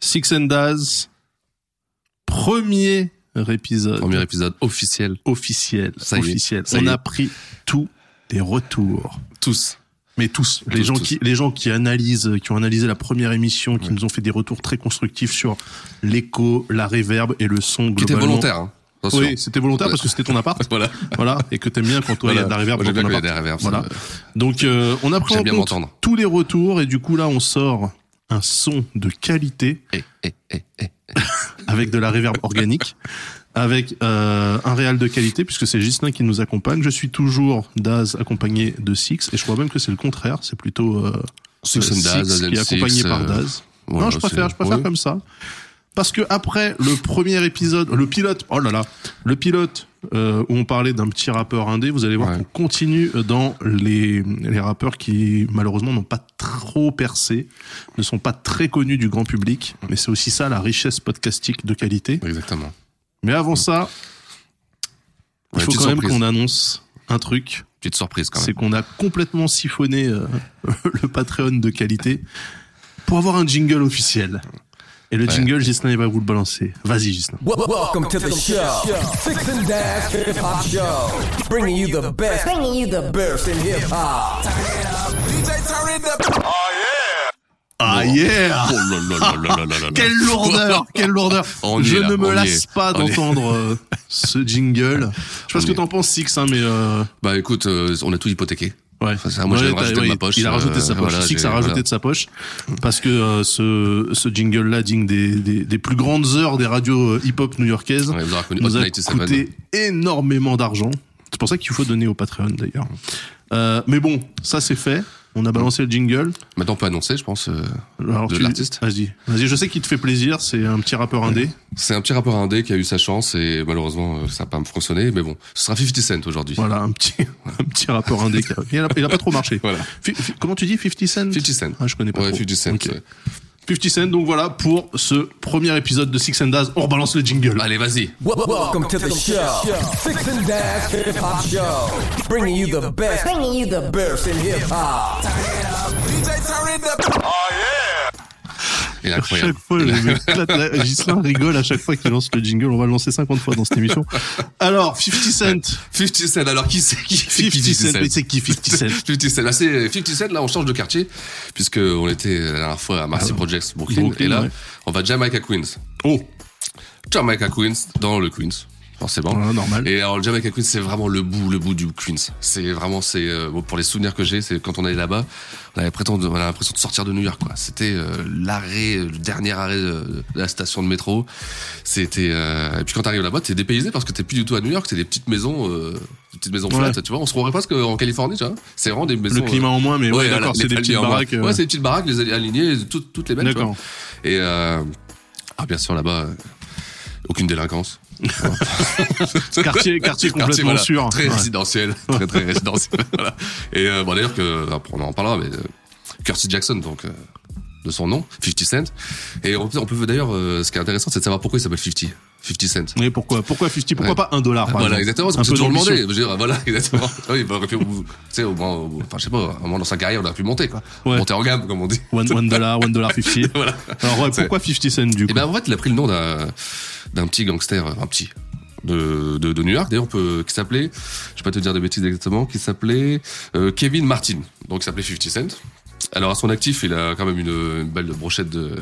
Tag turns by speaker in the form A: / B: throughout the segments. A: Six and Daz, premier épisode
B: Premier épisode officiel.
A: officiel.
B: Ça y est,
A: officiel.
B: ça y
A: On
B: est.
A: a pris tous les retours.
B: Tous.
A: Mais tous, les
B: Tous,
A: gens
B: tous.
A: qui, les gens qui analysent, qui ont analysé la première émission, qui
B: Ouais.
A: nous ont fait des retours très constructifs sur l'écho, la réverb et le son
B: Qui était
A: globalement.
B: volontaire. Hein. Attention.
A: Oui, c'était volontaire parce que c'était ton appart,
B: Voilà.
A: voilà, et que t'aimes bien quand toi il y a de la réverb
B: Moi,
A: dans
B: J'aime bien
A: ton
B: quand il y a
A: appart.
B: des réverbs.
A: Voilà.
B: ça me-
A: Donc euh, on a pris en
B: J'aime bien
A: compte
B: m'entendre.
A: tous les retours et du coup là on sort un son de qualité
B: Eh, eh, eh, eh.
A: avec de la réverb organique, avec euh, un réal de qualité puisque c'est Gislin qui nous accompagne. Je suis toujours Daz accompagné de Six et je crois même que c'est le contraire, c'est plutôt euh,
B: Six
A: euh,
B: and Daz, Daz and
A: qui est accompagné
B: Six,
A: par
B: euh,
A: Daz.
B: voilà,
A: non, je préfère,
B: c'est-
A: je préfère
B: oui.
A: comme ça. Parce que après le premier épisode, le pilote, oh là là, le pilote euh, où on parlait d'un petit rappeur indé, vous allez voir
B: Ouais.
A: qu'on continue euh, dans les, les rappeurs qui malheureusement n'ont pas trop percé, ne sont pas très connus du grand public. Mais c'est aussi ça la richesse podcastique de qualité.
B: Exactement.
A: Mais avant ça, il
B: Ouais,
A: faut
B: petite
A: quand même
B: surprise.
A: qu'on annonce un truc.
B: Petite surprise quand même.
A: C'est qu'on a complètement siphonné euh, le Patreon de qualité pour avoir un jingle officiel. Et le
B: Ouais.
A: jingle, Gislain, il va vous le balancer. Vas-y, Gislain.
C: Wel- Welcome to the show. Six and Dash Hip Hop Show. Bringing you the best. Bringing you the best in hip hop.
A: Ah yeah
B: Oh là là là là là là là.
A: Quelle lourdeur Quelle lourdeur
B: On y
A: Je
B: est là,
A: ne
B: on
A: me
B: y
A: lasse
B: est,
A: pas
B: on y est.
A: d'entendre euh, ce jingle. Je sais pas
B: On
A: ce
B: y
A: que
B: est.
A: t'en penses, Six, hein, mais... euh,
B: Bah écoute, euh, on a tout hypothéqué.
A: Ouais.
B: Enfin, ça, moi, j'ai
A: t'as-
B: rajouté de ma poche,
A: Il a
B: euh,
A: rajouté de sa poche.
B: voilà,
A: Six
B: j'ai-
A: a rajouté
B: voilà.
A: de sa poche. Parce que euh, ce, ce jingle-là, digne des, des, des plus grandes heures des radios euh, hip-hop new-yorkaises,
B: Ouais, vous aurez reconnu
A: nous
B: Hot
A: a
B: 97.
A: coûté énormément d'argent. C'est pour ça qu'il faut donner au Patreon d'ailleurs. Euh, mais bon, ça c'est fait. On a balancé le jingle.
B: Maintenant, on peut annoncer, je pense. euh,
A: Alors,
B: De l'artiste
A: Vas-y. Vas-y, je sais qu'il te fait plaisir. C'est un petit rappeur indé.
B: C'est un petit rappeur indé qui a eu sa chance et malheureusement, euh, ça n'a pas me fonctionné. Mais bon, ce sera 50 Cent aujourd'hui.
A: Voilà, un petit, un petit rappeur indé. qui a- Il a, il a pas trop marché.
B: Voilà.
A: Fi- fi- comment tu dis 50 Cent
B: 50 Cent.
A: Ah, je connais pas.
B: Ouais,
A: trop.
B: 50 Cent.
A: Ok.
B: ouais.
A: 50 Cent, donc voilà pour ce premier épisode de Six and Daz. On rebalance le jingle.
B: Allez, vas-y.
C: Wel- Welcome to the show. Six and Dash Hip Hop Show. Bringing you the best. Bringing you the best in hip hop.
B: Il est
A: À
B: incroyable.
A: chaque fois, je m'éclate. Là, Ghislain rigole à chaque fois qu'il lance le jingle. On va le lancer 50 fois dans cette émission. Alors, 50 Cent.
B: 50 Cent, alors qui c'est qui c'est
A: 50
B: qui
A: Cent, mais c'est qui 50 Cent
B: 50 Cent. Là, Bah, c'est 50 Cent, là, on change de quartier, puisque on était la dernière fois à Marcy Projects, Brooklyn,
A: Ah, Brooklyn,
B: et là,
A: ouais.
B: on va Jamaica Queens.
A: Oh,
B: Jamaica Queens, dans le Queens, forcément.
A: Voilà, normal.
B: Et alors, le Jamaica Queens, c'est vraiment le bout, le bout du Queens. C'est vraiment, c'est, euh, bon, pour les souvenirs que j'ai, c'est quand on allait là-bas, on avait prétend- on avait l'impression de sortir de New York, quoi. C'était euh, l'arrêt, le dernier arrêt de, de la station de métro. C'était, euh, et puis quand t'arrives là-bas, t'es dépaysé parce que t'es plus du tout à New York, c'est des petites maisons, euh, des petites maisons
A: Ouais.
B: flat, tu vois. On se croirait presque en Californie, tu vois. C'est vraiment des maisons.
A: le climat en moins, mais
B: euh,
A: ouais,
B: ouais, voilà,
A: d'accord,
B: les
A: c'est des
B: paliers
A: petites
B: en bas.
A: baraques. euh,
B: Ouais, c'est des petites baraques, les alignées, toutes, toutes les mêmes, tu vois.
A: D'accord.
B: Et euh, ah, bien sûr, là-bas, euh, aucune délinquance.
A: Quartier, quartier complètement
B: voilà,
A: sûr.
B: Très
A: Ouais.
B: résidentiel. Très, très résidentiel. voilà. Et euh, bon, d'ailleurs, que, après, on en parlera, mais euh, Curtis Jackson, donc. euh, de son nom, 50 Cent. Et on peut, on peut d'ailleurs, euh, ce qui est intéressant, c'est de savoir pourquoi il s'appelle 50. 50 Cent.
A: Mais pourquoi, pourquoi 50 Pourquoi
B: Ouais.
A: pas un dollar par
B: voilà,
A: exemple
B: exactement, c'est
A: Un
B: qu'on s'est
A: peu
B: toujours demandé.
A: d'ambition.
B: Je veux dire, voilà, exactement. oui, bah, aurait pu- ou- tu sais, au moins, au- enfin, je sais pas, au moins dans sa carrière, on a pu monter, quoi.
A: Ouais.
B: Monter en gamme, comme on dit.
A: One, one dollar, one dollar 50.
B: Voilà.
A: Alors ouais,
B: C'est-
A: pourquoi 50 Cent du
B: Et
A: coup
B: ben en fait, il a pris le nom d'un d'un petit gangster, euh, un petit de, de, de New York, d'ailleurs, on peut- qui s'appelait, je vais pas te dire de bêtises exactement, qui s'appelait euh, Kevin Martin, donc il s'appelait 50 Cent. Alors à son actif, il a quand même une, une belle brochette de,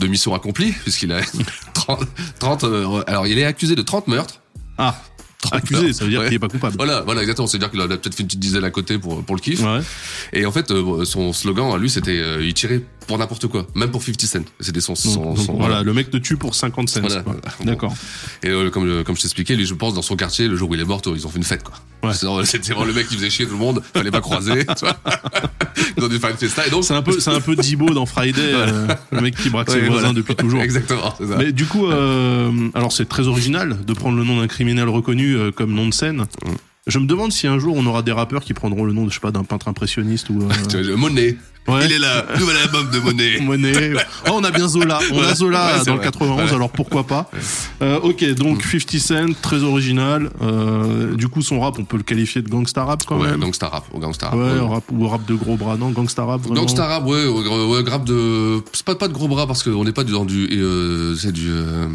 B: de mission accomplie, puisqu'il a 30, 30, euh, alors il est accusé de 30 meurtres.
A: Ah,
B: 30
A: accusé,
B: meurtres,
A: ça veut dire
B: ouais.
A: qu'il est pas coupable.
B: Voilà, voilà, exactement. C'est-à-dire qu'il a, il a peut-être fait une petite dizaine à côté pour, pour le kiff.
A: Ouais.
B: Et en fait, euh, son slogan à lui, c'était euh, il tirait pour n'importe quoi, même pour 50 Cent. C'était son,
A: Donc,
B: son,
A: donc,
B: son-
A: voilà, le mec te tue pour 50 cents.
B: Voilà.
A: quoi.
B: Bon.
A: D'accord.
B: Et euh, comme, euh, comme je t'expliquais, lui, je pense, dans son quartier, le jour où il est mort, ils ont fait une fête, quoi.
A: Ouais.
B: C'est vraiment- C'était vraiment le mec qui faisait chier tout le monde, fallait pas croiser, tu vois. Ils ont dû faire une fiesta. Et donc,
A: C'est un peu, c'est un peu Dibo dans Friday, euh, le mec qui braque
B: Ouais,
A: ses voisins
B: voilà.
A: depuis toujours.
B: Exactement, c'est ça.
A: Mais du coup, euh, alors c'est très original de prendre le nom d'un criminel reconnu euh, comme nom de scène. Je me demande si un jour on aura des rappeurs qui prendront le nom de je sais pas d'un peintre impressionniste ou euh,
B: Tu vois, Monet.
A: Ouais.
B: Il est là, nouvel album de Monet.
A: Monet. Oh, on a bien Zola. On a
B: Ouais,
A: Zola
B: ouais, c'est
A: dans le
B: vrai.
A: 91,
B: Ouais. Mm.
A: alors pourquoi pas. Euh, ok, donc 50 Cent, très original. Euh, du coup, son rap, on peut le qualifier de gangsta rap quand
B: Ouais,
A: même.
B: gangsta rap, oh, gangsta rap.
A: ouais,
B: ouais.
A: rap, ou rap de gros bras, non, gangsta rap. Vraiment.
B: Gangsta rap, ouais, ouais, ouais, grave de. C'est pas, pas de gros bras parce qu'on n'est pas dans du. euh, c'est du. euh,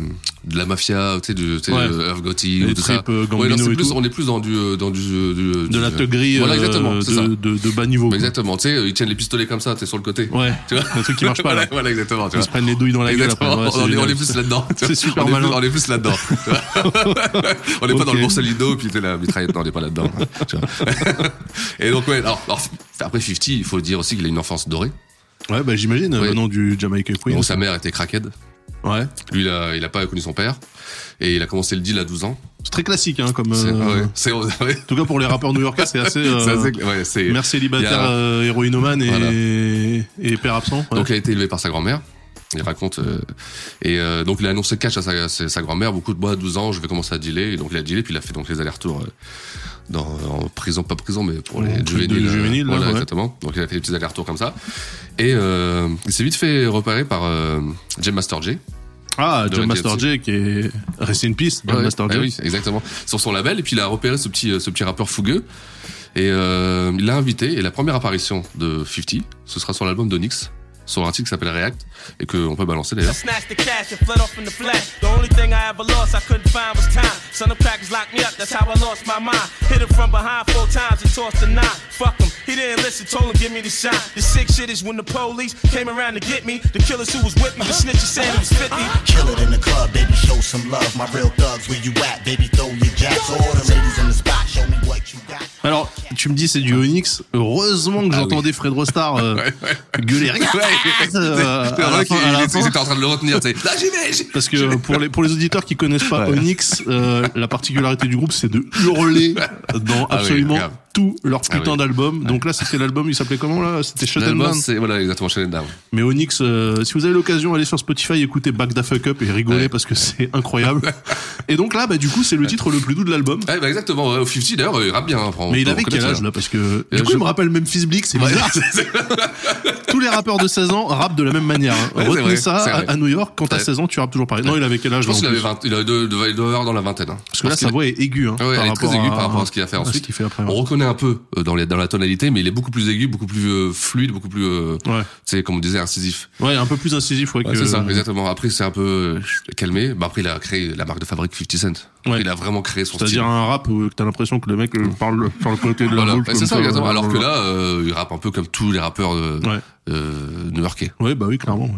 B: de la mafia, tu sais, du. Tu sais,
A: Ouais.
B: de Earth Gotti
A: Les
B: ou tout ça.
A: tripes, euh,
B: Ouais, non,
A: Gambino
B: c'est
A: et
B: plus,
A: tout.
B: on est plus dans du. euh, Dans du, du
A: De
B: du-
A: la teuguerie
B: Voilà,
A: euh,
B: exactement, c'est ça.
A: de, de, de bas niveau. quoi.
B: Bah, Exactement, tu sais, euh, ils tiennent les pistolets comme ça, tu sais, sur le côté.
A: Ouais,
B: Tu vois
A: un truc qui marche pas.
B: voilà,
A: Là.
B: voilà, exactement, tu
A: Ils
B: vois.
A: se prennent les douilles dans la gueule. Après.
B: Exactement,
A: Ouais, c'est
B: on, est, on
A: génial.
B: est plus là-dedans. tu vois.
A: C'est super
B: on est plus-
A: malin.
B: on est plus là-dedans. tu vois. on n'est pas dans
A: Ok.
B: le Borsalino, puis t'es la mitraillette. Non, on n'est pas là-dedans. hein, tu vois. Et donc, ouais, alors, alors, après 50, il faut dire aussi qu'il a une enfance dorée.
A: Ouais, bah j'imagine,
B: Ouais.
A: le nom du Jamaica Queen.
B: Donc, sa mère était crackhead.
A: Ouais.
B: Lui, il a, il a pas connu son père. Et il a commencé le deal à 12 ans.
A: C'est très classique, hein, comme.
B: C'est,
A: euh,
B: ouais, c'est, ouais,
A: En tout cas, pour les rappeurs new-yorkais, c'est assez. euh,
B: c'est assez- ouais, c'est-
A: Mère célibataire,
B: Il y a-
A: euh, héroïnomane et,
B: Voilà.
A: et père absent. ouais.
B: Donc, il a été élevé par sa grand-mère. Il raconte. euh, et euh, donc, il a annoncé cash à sa, à sa- sa grand-mère. Beaucoup de moi, à 12 ans, je vais commencer à dealer. Et donc, il a dealé, puis il a fait donc les allers-retours euh, dans, en prison, pas prison, mais pour les
A: En truc
B: juvéniles.
A: de
B: euh,
A: juvénile, là,
B: voilà,
A: ouais.
B: exactement. Donc, il a fait des petits allers-retours comme ça. Et euh, il s'est vite fait repérer par euh, Jam Master J.
A: Ah,
B: de
A: John
B: Randy
A: Master J qui est. Rest in peace, John
B: Ouais,
A: Master J.
B: ouais, oui, exactement. Sur son label, et puis il a repéré ce petit, euh, ce petit rappeur fougueux. Et euh, il l'a invité, et la première apparition de 50, ce sera sur l'album d'Onyx, sur un titre qui s'appelle React, et qu'on peut balancer d'ailleurs.
D: Snatched the cash and fled off in the flash. The only thing I ever lost I couldn't find was time. Son of crackers locked me up, that's how I lost my mind. Hit him from behind four times and tossed a nine. Fuck him, he didn't listen, told him give me the shine. The sick shit is when the police came around to get me. The killers who was with me, the snitches said it was 50.
E: Kill it in the club, baby, show some love. My real thugs, where you at, baby, throw your jacks. All the ladies in the spot, show me what you got.
A: Alors, tu me dis c'est du Onyx. Heureusement que
B: Ah
A: j'entendais Fred Rostard euh, gueuler.
B: Ouais,
A: euh,
B: c'est
A: à la
B: vrai
A: fin- à la
B: qu'ils
A: fin.
B: étaient en train de le retenir, tu sais. Là, j'y vais, j'y vais.
A: Parce que pour les, pour les auditeurs qui connaissent pas
B: Ouais.
A: Onyx, euh, la particularité du groupe c'est de hurler dans
B: Ah oui,
A: absolument
B: grave.
A: tous leurs
B: Ah
A: putains
B: oui.
A: d'albums. Donc là, c'était l'album, il s'appelait comment là C'était Shut and
B: L'album,
A: Down.
B: c'est, voilà, exactement, Shut It Down.
A: Mais Onyx, euh, si vous avez l'occasion, allez sur Spotify, écoutez Back the Fuck Up et rigolez
B: Ouais.
A: parce que c'est incroyable. et donc là, bah, du coup, c'est le titre le plus doux de l'album.
B: Ouais, bah, exactement, ouais, au 50, d'ailleurs, il rappe bien, hein, pour-
A: Mais il
B: pour
A: avait quel
B: reconnaître,
A: âge là Parce que du
B: Euh,
A: coup,
B: je-
A: il me rappelle Memphis Bleak, c'est bizarre. Tous les rappeurs de 16 ans rappent de la même manière. hein.
B: Ouais, c'est
A: Retenez
B: vrai,
A: ça
B: c'est
A: à,
B: vrai.
A: à New York, quand t'as
B: Ouais.
A: 16 ans, tu rappes toujours pareil. Non, il avait quel âge
B: Je pense
A: là,
B: qu'il
A: en
B: avait
A: plus
B: 20, il avait deux- devait avoir dans la vingtaine, hein.
A: Parce que là,
B: qu'il-
A: sa voix est aiguë. Hein,
B: Ouais,
A: par
B: elle est très
A: rapport
B: aiguë
A: à-
B: par rapport à ce qu'il va faire
A: à ce
B: ensuite.
A: qu'il fait après, ouais.
B: On reconnaît un peu euh, dans, les, dans la tonalité, mais il est beaucoup plus aigu, beaucoup plus euh, fluide, beaucoup plus, euh,
A: Ouais.
B: tu sais, comme on disait, incisif.
A: Ouais, un peu plus incisif. Ouais, que...
B: C'est ça, exactement. Après, c'est un peu euh, calmé. Bah, après, il a créé la marque de fabrique 50 Cent.
A: Ouais.
B: Il a vraiment créé son style.
A: C'est-à-dire un rap où t'as l'impression que le mec euh, parle sur le côté de la
B: Voilà.
A: bouche.
B: Ouais,
A: comme
B: c'est ça, exactement.
A: euh,
B: Alors que là, euh, il rappe un peu comme tous les rappeurs euh,
A: Ouais.
B: euh, new-yorkais.
A: Ouais, bah oui, clairement. ouais.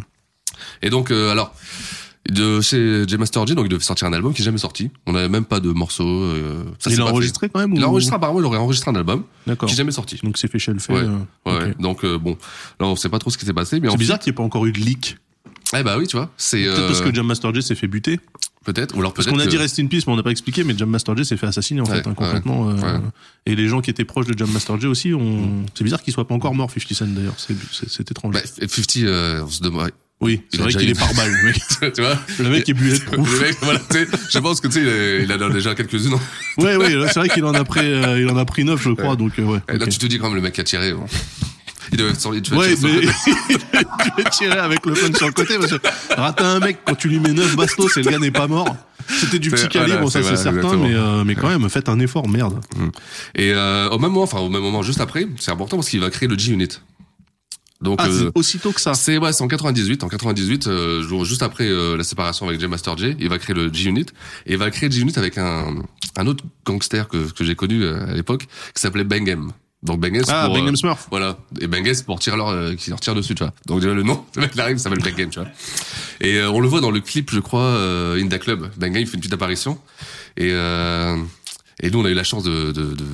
B: Et donc, euh, alors, de chez J Master G, donc il devait sortir un album qui n'est jamais sorti. On n'avait même pas de morceaux. euh, ça,
A: Il
B: c'est
A: a
B: pas
A: enregistré quand même
B: fait. Il a
A: ou-
B: enregistré, apparemment, il aurait enregistré un album
A: D'accord.
B: qui n'est jamais sorti.
A: Donc c'est fait chez le fait.
B: Ouais,
A: euh,
B: ouais.
A: ok.
B: Donc euh, bon, là on sait pas trop ce qui s'est passé, mais
A: C'est
B: en
A: bizarre qu'il n'y ait pas encore eu de leak.
B: Eh bah oui, tu vois, c'est
A: Peut-être
B: euh,
A: parce que Jam Master J s'est fait buter.
B: peut-être ou alors
A: Parce
B: peut-être
A: qu'on a
B: que-
A: dit Rest in Peace, mais on n'a pas expliqué, mais Jam Master J s'est fait assassiner en
B: Ouais,
A: fait, hein,
B: ouais,
A: complètement. euh,
B: ouais. Mm.
A: Et les gens qui étaient proches de Jam Master J aussi, on... c'est bizarre qu'il soit pas encore mort, 50 Cent d'ailleurs, c'est, c'est, c'est étrange.
B: Bah, 50, euh, on se demande,
A: oui, c'est
B: il a
A: vrai
B: déjà
A: qu'il
B: eu-
A: est par balle, le mec.
B: tu vois,
A: Le mec est
B: le
A: bulletproof.
B: mec, voilà, tu sais, je pense que tu sais, il a- il, en a déjà quelques-unes. hein.
A: ouais, ouais, là, c'est vrai qu'il en a pris, euh, il en a pris neuf, je crois, donc euh, ouais.
B: Et Là,
A: ok.
B: tu te dis quand même le mec qui a tiré. bon. Il devait être sorti, tu vois,
A: Ouais,
B: tu vois,
A: mais
B: sur-
A: tu vas tirer avec le fun sur le côté parce que rater un mec quand tu lui mets 9 bastos et le gars n'est pas mort. C'était du
B: C'est-
A: petit calibre,
B: voilà,
A: ça c'est
B: c'est- voilà,
A: certain,
B: exactement.
A: mais, euh, mais quand même, faites un effort, merde.
B: Et euh, au même moment, enfin au même moment, juste après, c'est important parce qu'il va créer le G Unit. Donc
A: Ah,
B: euh,
A: c'est aussitôt que ça.
B: C'est ouais, c'est en 98. En 98, euh, jour- juste après euh, la séparation avec J Master J, il va créer le G Unit et il va créer G Unit avec un, un autre gangster que, que j'ai connu euh, à l'époque qui s'appelait Bangem. Donc Bangem c'est
A: Ah,
B: pour,
A: Bangem
B: euh,
A: Smurf.
B: voilà. Et Bangem c'est pour tirer leur euh, qui leur tire dessus, tu vois. Donc déjà le nom, le mec il arrive, il s'appelle Bangem, tu vois. Et euh, on le voit dans le clip, je crois, euh, Inda Club. Bangem il fait une petite apparition et euh, et nous, on a eu la chance de, de, de,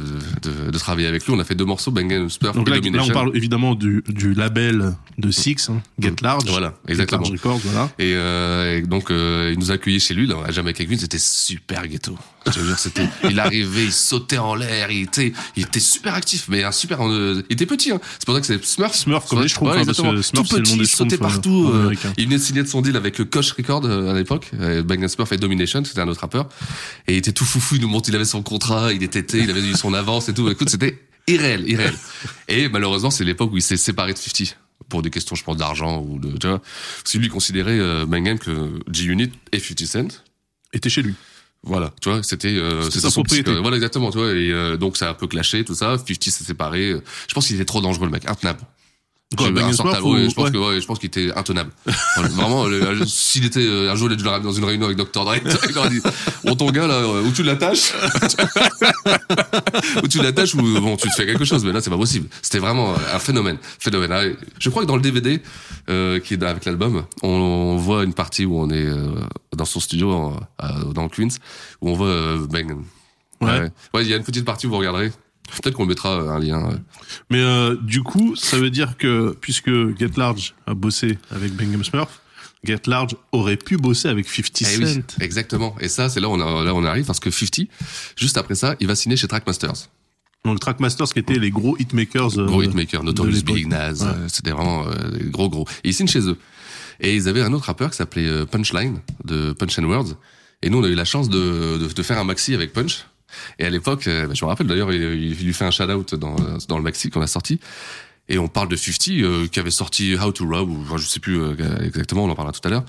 B: de, de travailler avec lui. On a fait deux morceaux, Bangem Spur
A: Donc là,
B: et
A: là, on
B: Domination.
A: parle évidemment du, du label de Six, hein, Get Large.
B: Mm. Voilà,
A: Get
B: exactement.
A: Large Records, voilà.
B: Et, euh, et donc euh, il nous a accueillis chez lui là, à Jamaica Queen, c'était super ghetto. Je te jure, c'était il arrivait, il sautait en l'air, il était il était super actif mais un super euh, il était petit hein. C'est pour ça que c'est Smurf.
A: Smurf, comme
B: Ouais,
A: les Schtroumpfs,
B: voilà,
A: hein, parce que
B: exactement.
A: Smurf,
B: tout
A: c'est le
B: petit,
A: nom des
B: il sautait
A: Schtroumpfs, euh,
B: partout. euh,
A: américains.
B: il venait de signer de son deal avec euh, Koch Record euh, à l'époque, euh, Bang Smurf et Domination, c'était un autre rappeur et il était tout foufou, il nous montre, il avait son contrat, il était il avait eu son avance et tout. Écoute, c'était irréel, irréel. Et malheureusement, c'est l'époque où il s'est séparé de 50. pour des questions, je pense, d'argent ou de. Tu vois, si lui considérait euh, Mangam que G-Unit et 50 Cent,
A: était chez lui.
B: voilà, tu vois, c'était euh,
A: C'était
B: c'était
A: sa
B: son petit-
A: propriété.
B: Voilà, exactement, tu vois, et euh, donc ça a un peu clashé, tout ça. 50 s'est séparé. Je pense qu'il était trop dangereux, le mec, intenable.
A: Quoi,
B: J'ai eu un
A: Bangers
B: sortal-
A: Murph ou-
B: ouais, je pense
A: ouais.
B: que ouais, je pense qu'il était intenable. Voilà, Vraiment, le- s'il était euh, un jour il a dû le ramener dans une réunion avec Dr Dre, il aurait dit "Bon ton gars là, euh, ou tu l'attaches, ou tu l'attaches, ou bon tu te fais quelque chose." Mais là, c'est pas possible. C'était vraiment un phénomène, phénomène. Ah, et Je crois que dans le DVD euh, qui est dans- avec l'album, on, on voit une partie où on est euh, dans son studio en- à- dans le Queens, où on voit euh, Bang.
A: Ouais.
B: ouais, Ouais, il y a une petite partie où vous regarderez. Peut-être qu'on mettra euh, un lien. ouais.
A: Mais euh, du coup, ça veut dire que puisque Get Large a bossé avec Bingham Smurf, Get Large aurait pu bosser avec 50
B: Eh
A: Cent.
B: oui, exactement. Et ça, c'est là où on, a- là où on arrive parce que 50, juste après ça, il va signer chez Trackmasters.
A: Donc Trackmasters qui étaient les gros hitmakers. euh,
B: Gros hitmaker,
A: de
B: Notorious
A: l'époque.
B: Big, Nas,
A: Ouais.
B: euh, c'était vraiment euh, des gros gros. Et ils signent chez eux. Et ils avaient un autre rappeur qui s'appelait euh, Punchline de Punch and Words. Et nous, on a eu la chance de, de, de faire un maxi avec Punch. Et à l'époque, euh, bah, je me rappelle d'ailleurs, il, il lui fait un shout-out dans, euh, dans le maxi qu'on a sorti. Et on parle de 50 euh, qui avait sorti How to Rob, ou enfin, je sais plus euh, exactement, on en parlera tout à l'heure.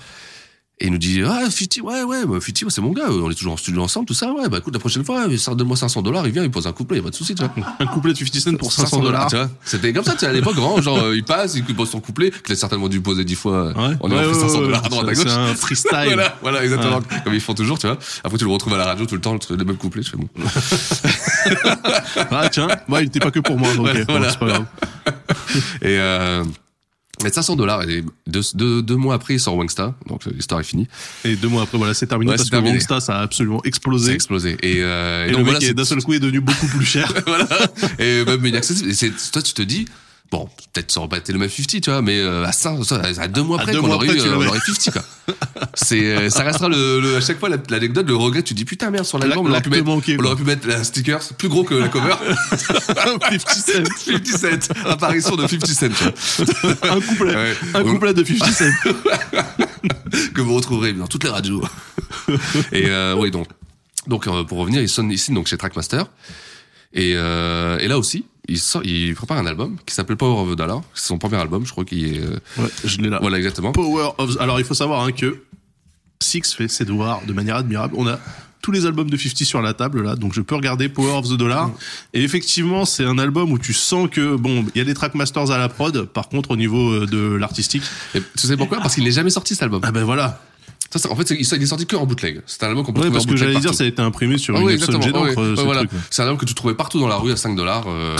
B: Et il nous dit ah 50 ouais ouais bah, 50 ouais, c'est mon gars euh, on est toujours en studio ensemble tout ça ouais bah écoute la prochaine fois euh, ça- donne-moi 500 dollars il vient il pose un couplet y a pas de souci tu vois
A: Un couplet de 50 Cent pour 500 dollars.
B: tu vois. C'était comme ça, tu sais, à l'époque, grand, genre, euh, il passe, il pose son couplet, qu'il a certainement dû poser dix fois, euh,
A: Ouais.
B: on lui a
A: Ouais,
B: fait
A: ouais,
B: 500
A: ouais,
B: dollars à droite à
A: c'est-
B: gauche.
A: C'est un freestyle.
B: Voilà, voilà, exactement. Comme ils font toujours, tu vois. Après, tu le retrouves à la radio tout le temps, le, truc- le même couplet, tu fais bon.
A: Ah tiens, ouais, il était pas que pour moi, donc
B: Voilà,
A: euh, bon,
B: voilà.
A: c'est pas grave.
B: Et, euh, et 500 dollars, et deux, deux, deux mois après, il sort Wangsta, donc euh, l'histoire est finie.
A: Et deux mois après, voilà, c'est terminé
B: Ouais,
A: parce
B: c'est
A: que
B: terminé.
A: Wongsta, ça a absolument
B: Ça a
A: explosé.
B: explosé. Et, euh,
A: Et,
B: et donc,
A: le mec
B: voilà,
A: est-
B: c'est-
A: d'un seul coup est devenu beaucoup plus cher.
B: voilà. Et même inaccessible. Et c'est, toi, tu te dis, bon, peut-être ça aurait pas été le même 50, tu vois, mais euh, à, cinq- ça, à deux mois
A: À
B: près,
A: deux
B: qu'on
A: mois
B: aurait,
A: près,
B: eu,
A: tu
B: euh, on
A: l'aurais.
B: aurait 50, quoi. C'est, euh, ça restera le, le- à chaque fois la- l'anecdote, le regret, tu te dis, putain, merde, sur l'album, on aurait pu
A: L'acte
B: mettre,
A: manqué,
B: on aurait pu mettre un sticker plus gros que la cover.
A: 50 Cent.
B: 50 Cent. Apparition de 50 Cent, tu vois.
A: Un couplet.
B: Ouais.
A: Un
B: Ouais.
A: couplet de 50 Cent.
B: que vous retrouverez dans toutes les radios. et euh, oui, donc, donc euh, pour revenir, il sonne ici donc chez Trackmaster. Et, euh, et là aussi, il, sort, il prépare un album qui s'appelle Power of the Dollar. C'est son premier album, je crois qu'il est. euh,
A: Ouais, je l'ai là.
B: Voilà, exactement.
A: Power of. Alors, il faut savoir hein, que Six fait ses devoirs de manière admirable. On a tous les albums de 50 sur la table là, donc je peux regarder Power of the Dollar. Et effectivement, c'est un album où tu sens que bon, il y a des trackmasters à la prod. Par contre, au niveau euh, de l'artistique,
B: Et tu sais pourquoi Parce qu'il n'est jamais sorti cet album.
A: ah ben voilà.
B: Ça, c'est- en fait, c'est- il est sorti que en bootleg. C'est un album qu'on peut
A: Ouais,
B: trouver
A: parce
B: en
A: que
B: bootleg
A: j'allais dire,
B: partout.
A: ça a été imprimé sur
B: Ah
A: une
B: oui,
A: Epson
B: exactement.
A: G d'encre.
B: Ah oui,
A: euh, ce
B: voilà.
A: truc, ouais.
B: C'est un album que tu trouvais partout dans la rue à 5 dollars. Euh...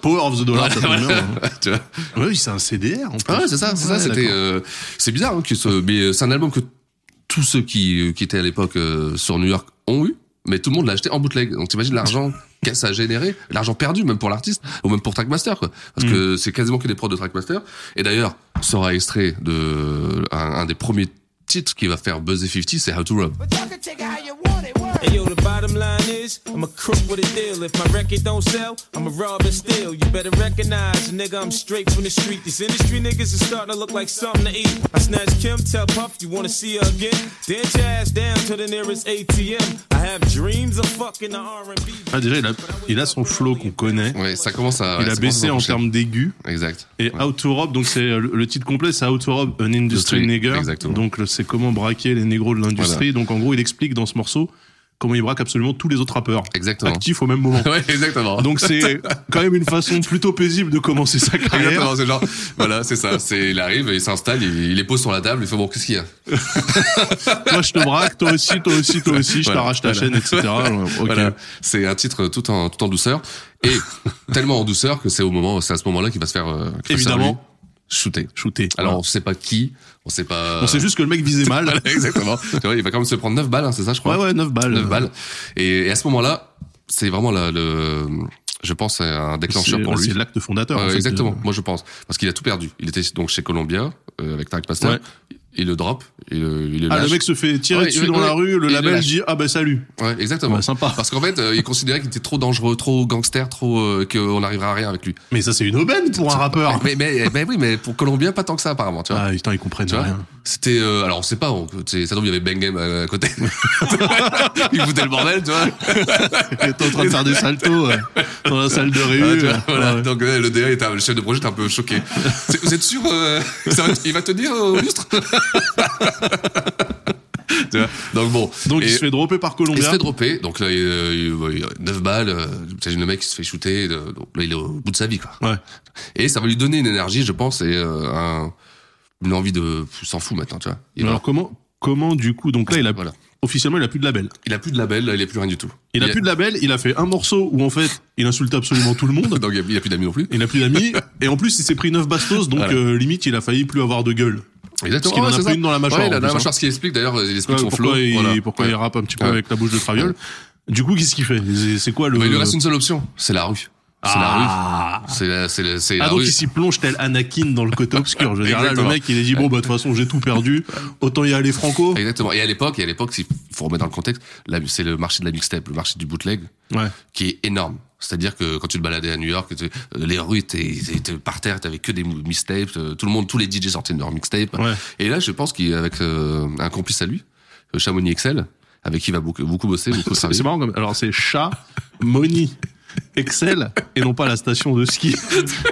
A: Power of the Dollar. ça tombe bien, hein.
B: tu vois.
A: Ouais, oui, c'est un CDR. En plus.
B: Ah ouais, c'est ça, c'est ça.
A: Ouais,
B: C'était,
A: d'accord.
B: euh, c'est bizarre, hein, que ce- mais euh, c'est un album que tous ceux qui, qui étaient à l'époque euh, sur New York ont eu, mais tout le monde l'a acheté en bootleg. Donc t'imagines l'argent que ça a généré, l'argent perdu même pour l'artiste ou même pour Trackmaster, quoi. Parce que c'est quasiment que des prods de Trackmaster. Et d'ailleurs, sera extrait de un, un des premiers titres qui va faire buzzer 50, c'est How to Rob.
D: Hey yo, the bottom line is, I'm a crook with a deal. If my record don't sell, I'm a rob and steal. You better recognize, nigga, I'm straight from the street. These industry niggas is starting to look like something to eat. I snatch Kim, tell Puff, you wanna see her again? Dance your ass down to the nearest ATM. I have dreams of fucking the R&B.
A: Ah, déjà, il a, il a son flow qu'on connaît.
B: Ouais, ça commence à.
A: Il
B: ouais,
A: a
B: ça
A: baissé en
B: commence à
A: termes d'aigus.
B: s'approcher. Exact.
A: Et
B: Ouais.
A: Out to Rob, donc c'est le le titre complet, c'est Out to Rob, an industry
B: Industry,
A: nigger.
B: exactement.
A: Donc le- c'est comment braquer les négros de l'industrie. Donc en gros, il explique dans ce morceau comment il braque absolument tous les autres rappeurs.
B: Exactement.
A: Actifs au même moment.
B: Ouais, exactement.
A: Donc c'est quand même une façon plutôt paisible de commencer sa carrière.
B: Exactement, c'est genre, voilà, c'est ça. C'est, il arrive, il s'installe, il, il les pose sur la table, il fait bon, qu'est-ce qu'il y a
A: Toi je te braque, toi aussi, toi aussi, toi aussi, je
B: Voilà,
A: t'arrache ta
B: voilà.
A: chaîne, etc. Ouais, ok.
B: Voilà, c'est un titre tout en tout en douceur et tellement en douceur que c'est au moment, c'est à ce moment-là qu'il va se faire euh, qu'il va se faire,
A: Évidemment.
B: lui, shooter.
A: Shooter.
B: Alors on sait pas qui, on sait pas.
A: on sait juste que le mec visait mal.
B: Voilà, exactement. Tu vois, il va quand même se prendre 9 balles, hein, c'est ça, je
A: Ouais
B: crois.
A: ouais, 9 balles.
B: 9 balles. Et, et à ce moment-là, c'est vraiment la- le, je pense, un déclencheur
A: C'est
B: pour
A: ouais,
B: lui.
A: c'est l'acte fondateur.
B: Ouais,
A: en fait, de-
B: exactement, moi je pense. Parce qu'il a tout perdu. Il était donc chez Columbia, euh, avec Tarek Pasteur.
A: Ouais.
B: il le drop, il le, il le
A: Ah,
B: lâche.
A: le mec se fait tirer
B: Ouais,
A: dessus
B: ouais,
A: dans la
B: ouais.
A: rue, le
B: Et il
A: label
B: lâche.
A: dit Ah bah salut.
B: Ouais, exactement.
A: Ouais, sympa.
B: Parce qu'en fait, euh, il considérait qu'il était trop dangereux, trop gangster, trop euh, qu'on n'arrivera à rien avec lui.
A: Mais ça, c'est une aubaine pour un rappeur.
B: Mais, mais, mais oui, mais pour Colombien, pas tant que ça apparemment, tu vois.
A: Ah, putain, ils comprennent
B: Tu vois
A: rien.
B: C'était euh, alors on sait pas, on, tu sais, ça tombe il y avait Ben Game à, à côté. il foutait le bordel, tu vois.
A: T'es en train de faire des saltos euh, dans la salle de réu.
B: Ah, tu vois,
A: euh,
B: voilà.
A: ouais.
B: Donc euh, le DA est un- le chef de projet est un peu choqué. C'est- Vous êtes sûr euh, ça va- il va tenir euh, au lustre Tu vois Donc bon.
A: Donc
B: Et-
A: il se fait dropper par
B: il se
A: Colombien.
B: fait dropper, donc là, il, euh, il- il a 9 balles, euh, t'imagines le mec qui se fait shooter, euh, donc là, il est au bout de sa vie, quoi.
A: Ouais.
B: Et ça va lui donner une énergie, je pense, et euh, un- une envie de... il s'en fout maintenant, tu vois. Il,
A: Mais Alors comment comment du coup donc là il a
B: Voilà.
A: officiellement il a plus de label.
B: il a plus de label, là, il a plus rien du tout.
A: Il a plus de label, il a fait un morceau où en fait il insulte absolument tout le monde.
B: Donc, il a- il a plus d'amis non plus.
A: Il a plus d'amis et en plus il s'est pris 9 bastos donc
B: Voilà.
A: euh, limite il a failli plus avoir de gueule.
B: Exactement.
A: qu'il en a
B: c'est
A: plus
B: ça.
A: une dans la mâchoire,
B: Ouais, il en
A: en
B: a
A: plus,
B: la
A: hein.
B: mâchoire, ce qui explique d'ailleurs, il explique son
A: Pourquoi,
B: flow.
A: il,
B: voilà.
A: pourquoi
B: Ouais.
A: il rappe un petit peu
B: Ouais.
A: avec la bouche de Traviole Du coup qu'est-ce qu'il fait C'est- C'est quoi le
B: Mais il lui reste une seule option, c'est la rue. C'est
A: Ah.
B: la rue. C'est la, c'est la, c'est
A: Ah
B: la
A: donc
B: rue.
A: il s'y plonge tel Anakin dans le côté obscur. Je veux dire là le
B: Exactement.
A: mec il a dit bon bah de toute façon j'ai tout perdu, autant y aller franco.
B: Ah, Exactement. Et à l'époque, et à l'époque, il faut remettre dans le contexte, la- c'est le marché de la mixtape, le marché du bootleg,
A: Ouais.
B: qui est énorme. C'est-à-dire que quand tu te baladais à New York, tu- euh, les rues étaient, étaient par terre, t'avais que des mou- mixtapes, euh, tout le monde, tous les DJ sortaient de leurs mixtapes.
A: Ouais.
B: Et là, je pense qu'avec un complice à lui, euh, Chamonix Excel, avec qui il va beaucoup, beaucoup bosser, beaucoup
A: C'est
B: travailler.
A: c'est marrant comme. Alors c'est chat, Moni, Excel et non pas la station de ski.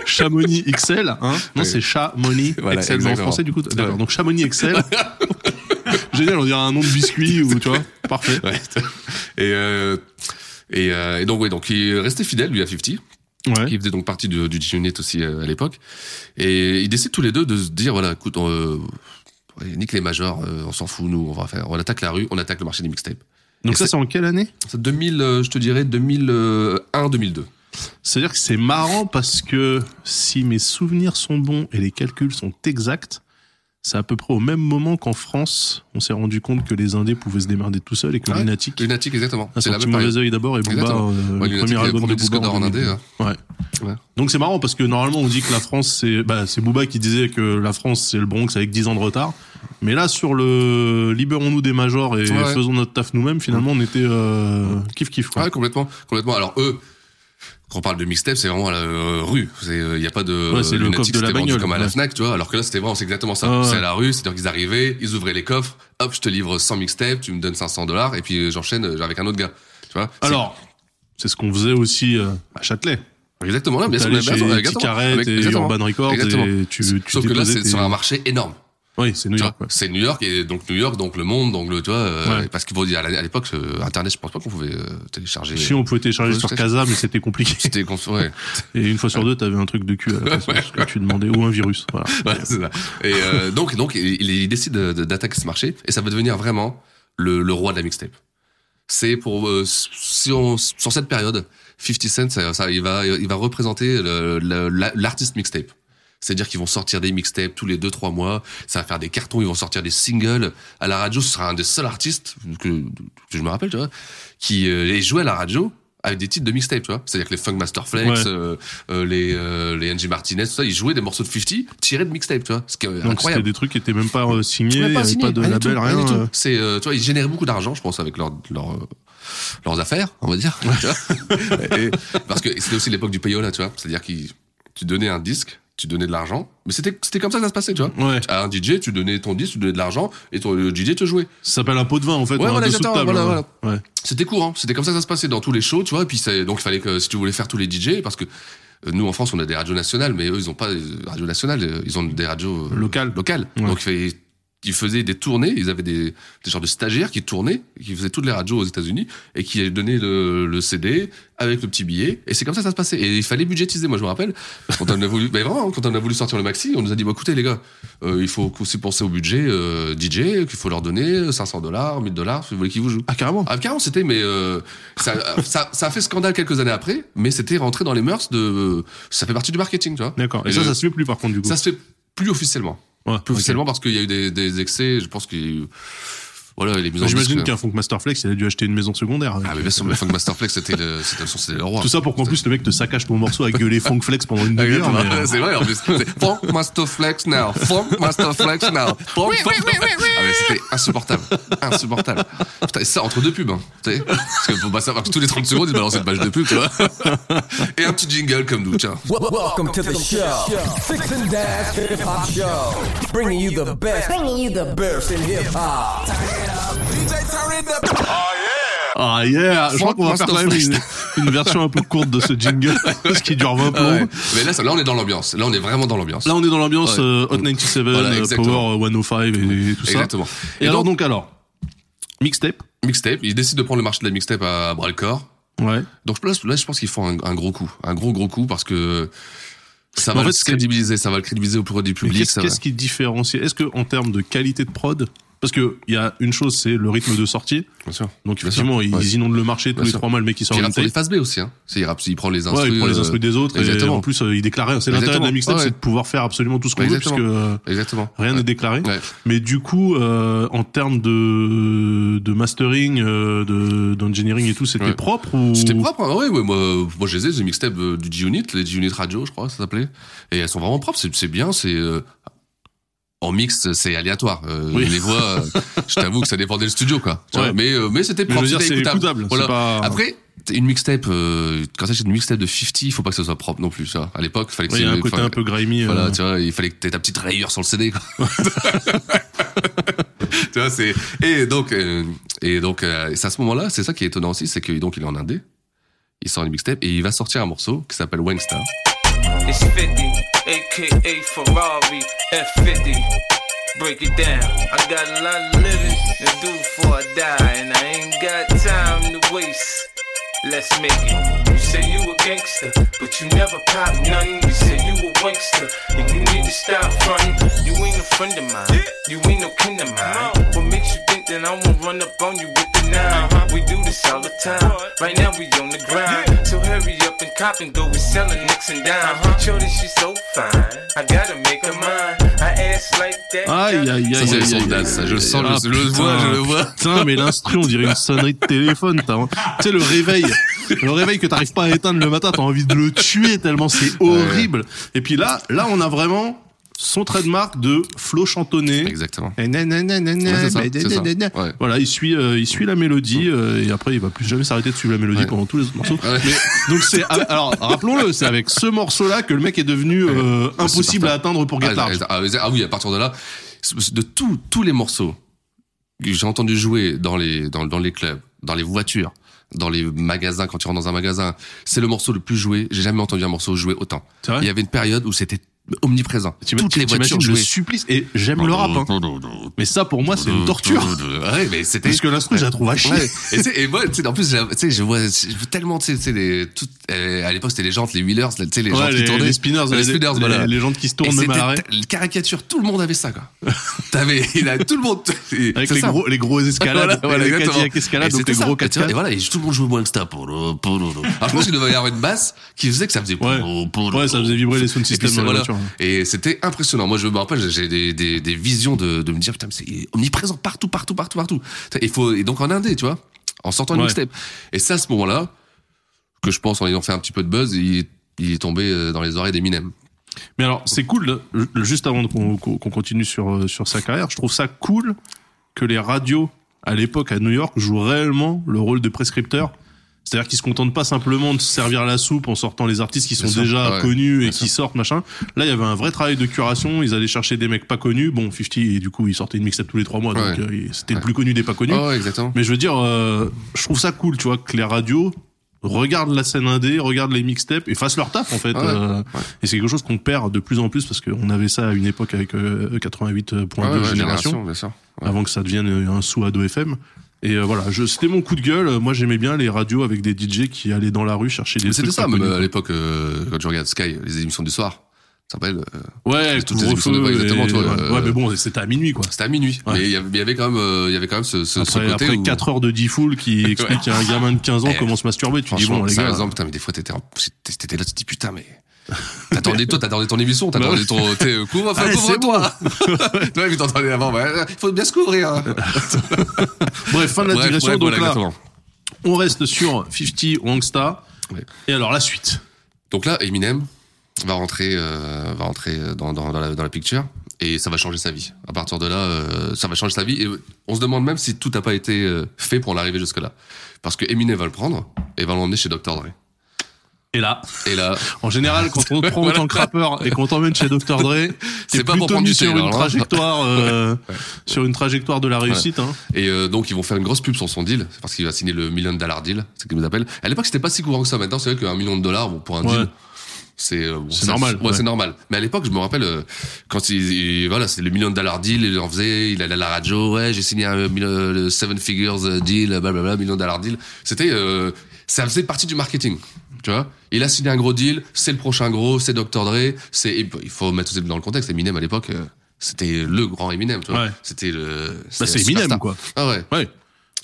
A: Chamonix Excel, hein Non,
B: Oui.
A: c'est chat, Moni,
B: Voilà,
A: Excel mais en
B: exactement.
A: français du coup. D'accord.
B: Ouais.
A: Donc Chamonix Excel. Génial, on dirait un nom de biscuit ou tu vois. Parfait.
B: Ouais. Et, euh, et, euh, et donc, oui, donc il restait fidèle, lui, à 50.
A: Ouais.
B: qui faisait donc partie du, du G-Unit aussi euh, à l'époque. Et ils décident tous les deux de se dire, voilà, écoute, on, euh, ouais, nique les majors, euh, on s'en fout, nous, on va faire, on attaque la rue, on attaque le marché des mixtapes.
A: Donc
B: Et
A: ça
B: c'est-
A: c'est en quelle année
B: C'est 2000, euh, je te dirais, euh, 2001-2002.
A: C'est-à-dire que c'est marrant parce que si mes souvenirs sont bons et les calculs sont exacts, c'est à peu près au même moment qu'en France, on s'est rendu compte que les Indés pouvaient se démerder tout seuls et que
B: Ah Ouais.
A: Lunatic
B: Lunatic, exactement.
A: a
B: C'est la
A: sorti
B: même période.
A: Mauvais Oeil d'abord et Booba,
B: Exactement.
A: euh,
B: Ouais,
A: le
B: Lunatic,
A: premier
B: le
A: album
B: premier
A: de
B: disque
A: Booba
B: d'or en indé,
A: 2000.
B: hein.
A: Ouais.
B: Ouais.
A: Donc c'est marrant parce que normalement on dit que la France c'est bah c'est Booba qui disait que la France c'est le Bronx avec 10 ans de retard. Mais là sur le libérons-nous des majors et
B: Ouais.
A: faisons notre taf nous-mêmes finalement on était euh, kiff kiff quoi.
B: Ah Ouais, complètement, complètement. Alors eux, quand on parle de mixtape, c'est vraiment à la euh, rue. Il n'y a pas de
A: Ouais, c'est le
B: Lunatic,
A: coffre de la
B: c'était vendu
A: bagnole,
B: comme à la
A: ouais.
B: Fnac, tu vois. Alors que là, c'était vraiment, c'est exactement ça.
A: Ah ouais.
B: C'est à la rue, c'est-à-dire qu'ils arrivaient, ils ouvraient les coffres, hop, je te livre 100 mixtapes, tu me donnes 500 dollars, et puis euh, j'enchaîne euh, avec un autre gars. Tu vois C'est-
A: Alors c'est ce qu'on faisait aussi euh, à Châtelet.
B: exactement là, bien sûr,
A: T'allais
B: bien
A: chez
B: sûr,
A: Petit
B: exactement.
A: Carrette
B: Avec-
A: et
B: exactement.
A: Urban Records
B: Exactement.
A: et tu- tu
B: Sauf que là,
A: déposais
B: c'est
A: tes-
B: sur un marché énorme.
A: Oui c'est New
B: Tu
A: York.
B: vois,
A: ouais.
B: C'est New York et donc New York, donc le monde, donc le, tu vois, euh,
A: Ouais.
B: parce qu'il faut dire à la- à l'époque, euh, Internet, je pense pas qu'on pouvait euh, télécharger.
A: Si on pouvait télécharger
B: Ouais,
A: sur
B: c'est-
A: Casa mais c'était compliqué.
B: C'était cons- ouais.
A: Et une fois sur deux t'avais un truc de cul à la façon, que tu demandais ou un virus. Voilà.
B: Voilà, c'est ça. Et euh, donc, donc, il, il- il décide de- de- d'attaquer ce marché et ça va devenir vraiment le, le roi de la mixtape. C'est pour euh, si on- sur cette période, 50 Cent, ça, ça, il va il va représenter le- le- la- l'artiste mixtape. C'est-à-dire qu'ils vont sortir des mixtapes tous les deux trois mois, ça va faire des cartons, ils vont sortir des singles à la radio. Ce sera un des seuls artistes que, que je me rappelle, tu vois, qui euh, les jouait à la radio avec des titres de mixtape, tu vois. C'est-à-dire que les Funk Master Flex,
A: Ouais.
B: euh, euh, les euh, les NG Martinez, tout ça, ils jouaient des morceaux de 50 tirés de mixtape, tu vois. Ce qui est
A: Donc c'était
B: incroyable.
A: des trucs qui étaient même pas euh, signés, il y avait
B: signé,
A: pas de
B: rien du
A: label,
B: tout, rien
A: rien.
B: du tout.
A: euh,
B: C'est, euh, tu vois, ils généraient beaucoup d'argent, je pense, avec leur, leur, euh, leurs affaires, on va dire. tu vois. Et- parce que c'était aussi l'époque du payola, tu vois. C'est-à-dire que tu donnais un disque, tu donnais de l'argent, mais c'était, c'était comme ça que ça se passait, tu vois.
A: Ouais.
B: À un DJ, tu donnais ton disque, tu donnais de l'argent, et ton, le DJ te jouait.
A: Ça s'appelle un pot de vin en fait.
B: Ouais,
A: ou un
B: voilà,
A: dessous de
B: exactement,
A: table,
B: voilà,
A: hein. Ouais.
B: C'était courant, c'était comme ça que ça se passait dans tous les shows, tu vois. Et puis c'est- donc il fallait que si tu voulais faire tous les DJ, parce que euh, nous en France on a des radios nationales, mais eux ils ont pas de radios nationales, euh, ils ont des radios euh,
A: Locales.
B: locales.
A: Ouais.
B: Donc il fallait- ils faisaient des tournées, ils avaient des, des genres de stagiaires qui tournaient, qui faisaient toutes les radios aux États-Unis et qui donnaient le, le CD avec le petit billet. Et c'est comme ça que ça se passait. Et il fallait budgétiser. Moi je me rappelle quand on a voulu, mais vraiment quand on a voulu sortir le maxi, on nous a dit bah, écoutez les gars, euh, il faut aussi penser au budget euh, DJ, qu'il faut leur donner 500 dollars, 1000 dollars, si vous voulez qu'ils vous jouent.
A: Ah carrément.
B: Ah, carrément, c'était, mais euh, ça, ça, ça a fait scandale quelques années après, mais c'était rentré dans les mœurs de. ça fait partie du marketing, tu vois.
A: D'accord. Et,
B: Et
A: ça,
B: le-
A: ça se fait plus par contre du coup.
B: ça se fait plus officiellement.
A: Ouais,
B: Plus
A: ok.
B: officiellement parce qu'il y a eu des, des excès, je pense qu'il. Voilà, il est mis en
A: J'imagine
B: disque.
A: qu'un Funk Masterflex, il a dû acheter une maison secondaire. avec-
B: Ah, mais bien sûr, mais Funk Masterflex, c'était le, c'était le son, c'était le roi.
A: Tout ça pour qu'en plus le mec te saccage ton morceau à gueuler Funk Flex pendant une demi-heure.
B: Exactement.
A: mais, euh,
B: C'est vrai, en plus. C'est Funk Masterflex now. Funk Masterflex now. Funk, Funk- Ah, mais c'était insupportable. Insupportable. Putain, et ça, entre deux pubs, hein. Tu sais. Parce que faut pas savoir que tous les 30 secondes, ils balancent une page de pub, tu vois. Et un petit jingle comme nous, tiens.
C: Wel- Welcome to the show, Six and Dash Hip Hop Show, bringing you the best, bringing you the best in hip hop.
A: Ah yeah, je crois
B: Franck
A: qu'on va faire quand même une,
B: Masterflex.
A: une version un peu courte de ce jingle parce qu'il dure 20
B: Ah
A: plombes.
B: ouais. Mais là, ça- là, on est dans l'ambiance. Là, on est vraiment dans l'ambiance.
A: Là on est dans l'ambiance
B: Ouais.
A: euh, Hot 97,
B: Voilà,
A: euh,
B: exactement.
A: Power euh, 105 et, et tout ça.
B: Exactement.
A: Et,
B: Et
A: alors
B: donc-
A: donc alors mixtape,
B: Mixtape. Ils décident de prendre le marché de la mixtape à, à bras le corps.
A: ouais.
B: Donc là, là, je pense qu'ils font un, un gros coup, un gros gros coup parce que ça
A: Mais en
B: va
A: fait,
B: le
A: c'est-
B: crédibiliser, ça va le crédibiliser auprès du
A: Mais
B: public.
A: Qu'est-ce
B: ça va-
A: qu'est-ce qui différencie Est-ce que en termes de qualité de prod, parce que il y a une chose, c'est le rythme de sortie.
B: Bien sûr.
A: Donc
B: Bien
A: effectivement,
B: sûr.
A: ils
B: Ouais.
A: inondent le marché tous
B: Bien
A: les
B: sûr.
A: trois mois. Le mec qui sort
B: Puis il
A: une
B: rappe
A: tape.
B: les phases B aussi, hein. C'est- Il, rappe- il prend les instrus.
A: Ouais, il prend les
B: euh,
A: instrus des autres. Et
B: Exactement.
A: en plus, euh, il déclarait. C'est l'intérêt de
B: Exactement.
A: la mixtape,
B: Ouais.
A: c'est de pouvoir faire absolument tout ce qu'on veut, puisque
B: Exactement.
A: euh,
B: Exactement.
A: rien n'est
B: Ouais.
A: déclaré.
B: Ouais.
A: Mais du coup, euh, en termes de, de mastering, euh, de- d'engineering et tout, c'était
B: Ouais.
A: propre ou
B: C'était propre, hein, ouais, ouais, moi, euh, moi je les ai, les mixtapes euh, du G-Unit, les G-Unit Radio, je crois, ça s'appelait. Et elles sont vraiment propres, c'est c'est bien, c'est. euh, en mix, c'est aléatoire. Euh,
A: Oui.
B: Les voix, euh, je t'avoue que ça dépendait du studio, quoi. Tu
A: Ouais.
B: vois, mais euh, mais c'était
A: Mais je
B: propre,
A: veux dire, c'est
B: c'était
A: écoutable.
B: Voilà.
A: c'est Pas...
B: Après, t'es une mixtape, euh, quand t'achètes une mixtape de 50, il faut pas que ça soit propre non plus, ça. À l'époque, fallait que
A: Ouais, il y a
B: c'est-
A: un côté
B: fallait-
A: un peu grimy.
B: Voilà,
A: euh,
B: tu vois, il fallait que t'aies ta petite rayure sur le CD, quoi. tu vois, c'est, et donc, euh, et donc, euh, c'est à ce moment-là, c'est ça qui est étonnant aussi, c'est que, donc, il est en indé. Il sort une mixtape et il va sortir un morceau qui s'appelle Wangstar.
D: It's 50, aka Ferrari F50. Break it down. I got a lot of living to do before I die, and I ain't got time to waste. Let's make it. You say you a gangster, but you never pop none. You say you a wankster, and you need to stop running. You ain't a friend of mine. You ain't no kin of mine. What makes you think that I won't run up on you with the 9 Uh-huh, We do this all the time. Right now we on the grind. So hurry up and cop and go with selling nicks and dimes. Shorty, she so fine. I gotta make her mine. I ass like that.
A: Aïe, aïe, aïe.
B: Ça, c'est le
A: aïe,
B: son
A: aïe,
B: de Daz,
A: aïe,
B: ça. Je le sens,
A: aïe,
B: je le- je le
A: putain,
B: vois, je le vois.
A: Putain, mais l'instru, on dirait une sonnerie de téléphone. t'as- Tu sais, le réveil. Le réveil que t'arrives pas à éteindre le matin, t'as envie de le tuer tellement c'est horrible. Et puis là, là, on a vraiment son trademark de flow chantonné.
B: Exactement.
A: Et nanana, nanana,
B: Ouais, c'est ça,
A: bah,
B: c'est ça.
A: nanana.
B: Ouais.
A: Voilà, il suit, euh, il suit la mélodie euh, et après il va plus jamais s'arrêter de suivre la mélodie
B: Ouais.
A: pendant tous les autres morceaux.
B: Ouais.
A: Donc c'est alors rappelons-le, c'est avec ce morceau-là que le mec est devenu euh, impossible à atteindre pour Get
B: Ah,
A: Large.
B: ah, ah oui, à partir de là, de tous tous les morceaux que j'ai entendu jouer dans les, dans, dans les clubs, dans les voitures, dans les magasins, quand tu rentres dans un magasin, c'est le morceau le plus joué. J'ai jamais entendu un morceau joué autant.
A: C'est vrai
B: Il y avait une période où c'était omniprésent.
A: T'im-
B: Toutes les
A: t'imagines
B: voitures
A: le
B: jouaient.
A: supplice et j'aime le rap hein. mais ça pour moi c'est une torture
B: Ouais, mais c'était.
A: parce que l'instru je la trouve à chier
B: Ouais. Et, tu sais, et moi, tu sais, en plus, tu sais, je vois tu sais, tellement, tu sais, tu sais, les, toutes, euh, à l'époque, c'était les jantes, les wheelers, tu sais, les
A: Ouais,
B: jantes qui
A: les,
B: tournaient.
A: les spinners
B: les, spinners, voilà.
A: les gens qui se
B: Et
A: tournent même à
B: c'était
A: l'arrêt
B: ta- le caricature, tout le monde avait ça, quoi. T'avais, il a tout le monde.
A: avec
B: c'est
A: les
B: ça.
A: gros, les gros escalades,
B: Voilà, voilà,
A: les
B: exactement.
A: Cadillac escalades,
B: Et
A: donc
B: c'était
A: les
B: ça.
A: gros
B: Et tu vois,
A: 4x4.
B: Et voilà, et tout le monde jouait Wangsta. polo, polo, polo. Alors je pense qu'il devait y avoir une basse qui faisait que ça faisait.
A: Ouais.
B: polo, polo.
A: Ouais, ça faisait vibrer les sound
B: Et puis
A: systems
B: ça,
A: dans la
B: voilà.
A: voiture.
B: Et c'était impressionnant. Moi, je me rappelle, j'ai des, des, des visions de, de me dire, putain, mais c'est omniprésent partout, partout, partout, partout. Et, faut, et donc en indé, tu vois, en sortant une
A: Ouais.
B: mixtape. Et ça, à ce moment-là, que je pense, en ayant fait un petit peu de buzz, il, il est tombé euh, dans les oreilles d'Eminem.
A: Mais alors, c'est cool, là, le- juste avant qu'on qu'on- qu'on continue sur, euh, sur sa carrière, je trouve ça cool que les radios, à l'époque, à New York, jouent réellement le rôle de prescripteur. C'est-à-dire qu'ils se contentent pas simplement de servir la soupe en sortant les artistes qui sont
B: Bien sûr, Ah
A: déjà
B: ouais,
A: connus et
B: bien
A: qui sortent, machin. Là, il y avait un vrai travail de curation. Ils allaient chercher des mecs pas connus. Bon, 50, et du coup, ils sortaient une mixtape tous les trois mois, donc
B: Ouais.
A: euh, il- c'était le
B: Ouais.
A: plus connu des pas connus.
B: Oh, exactement.
A: Mais je veux dire, euh, je trouve ça cool, tu vois, que les radios regardent la scène indé, regardent les mixtapes et fassent leur taf, en fait.
B: Ah ouais,
A: Euh,
B: ouais.
A: Et c'est quelque chose qu'on perd de plus en plus parce qu'on avait ça à une époque avec euh, 88.2
B: Ouais, Ah ouais,
A: génération,
B: bien sûr. Ouais.
A: avant que ça devienne un sous à 2 FM. Et euh, voilà, je- c'était mon coup de gueule. Moi, j'aimais bien les radios avec des DJ qui allaient dans la rue chercher des
B: Mais c'était
A: trucs
B: ça,
A: pas
B: même
A: connus.
B: à l'époque, euh, quand je regarde Sky, les émissions du soir, ça s'appelle. euh,
A: Ouais,
B: toutes les
A: couvre-feu
B: émissions de- ouais, exactement,
A: et-
B: toi,
A: ouais.
B: euh,
A: Ouais, mais bon, c'était à minuit, quoi.
B: c'était à minuit.
A: Ouais.
B: Mais il y avait- il y avait quand même, euh, il y avait quand même ce, ce, ce
A: Après,
B: côté.
A: après
B: où,
A: 4 heures de D-Fool qui explique à un gamin de 15 ans
B: Eh,
A: comment se masturber, tu dis
B: franchement,
A: bon, les
B: ça,
A: gars.
B: par exemple, putain, mais des fois, t'étais, en- t'étais là, tu te dis putain, mais T'attendais toi, t'attendais ton émission, t'attendais ton t'es, euh, couvre, enfin
A: Allez, Bah Ah, c'est
B: couvre-toi. Toi, puis t'entendais avant, bah, il faut bien se couvrir. hein.
A: Bref, fin de la
B: Bref,
A: digression.
B: bref,
A: donc
B: voilà,
A: là,
B: exactement.
A: on reste sur 50 Wangsta.
B: Ouais.
A: Et alors la suite.
B: Donc là, Eminem va rentrer, euh, va rentrer dans, dans, dans la, dans la picture et ça va changer sa vie. À partir de là, euh, ça va changer sa vie. Et on se demande même si tout n'a pas été euh, fait pour l'arriver jusque-là. Parce que Eminem va le prendre et va l'emmener chez Dr. Dre.
A: Et là,
B: Et là,
A: en général, quand on te prend en
B: Voilà.
A: tant que rappeur et qu'on t'emmène chez Dr Dre,
B: C'est
A: t'es
B: pas
A: plutôt
B: pour prendre
A: mis
B: du
A: sur
B: thé,
A: une
B: alors, hein.
A: trajectoire, euh, sur une trajectoire de la réussite. hein.
B: Et euh, donc ils vont faire une grosse pub sur son deal, c'est parce qu'il va signer le million dollar deal, c'est ce qu'ils nous appellent. À l'époque c'était pas si courant que ça, maintenant c'est vrai qu'un million de dollars bon, pour un
A: Ouais.
B: deal, c'est euh, bon,
A: C'est
B: ça-
A: normal,
B: Ouais,
A: ouais.
B: c'est normal. Mais à l'époque je me rappelle euh, quand il, il- voilà c'est le million de dollar deal, il en faisait, il allait à la radio, ouais j'ai signé un euh, mille- euh, le seven figures euh, deal, blablabla million de dollar deal. C'était euh, ça faisait partie du marketing. Tu vois, il a signé un gros deal, c'est le prochain gros, c'est Dr Dre, c'est et il faut mettre tout dans le contexte. Eminem à l'époque, euh, c'était le grand Eminem, tu vois.
A: Ouais.
B: C'était le
A: Bah, c'est
B: la
A: Eminem,
B: superstar.
A: quoi.
B: Ah ouais.
A: Ouais. Parce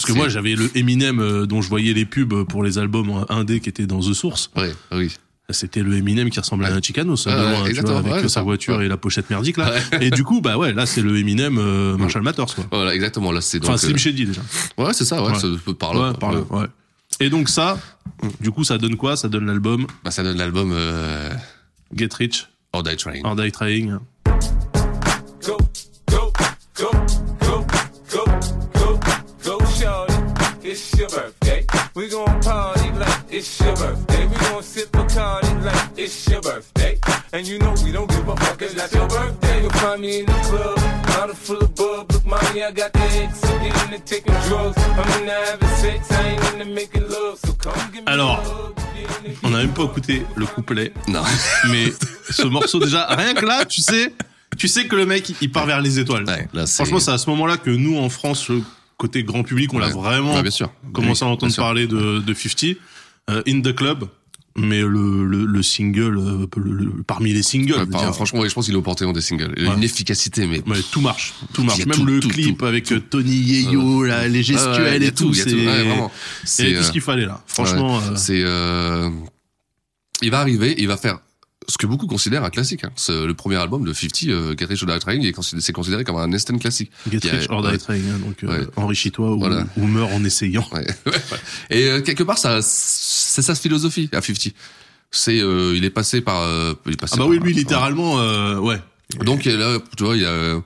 A: que
B: C'est-
A: moi, j'avais le Eminem euh, dont je voyais les pubs pour les albums euh, indés qui étaient dans The Source.
B: Ouais, ah oui.
A: C'était le Eminem qui ressemblait à un Chicano, ça,
B: Ouais,
A: de
B: ouais,
A: loin, tu
B: exactement,
A: vois, avec
B: ouais,
A: sa
B: ouais.
A: voiture et la pochette merdique, là. Et du coup, bah ouais, là, c'est le Eminem euh, Marshall Mathers, quoi.
B: Voilà, exactement. Là, c'est donc.
A: Enfin, Slim
B: euh,
A: Shady, déjà.
B: ouais, c'est ça, ouais,
A: Ouais.
B: ça peut par là,
A: Ouais,
B: quoi.
A: par là,
B: Ouais.
A: ouais. Et donc, ça, du coup, ça donne quoi Ça donne l'album
B: Bah, ça donne l'album euh,
A: Get Rich
B: Or Die Trying.
A: or Die Trying.
D: Go, go, go, go, go, go, go, shorty. It's your birthday. We gon' party like it's your birthday. We gon' sip a like it's your birthday. And you know we don't give a fuck, it's not your birthday. You'll find me in the club, bottle full of bub. Look, mommy, I got the ex. I'm getting into taking drugs. I'm into having sex, I ain't into making love. So come give me
A: Alors,
D: a hug. Get in the
A: On n'a même pas écouté le couplet,
B: Non.
A: mais ce morceau, déjà, rien que là, tu sais, tu sais que le mec, il part vers les étoiles.
B: Ouais, là, c'est-
A: Franchement, c'est à ce moment-là que nous, en France, le côté grand public, on l'a
B: Ouais.
A: vraiment
B: Ouais, bien sûr.
A: commencé à
B: Oui,
A: entendre
B: bien sûr.
A: parler de, de 50, euh, In the Club, mais le, le, le single, euh, le- le- parmi les singles,
B: Ouais,
A: je veux
B: par-
A: dire,
B: franchement, ouais, je pense qu'il est au panthéon des singles.
A: Ouais.
B: Une efficacité, mais.
A: mais tout marche, tout marche.
B: Il y a
A: Même
B: tout,
A: le
B: tout,
A: clip
B: tout,
A: avec euh, Tony Yeo, là, les gestuels
B: Ah ouais, il y a
A: et tout,
B: il y a
A: c'est
B: Ouais, vraiment.
A: il y avait
B: C'est,
A: tout ce
B: euh,
A: qu'il fallait là. Franchement,
B: Ouais,
A: euh,
B: c'est euh, il va arriver, il va faire ce que beaucoup considèrent un classique. hein. Ce- le premier album de 50, euh, Get Rich or Die Trying, il est considéré- c'est considéré comme un instant classique.
A: Get
B: Il y a-
A: Rich or Die
B: ouais.
A: Trying, hein, donc euh,
B: Ouais.
A: enrichis-toi ou,
B: Voilà.
A: ou meurs en essayant. Ah
B: Ouais. Et euh, quelque part, ça, c'est sa philosophie à 50. C'est, euh, il est passé par, euh, il est passé
A: Ah bah
B: par-
A: oui, lui, littéralement, euh, ouais.
B: Donc et là, tu vois, il, euh,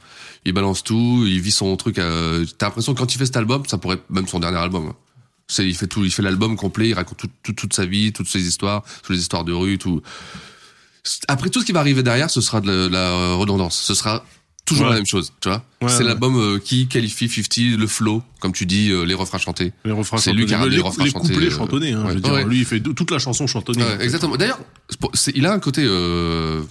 B: il balance tout, il vit son truc. euh, T'as l'impression que quand il fait cet album, ça pourrait être même son dernier album. C'est, il fait tout, il fait l'album complet, il raconte tout- tout- toute sa vie, toutes ses histoires, toutes les histoires de rue, tout. Après tout ce qui va arriver derrière, ce sera de la, de la redondance. Ce sera toujours
A: Ouais.
B: la même chose, tu vois.
A: Ouais,
B: c'est
A: ouais.
B: l'album euh, qui qualifie 50, le flow, comme tu dis, euh, les refrains chantés.
A: Les refrains
B: C'est lui qui a
A: chantonnés. les,
B: ramené les refrains
A: les
B: chantés,
A: couplets
B: euh,
A: chantonnés, hein,
B: ouais.
A: je veux dire.
B: Ouais.
A: Lui, il fait de- toute la chanson chantonnée.
B: Ouais,
A: en fait.
B: exactement. D'ailleurs, c'est pour- c'est- il a un côté. Euh,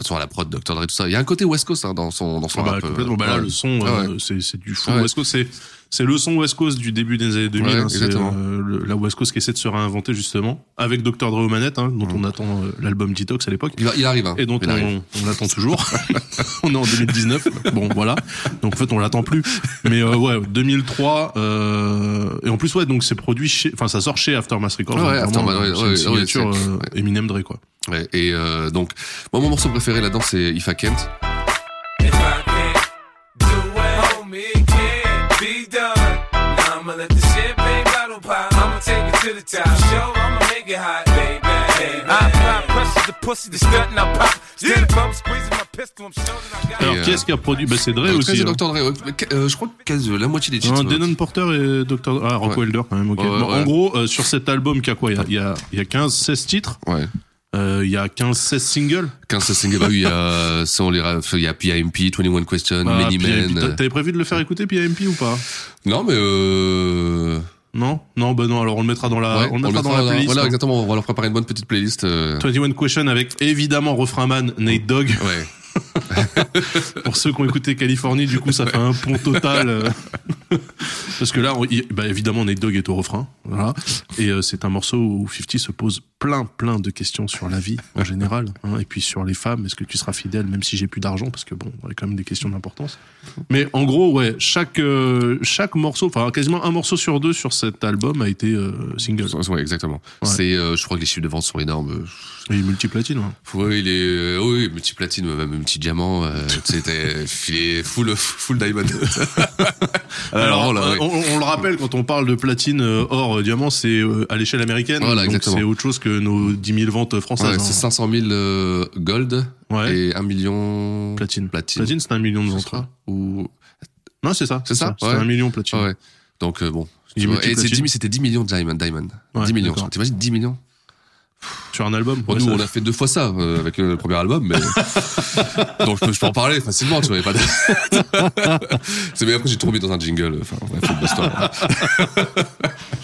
B: sur la prod, Dr. Dre, tout ça. Il y a un côté West Coast hein, dans son, dans son
A: Ah bah,
B: rap, euh,
A: complètement. Bah là,
B: ouais.
A: le son,
B: Ah
A: euh,
B: ouais.
A: c'est c'est du fond
B: Ouais.
A: West Coast. C'est c'est le son West Coast du début des années 2000.
B: Ouais,
A: hein, c'est,
B: exactement.
A: euh, le- la West Coast qui essaie de se réinventer justement avec Dr Dre aux manettes, hein, dont
B: Mm.
A: on attend euh, l'album Detox à l'époque.
B: Il, va- il arrive. Hein.
A: Et dont
B: Il arrive.
A: on, on l'attend toujours. on est en 2019. Bon, voilà. Donc en fait, on l'attend plus. Mais euh, ouais, 2003. Euh, et en plus, ouais, donc c'est produit chez, enfin, ça sort chez Aftermath Records.
B: Ouais,
A: donc,
B: ouais,
A: vraiment,
B: Aftermath, ouais,
A: c'est une
B: ouais,
A: signature
B: ouais, c'est-
A: euh,
B: ouais.
A: Eminem Dre, quoi.
B: Ouais, et euh, donc, moi, mon morceau préféré là-dedans, c'est If I Euh, Kent.
D: If I can't do it, homie, it can't be done. Now I'ma let the champagne bottle pop. I'ma take it to the top. Show, I'ma make it hot, baby. I pop, pressure the pussy, the stunt, and I pop. Still yeah. bump, squeezing my pistol, I'm sure that I got
A: Alors,
B: euh,
A: qui est-ce qui a produit bah, C'est Dre
B: Donc,
A: aussi.
B: Dr.
A: hein.
B: Dre, ouais. Mais que- euh, je crois que quasi, euh, la moitié des titres.
A: Hein,
B: euh,
A: Denon Porter et Dr. Ah, Rock
B: Ouais.
A: Wilder, quand même, ok.
B: Ouais, ouais,
A: Bon, En
B: ouais.
A: gros, euh, sur cet album, il y a quoi Il y a- il y a, il y a 15, 16 titres,
B: Ouais.
A: euh, il y a 15, 16 singles.
B: 15 singles, bah oui, il y a, ça, on les ra- il y a PIMP, 21 Questions,
A: Ah,
B: Many
A: puis,
B: Men.
A: puis, t'a-
B: euh.
A: T'avais prévu de le faire écouter PMP ou pas
B: Non, mais euh...
A: Non Non, bah non, alors on le mettra dans la,
B: ouais,
A: on le mettra dans la playlist.
B: Voilà,
A: hein.
B: exactement, on va leur préparer une bonne petite playlist. euh,
A: 21 Question avec évidemment refrain man Nate Dogg.
B: Ouais.
A: Pour ceux qui ont écouté Californie, du coup, ça fait un pont total. euh. Parce que là, on- il- bah, évidemment, Nate Dogg est au refrain. Voilà. Et euh, c'est un morceau où 50 se pose plein, plein de questions sur la vie en général. hein, et puis sur les femmes, est-ce que tu seras fidèle même si j'ai plus d'argent Parce que bon, il y a quand même des questions d'importance. Mais en gros, ouais, chaque, euh, chaque morceau, enfin quasiment un morceau sur deux sur cet album a été euh, single.
B: Ouais, exactement.
A: Ouais.
B: C'est, euh, je crois que les chiffres de vente sont énormes. euh,
A: Et multiplatine. hein. ouais.
B: Oui, il est, euh, oui, multi platine, même multi diamant. Euh, C'était filé full, full diamond. Euh, Alors, là,
A: euh,
B: oui.
A: on, on le rappelle quand on parle de platine, euh, or, euh, diamant, c'est euh, à l'échelle américaine.
B: Voilà,
A: donc
B: exactement.
A: c'est autre chose que nos 10 000 ventes
B: Ouais,
A: françaises. hein.
B: c'est 500 000 euh, gold
A: Ouais.
B: et 1 million
A: Platine.
B: platine.
A: Platine, c'est un million de
B: ce
A: ventes. hein.
B: sera ou
A: Non, c'est ça.
B: C'est ça,
A: C'est
B: ouais.
A: un million platine.
B: Ah ouais. Donc euh, bon.
A: Il
B: Tu vois.
A: multiplatine.
B: Et c'est 10 c'était 10 millions de diamond. diamond.
A: Ouais,
B: 10 millions.
A: d'accord.
B: ça. T'imagines 10 millions
A: Sur un album.
B: Bon,
A: ouais,
B: Nous,
A: ça-
B: on a fait deux fois ça euh, avec euh, le premier album, mais donc je peux, je peux en parler facilement. Tu vois, y a pas de... c'est mais après j'ai tombé dans un jingle. Enfin, bref, c'est une histoire. hein.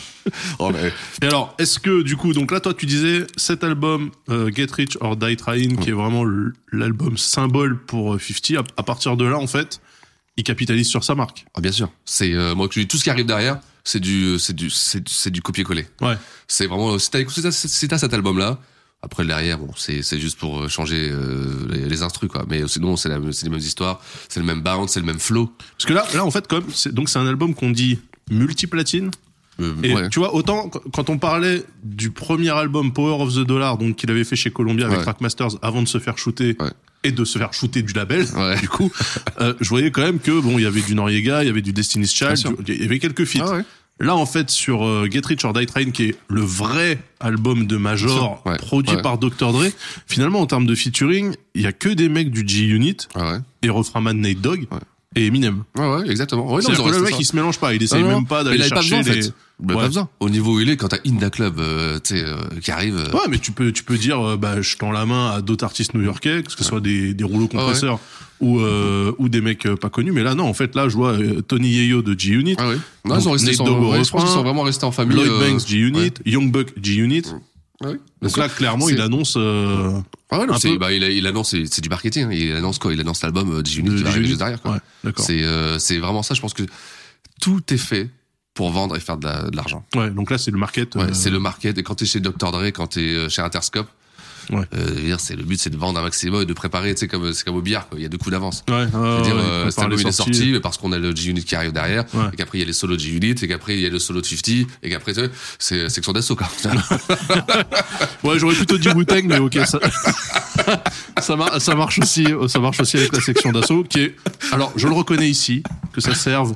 B: oh mais
A: Et alors, est-ce que du coup, donc là, toi, tu disais cet album euh, Get Rich or Die Trying, qui est vraiment l- l'album symbole pour euh, 50. À, à partir de là, en fait, il capitalise sur sa marque.
B: ah, bien sûr, c'est euh, moi que je dis tout ce qui arrive derrière, c'est du, euh, c'est du, c'est, c'est du copier-coller.
A: Ouais.
B: C'est vraiment, si t'as écouté ça- si t'as cet album-là, après le derrière, bon, c'est c'est juste pour euh, changer euh, les, les instrus, quoi. Mais sinon, c'est la- c'est les mêmes histoires, c'est le même bounce, c'est le même flow.
A: Parce que là, là, en fait, comme c'est, donc c'est un album qu'on dit multiplatine.
B: Euh,
A: Et
B: ouais.
A: tu vois, autant qu- quand on parlait du premier album Power of the Dollar, donc qu'il avait fait chez Columbia avec
B: Ouais.
A: Trackmasters avant de se faire shooter
B: Ouais.
A: et de se faire shooter du label,
B: Ouais.
A: du coup, euh, je voyais quand même que bon, il y avait du Noriega, il y avait du Destiny's
B: Bien
A: Child,
B: sûr.
A: du- il y avait quelques feats.
B: Ah ouais.
A: Là, en fait, sur euh, Get Rich or Die Train, qui est le vrai album de Major
B: sûr, ouais,
A: produit
B: ouais.
A: par Dr. Dre, finalement, en termes de featuring, il y a que des mecs du G-Unit
B: Ah ouais.
A: et refrainman Nate Dogg
B: Ouais.
A: et Eminem.
B: Ouais, ouais, exactement. Ouais, non,
A: C'est-à-dire
B: ils ont
A: que le
B: resté
A: mec,
B: ça.
A: il se mélange pas, il essaye
B: Non, non,
A: même pas
B: mais
A: d'aller
B: il avait pas
A: chercher
B: besoin, en
A: des...
B: fait. Il avait
A: Ouais.
B: Ben, pas besoin. Au niveau où il est, quand t'as Inda Club, euh, tu sais, euh, qui arrive. euh,
A: Ouais, mais tu peux, tu peux dire, euh, bah, je tends la main à d'autres artistes new-yorkais, que ce soit des, des
B: Ah
A: rouleaux compresseurs ou, euh, ou des mecs euh, pas connus. Mais là, non, en fait, là, je vois euh, Tony Yeo de G-Unit,
B: Ah ouais. Non,
A: Donc,
B: ils sont restés
A: Nate
B: sans,
A: Dogg au
B: ouais, je pense qu'ils
A: refrain,
B: sont vraiment restés en famille.
A: Lloyd
B: euh,
A: Banks G-Unit,
B: ouais.
A: Young Buck G-Unit.
B: Ah ouais, bien
A: Donc
B: sûr.
A: là, clairement,
B: C'est-
A: il annonce... euh,
B: Ah ouais, non,
A: un
B: c'est-
A: peu-
B: bah, il, a- il annonce, c'est c'est du marketing. hein. Il annonce quoi Il annonce l'album euh,
A: de
B: G-Unit qui va
A: G-Unit.
B: arriver juste derrière, quoi.
A: Ouais, d'accord.
B: C'est euh, c'est vraiment ça. Je pense que tout est fait pour vendre et faire de la- de l'argent.
A: Ouais, donc là, c'est le market.
B: Ouais,
A: euh,
B: C'est le market. Et quand t'es chez Dr. Dre, quand t'es euh, chez Interscope,
A: Ouais.
B: euh, je veux dire, c'est le but, c'est de vendre un maximum et de préparer. Tu sais, comme c'est comme au billard, quoi. Il y a deux coups d'avance.
A: Ouais, ouais,
B: Je veux dire,
A: ouais,
B: euh,
A: on
B: cet
A: parle
B: album
A: des
B: il est
A: sorties.
B: sorti mais parce qu'on a le G-Unit qui arrive derrière,
A: Ouais.
B: et qu'après il y a les solos de G-Unit, et qu'après il y a le solo de 50, et qu'après tu sais, c'est section d'assaut quoi.
A: Ouais, j'aurais plutôt dit wu mais ok, ça, ça, mar- ça marche aussi, ça marche aussi avec la section d'assaut, qui est, alors, je le reconnais ici, que ça serve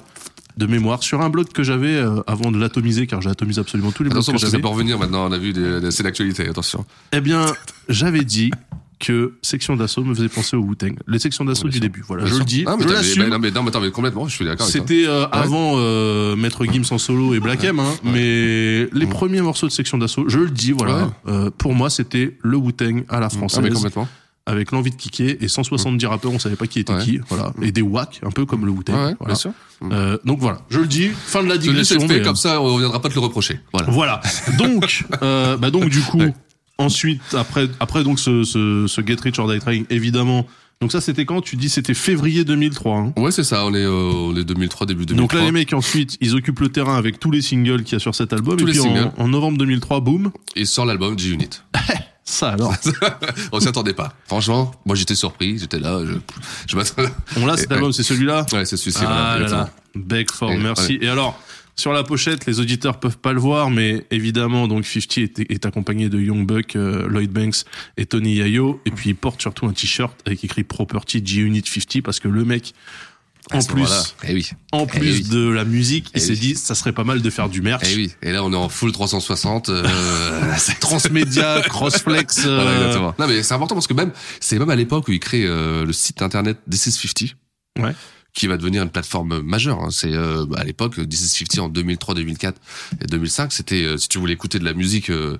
A: de mémoire sur un bloc que j'avais euh, avant de l'atomiser, car j'ai atomisé absolument tous les blocs
B: attention
A: que
B: parce que ça
A: j'avais.
B: peut revenir maintenant, on a vu, des- des- c'est l'actualité, attention.
A: Eh bien, j'avais dit que section d'assaut me faisait penser au Wu-Tang. Les sections d'assaut du début, voilà. Je le dis,
B: Ah, mais
A: je
B: t'avais- bah,
A: l'assume.
B: non, mais, non, mais attends, mais complètement, je suis d'accord. avec toi.
A: C'était euh, avant euh, Maître Gims en solo et Black M, hein, mais les premiers morceaux de section d'assaut, je le dis, voilà,
B: Ouais.
A: euh, pour moi c'était le Wu-Tang à la
B: Ah, mais
A: française.
B: complètement.
A: avec l'envie de kicker et 170 rappeurs, on savait pas qui était
B: Ouais.
A: qui, voilà, et des wacks un peu comme le Wu-Tang.
B: Ouais, ouais,
A: voilà.
B: bien sûr.
A: Euh, donc voilà, je le dis, fin de la
B: Tu laisses
A: digression.
B: fait
A: mais,
B: comme
A: euh,
B: ça, on reviendra pas te le reprocher. Voilà.
A: Voilà. Donc, euh, bah donc du coup,
B: Ouais.
A: ensuite après après donc ce, ce, ce Get Rich or Die Trying, évidemment. Donc ça c'était quand tu dis c'était février 2003. hein.
B: Ouais, c'est ça, on est, euh, on est 2003, début 2003.
A: Donc là les mecs ensuite ils occupent le terrain avec tous les singles qu'il y a sur cet album
B: Tous
A: et
B: les
A: puis en,
B: singles.
A: en novembre 2003 boum
B: Et sort l'album G-Unit.
A: ça alors
B: on s'y attendait pas. Franchement, moi j'étais surpris, j'étais là, je, je m'attendais.
A: bon là cet
B: Et-
A: album c'est celui-là
B: Ouais, c'est celui-ci, voilà,
A: Ah là
B: exactement.
A: là. Beg for
B: Et-
A: Mercy. Et alors, sur la pochette, les auditeurs peuvent pas le voir, mais évidemment, donc 50 est, est accompagné de Young Buck, euh, Lloyd Banks et Tony Yayo. Et puis, il porte surtout un t-shirt avec écrit Property G-Unit 50 parce que le mec, en plus,
B: Voilà. Eh oui.
A: en
B: Eh
A: plus
B: oui.
A: de la musique, il
B: Eh
A: s'est
B: oui.
A: dit, ça serait pas mal de faire du merch.
B: Eh oui, et là on est en full 360. Euh, c'est-
A: Transmédia, Crossflex. euh,
B: Voilà, exactement. Non mais c'est important parce que même c'est même à l'époque où il crée euh, le site internet This is 50
A: Ouais.
B: qui va devenir une plateforme euh, majeure. hein. C'est euh, bah, à l'époque This is 50 en 2003, 2004 et 2005, c'était euh, si tu voulais écouter de la musique, euh,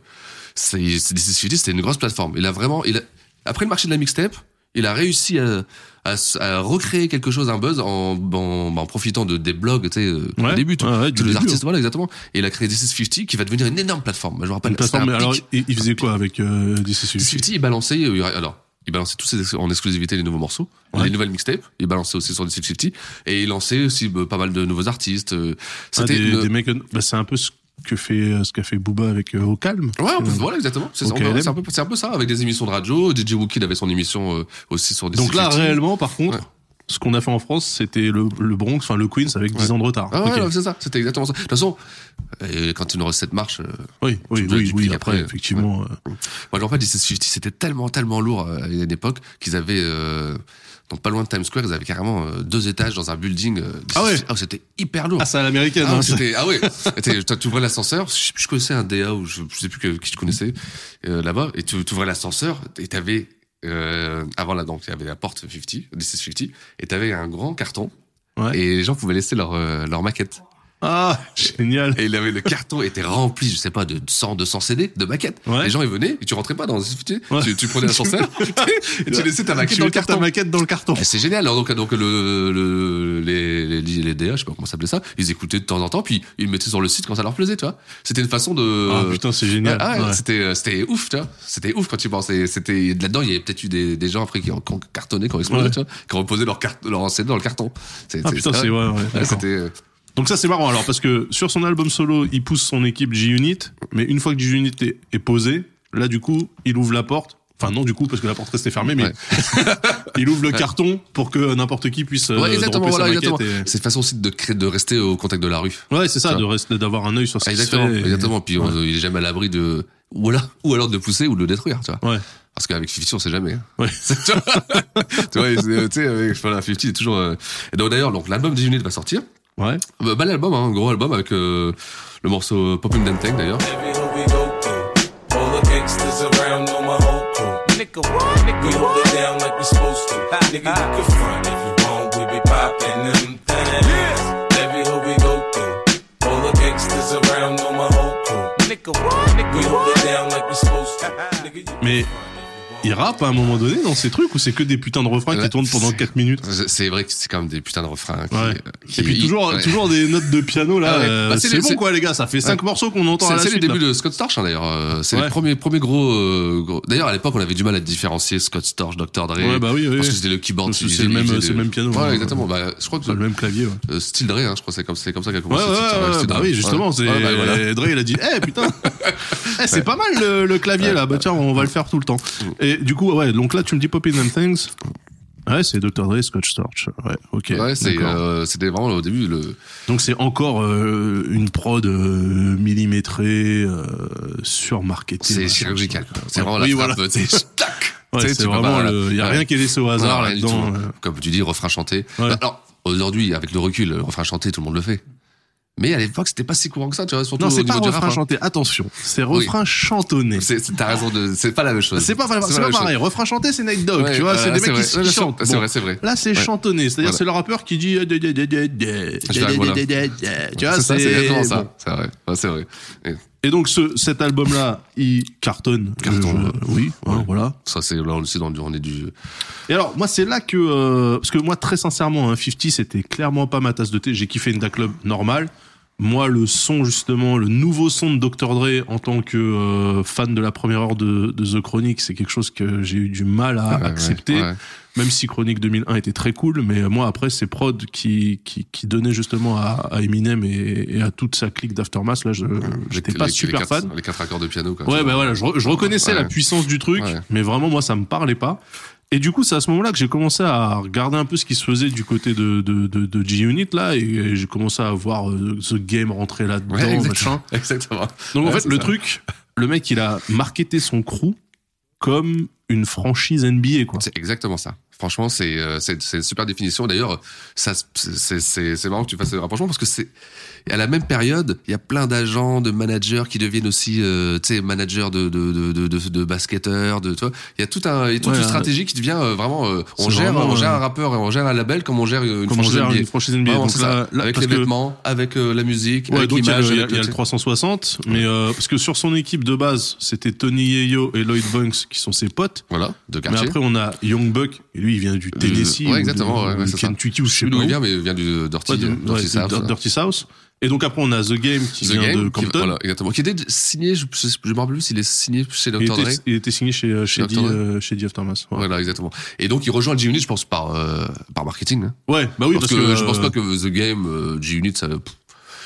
B: c'est c'est- This is 50, c'était une grosse plateforme. Il a vraiment, il a- après le marché de la mixtape, il a réussi à, à, s- à recréer quelque chose, un buzz en, en, en profitant de des blogs, tu sais, euh, au
A: Ouais,
B: début, tout-
A: ouais, ouais, du
B: tous les
A: début,
B: artistes, voilà, exactement. Et il a créé This is 50 qui va devenir une énorme plateforme. Je me rappelle,
A: Une plateforme, mais
B: c'était un
A: alors,
B: pic.
A: il, il faisait quoi avec euh, DC
B: Swifty, il balançait. euh, Alors, il balançait tous ses ex- en exclusivité les nouveaux morceaux,
A: Ouais.
B: les nouvelles mixtapes. Il balançait aussi sur DC 50 et il lançait aussi bah, pas mal de nouveaux artistes. euh,
A: Ah,
B: C'était
A: des,
B: une-
A: des mecs, bah, c'est un peu ce que fait, euh, ce qu'a fait Booba avec euh, Au Calme.
B: Ouais, on peut- voilà, exactement. C'est ça,
A: Ok,
B: on peut-
A: LM.
B: c'est un, peu- c'est un peu ça, avec des émissions de radio. DJ Wookie avait son émission euh, aussi sur DC
A: Donc là,
B: 50.
A: réellement, par contre,
B: Ouais.
A: ce qu'on a fait en France, c'était le, le Bronx, enfin le Queens avec 10
B: Ouais.
A: ans de retard.
B: Ah ouais,
A: Ok.
B: ouais, c'est ça, c'était exactement ça. De toute façon, euh, quand une recette marche, euh,
A: oui,
B: Tu
A: oui,
B: peux
A: oui,
B: dupliquer
A: oui, après,
B: après.
A: effectivement. euh,
B: Moi, en fait, DC 50, c'était tellement, tellement lourd euh, à une époque qu'ils avaient, euh, donc pas loin de Times Square, ils avaient carrément euh, deux étages dans un building. euh,
A: Ah ouais.
B: c'était hyper lourd.
A: Ah, c'est à l'américaine.
B: Ah,
A: hein, ça.
B: c'était- ah ouais, C'était- toi, tu ouvrais l'ascenseur, je, sais plus, je connaissais un DA ou je, je sais plus que- qui je connaissais euh, là-bas, et tu tu ouvrais l'ascenseur et t'avais, euh, avant là donc il y avait la porte 50, DC 50, et t'avais un grand carton,
A: Ouais.
B: et les gens pouvaient laisser leur, euh, leur maquette.
A: Ah, génial.
B: Et il avait le carton était rempli, je sais pas, de 100, 200 CD, de maquettes.
A: Ouais.
B: Les gens ils venaient, et tu rentrais pas dans tu,
A: Ouais.
B: tu, tu prenais l'ascenseur, et tu laissais ta maquette
A: Tu
B: dans le
A: mettais ta
B: carton.
A: maquette dans le carton.
B: Et C'est génial. Alors donc, donc le, le- les, les, les DA, je sais pas comment ça s'appelait ça, ils écoutaient de temps en temps, puis ils mettaient sur le site quand ça leur plaisait, tu vois. C'était une façon de.
A: Ah putain, c'est génial.
B: Ah, ouais,
A: Ouais.
B: C'était euh, c'était ouf, tu vois. C'était ouf quand tu penses. Et C'était là-dedans, il y avait peut-être eu des, des gens après qui ont, qui ont cartonné, qui ont explosé,
A: Ouais.
B: tu vois, qui ont reposé leur carte, leur CD dans le carton. C'est-
A: Ah putain, c'est ouais, ouais,
B: Ouais,
A: d'accord.
B: c'était euh,
A: Donc ça c'est marrant alors parce que sur son album solo, il pousse son équipe G-Unit, mais une fois que G-Unit est, est posé, là du coup, il ouvre la porte. Enfin non du coup parce que la porte restait fermée, mais
B: Ouais.
A: il ouvre le carton pour que n'importe qui puisse euh,
B: ouais, exactement,
A: dropper
B: voilà,
A: sa
B: exactement.
A: maquette. et-
B: C'est une façon aussi de créer, de rester au contact de la rue.
A: Ouais, c'est ça,
B: Ça.
A: de rester- d'avoir un œil sur ce qui se
B: Exactement,
A: fait et-
B: exactement. Puis on-
A: Ouais.
B: il est jamais à l'abri de ou alors ou alors de le pousser ou de le détruire, tu vois.
A: Ouais.
B: Parce qu'avec 50, on sait jamais. hein.
A: Ouais.
B: tu vois, tu vois, il- tu sais, avec voilà, 50, il est toujours. euh, et donc, D'ailleurs, donc l'album Disunit va sortir.
A: Ouais.
B: Bah, bel album, hein, gros album avec euh, le morceau Popping Danteng d'ailleurs.
F: Every hood we go through. All the gangsters around know my whole crew.
D: Nigga, what?
F: We
D: Nigga,
F: hold
D: what?
F: it down like we supposed to. Nigga, you can front if you want. We be popping them things. Every hood we go through. All the gangsters around know my whole crew.
D: Nigga, what?
F: We
D: Nigga,
F: hold
D: what?
F: it down like we supposed to. Nigga, you can
A: Mais il rappe à un moment donné dans ces trucs où c'est que des putains de refrains
B: Ouais.
A: qui tournent pendant 4 minutes.
B: C'est c'est vrai que c'est quand même des putains de refrains. Qui,
A: Ouais.
B: euh, qui-
A: Et puis toujours,
B: ouais.
A: toujours des notes de piano là.
B: Ah ouais.
A: euh,
B: Bah, c'est
A: c'est
B: les-
A: bon
B: c'est-
A: quoi les gars, ça fait 5 morceaux qu'on entend à
B: C'est
A: la
B: c'est les
A: suite. là.
B: débuts de Scott Storch hein, d'ailleurs. euh, C'est
A: Ouais.
B: les premiers, premiers gros, euh, gros- D'ailleurs à l'époque on avait du mal à différencier Scott Storch, Dr Dre.
A: Ouais, bah oui, oui,
B: Parce
A: oui.
B: que c'était le keyboard.
A: Parce que
B: ils-
A: c'est le
B: ils-
A: même-
B: ils-
A: c'est le même piano,
B: Ouais
A: hein.
B: exactement. Bah, je crois que
A: Enfin, le même clavier. Ouais.
B: euh, Style Dre, hein, je crois que c'est comme, c'est comme ça qu'a
A: Ouais,
B: commencé.
A: ouais,
B: Style Dre,
A: ouais,
B: Style
A: bah
B: Dre.
A: oui, justement.
B: Ouais,
A: c'est
B: ouais, bah, voilà.
A: Dre, il a dit, eh putain, eh, c'est pas mal le, le clavier là. Bah tiens, on va le faire tout le temps.
B: Mm.
A: Et du coup, ouais, donc là, tu me dis Poppin' and Things. Ouais, c'est Dr. Dre, Scotch Storch. Ouais, ok.
B: Ouais, c'est,
A: d'accord.
B: euh, c'était vraiment au début le.
A: Donc c'est encore euh, une prod euh, millimétrée, euh, surmarketée.
B: C'est
A: machin,
B: chirurgical. quoi. C'est
A: Ouais.
B: vraiment
A: Oui,
B: la
A: voilà.
B: frappe. C'est tac.
A: Ouais,
B: Tu sais,
A: c'est
B: tu peux
A: vraiment
B: pas-
A: le. Y a
B: ouais.
A: rien qui est laissé au hasard
B: Non, rien du
A: là-dedans.
B: tout. euh, Comme tu dis, refrain chanté.
A: Ouais.
B: Alors aujourd'hui, avec le recul, le refrain chanté, tout le monde le fait. Mais à l'époque, c'était pas si courant que ça, tu vois. Surtout
A: Non, c'est
B: au
A: pas
B: niveau du
A: refrain
B: rap, hein.
A: chanté. Attention, c'est
B: Oui.
A: refrain chantonné.
B: C'est- c'est- T'as raison de. C'est pas la même chose.
A: C'est pas, c'est pas
B: la même chose.
A: pareil. Refrain chanté, c'est Night Dog.
B: Ouais,
A: tu vois,
B: voilà,
A: c'est des mecs
B: vrai.
A: qui,
B: Ouais,
A: qui
B: c'est
A: chantent.
B: vrai, C'est
A: Bon.
B: vrai, c'est vrai.
A: Là, c'est
B: Ouais.
A: chantonné, c'est-à-dire
B: Voilà.
A: c'est le rappeur qui dit. euh,
B: voilà.
A: Tu vois,
B: C'est ça, c'est exactement ça.
A: Ah, bon.
B: C'est vrai. Ouais, c'est vrai. Et
A: Et donc, ce, cet album-là, il cartonne.
B: Cartonne,
A: Euh,
B: ouais.
A: oui,
B: Ouais.
A: hein, voilà.
B: Ça, c'est là, on le sait dans le on est du.
A: Et alors, moi, c'est là que. euh, parce que moi, très sincèrement, hein, 50, c'était clairement pas ma tasse de thé. J'ai kiffé une Da Club normale. Moi, le son, justement, le nouveau son de Dr. Dre en tant que euh, fan de la première heure de, de The Chronic, c'est quelque chose que j'ai eu du mal à
B: Ouais, ouais,
A: accepter.
B: ouais.
A: Même si Chronique 2001 était très cool, mais euh, moi après ces prods qui, qui, qui donnaient justement à, à Eminem et, et à toute sa clique d'Aftermath, là je- j'étais
B: Les-
A: pas
B: les-
A: super
B: les quatre-
A: fan.
B: Les quatre accords de piano, quoi.
A: Ouais, bah voilà, je, re- je reconnaissais
B: Ouais.
A: la puissance du truc,
B: Ouais.
A: mais vraiment moi ça me parlait pas. Et du coup c'est à ce moment-là que j'ai commencé à regarder un peu ce qui se faisait du côté de, de, de, de G-Unit là, et, et j'ai commencé à voir euh, The Game rentrer là-dedans,
B: Ouais,
A: machin.
B: exactement. exactement.
A: Donc en
B: Ouais,
A: fait,
B: c'est
A: le
B: ça.
A: truc, le mec, il a marketé son crew comme une franchise NBA, quoi.
B: C'est exactement ça. Franchement, c'est euh, c'est c'est une super définition. D'ailleurs, ça c'est- c'est c'est c'est marrant que tu fasses ce rapprochement parce que c'est à la même période, il y a plein d'agents, de managers qui deviennent aussi euh, tu sais managers de de de de, de, de basketteurs, de tu vois. Il y a tout un il y a toute
A: Ouais,
B: une
A: un-
B: stratégie qui devient euh, vraiment euh, on
A: C'est
B: gère
A: vraiment,
B: on gère
A: euh,
B: un rappeur et on gère un label comme on gère une
A: Comme on
B: franchise
A: gère
B: NBA.
A: une franchise NBA.
B: Vraiment,
A: donc
B: c'est
A: là,
B: ça.
A: là,
B: avec
A: parce
B: les
A: que-
B: vêtements, avec euh, la musique,
A: Ouais,
B: avec
A: donc il y a
B: l'image,
A: le- il y a,
B: avec
A: il y a
B: le-
A: le 360, mais euh, parce que sur son équipe de base, c'était Tony Yayo et Lloyd Banks qui sont ses potes.
B: voilà, de
A: Mais
B: quartier.
A: après, on a Young Buck, et lui, lui, il vient du Tennessee.
B: Euh, ouais,
A: ou de-
B: exactement, ouais,
A: ou
B: ouais,
A: du
B: c'est ça.
A: Kentucky ou je
B: Je sais
A: sais
B: plus
A: pas.
B: d'où
A: où.
B: il vient, mais il vient du euh, Dirty,
A: Ouais, de-
B: euh,
A: ouais,
B: Dirty
A: de-
B: South.
A: Dirty South. Et donc après, on a The Game qui
B: The
A: vient
B: Game,
A: de
B: qui-
A: Compton.
B: voilà, exactement. Qui était d- signé, je, je, je me rappelle plus s'il est signé chez Dr.
A: il,
B: Dre.
A: était, il était signé chez, euh, chez,
B: Dr.
A: D,
B: Dre.
A: euh, chez DF Thomas. Ouais.
B: Voilà, exactement. Et donc, il rejoint G-Unit, je pense, par, euh, par marketing. hein.
A: Ouais, bah oui,
B: parce, que, je pense
A: euh,
B: pas que The Game, euh, G-Unit, ça. pff,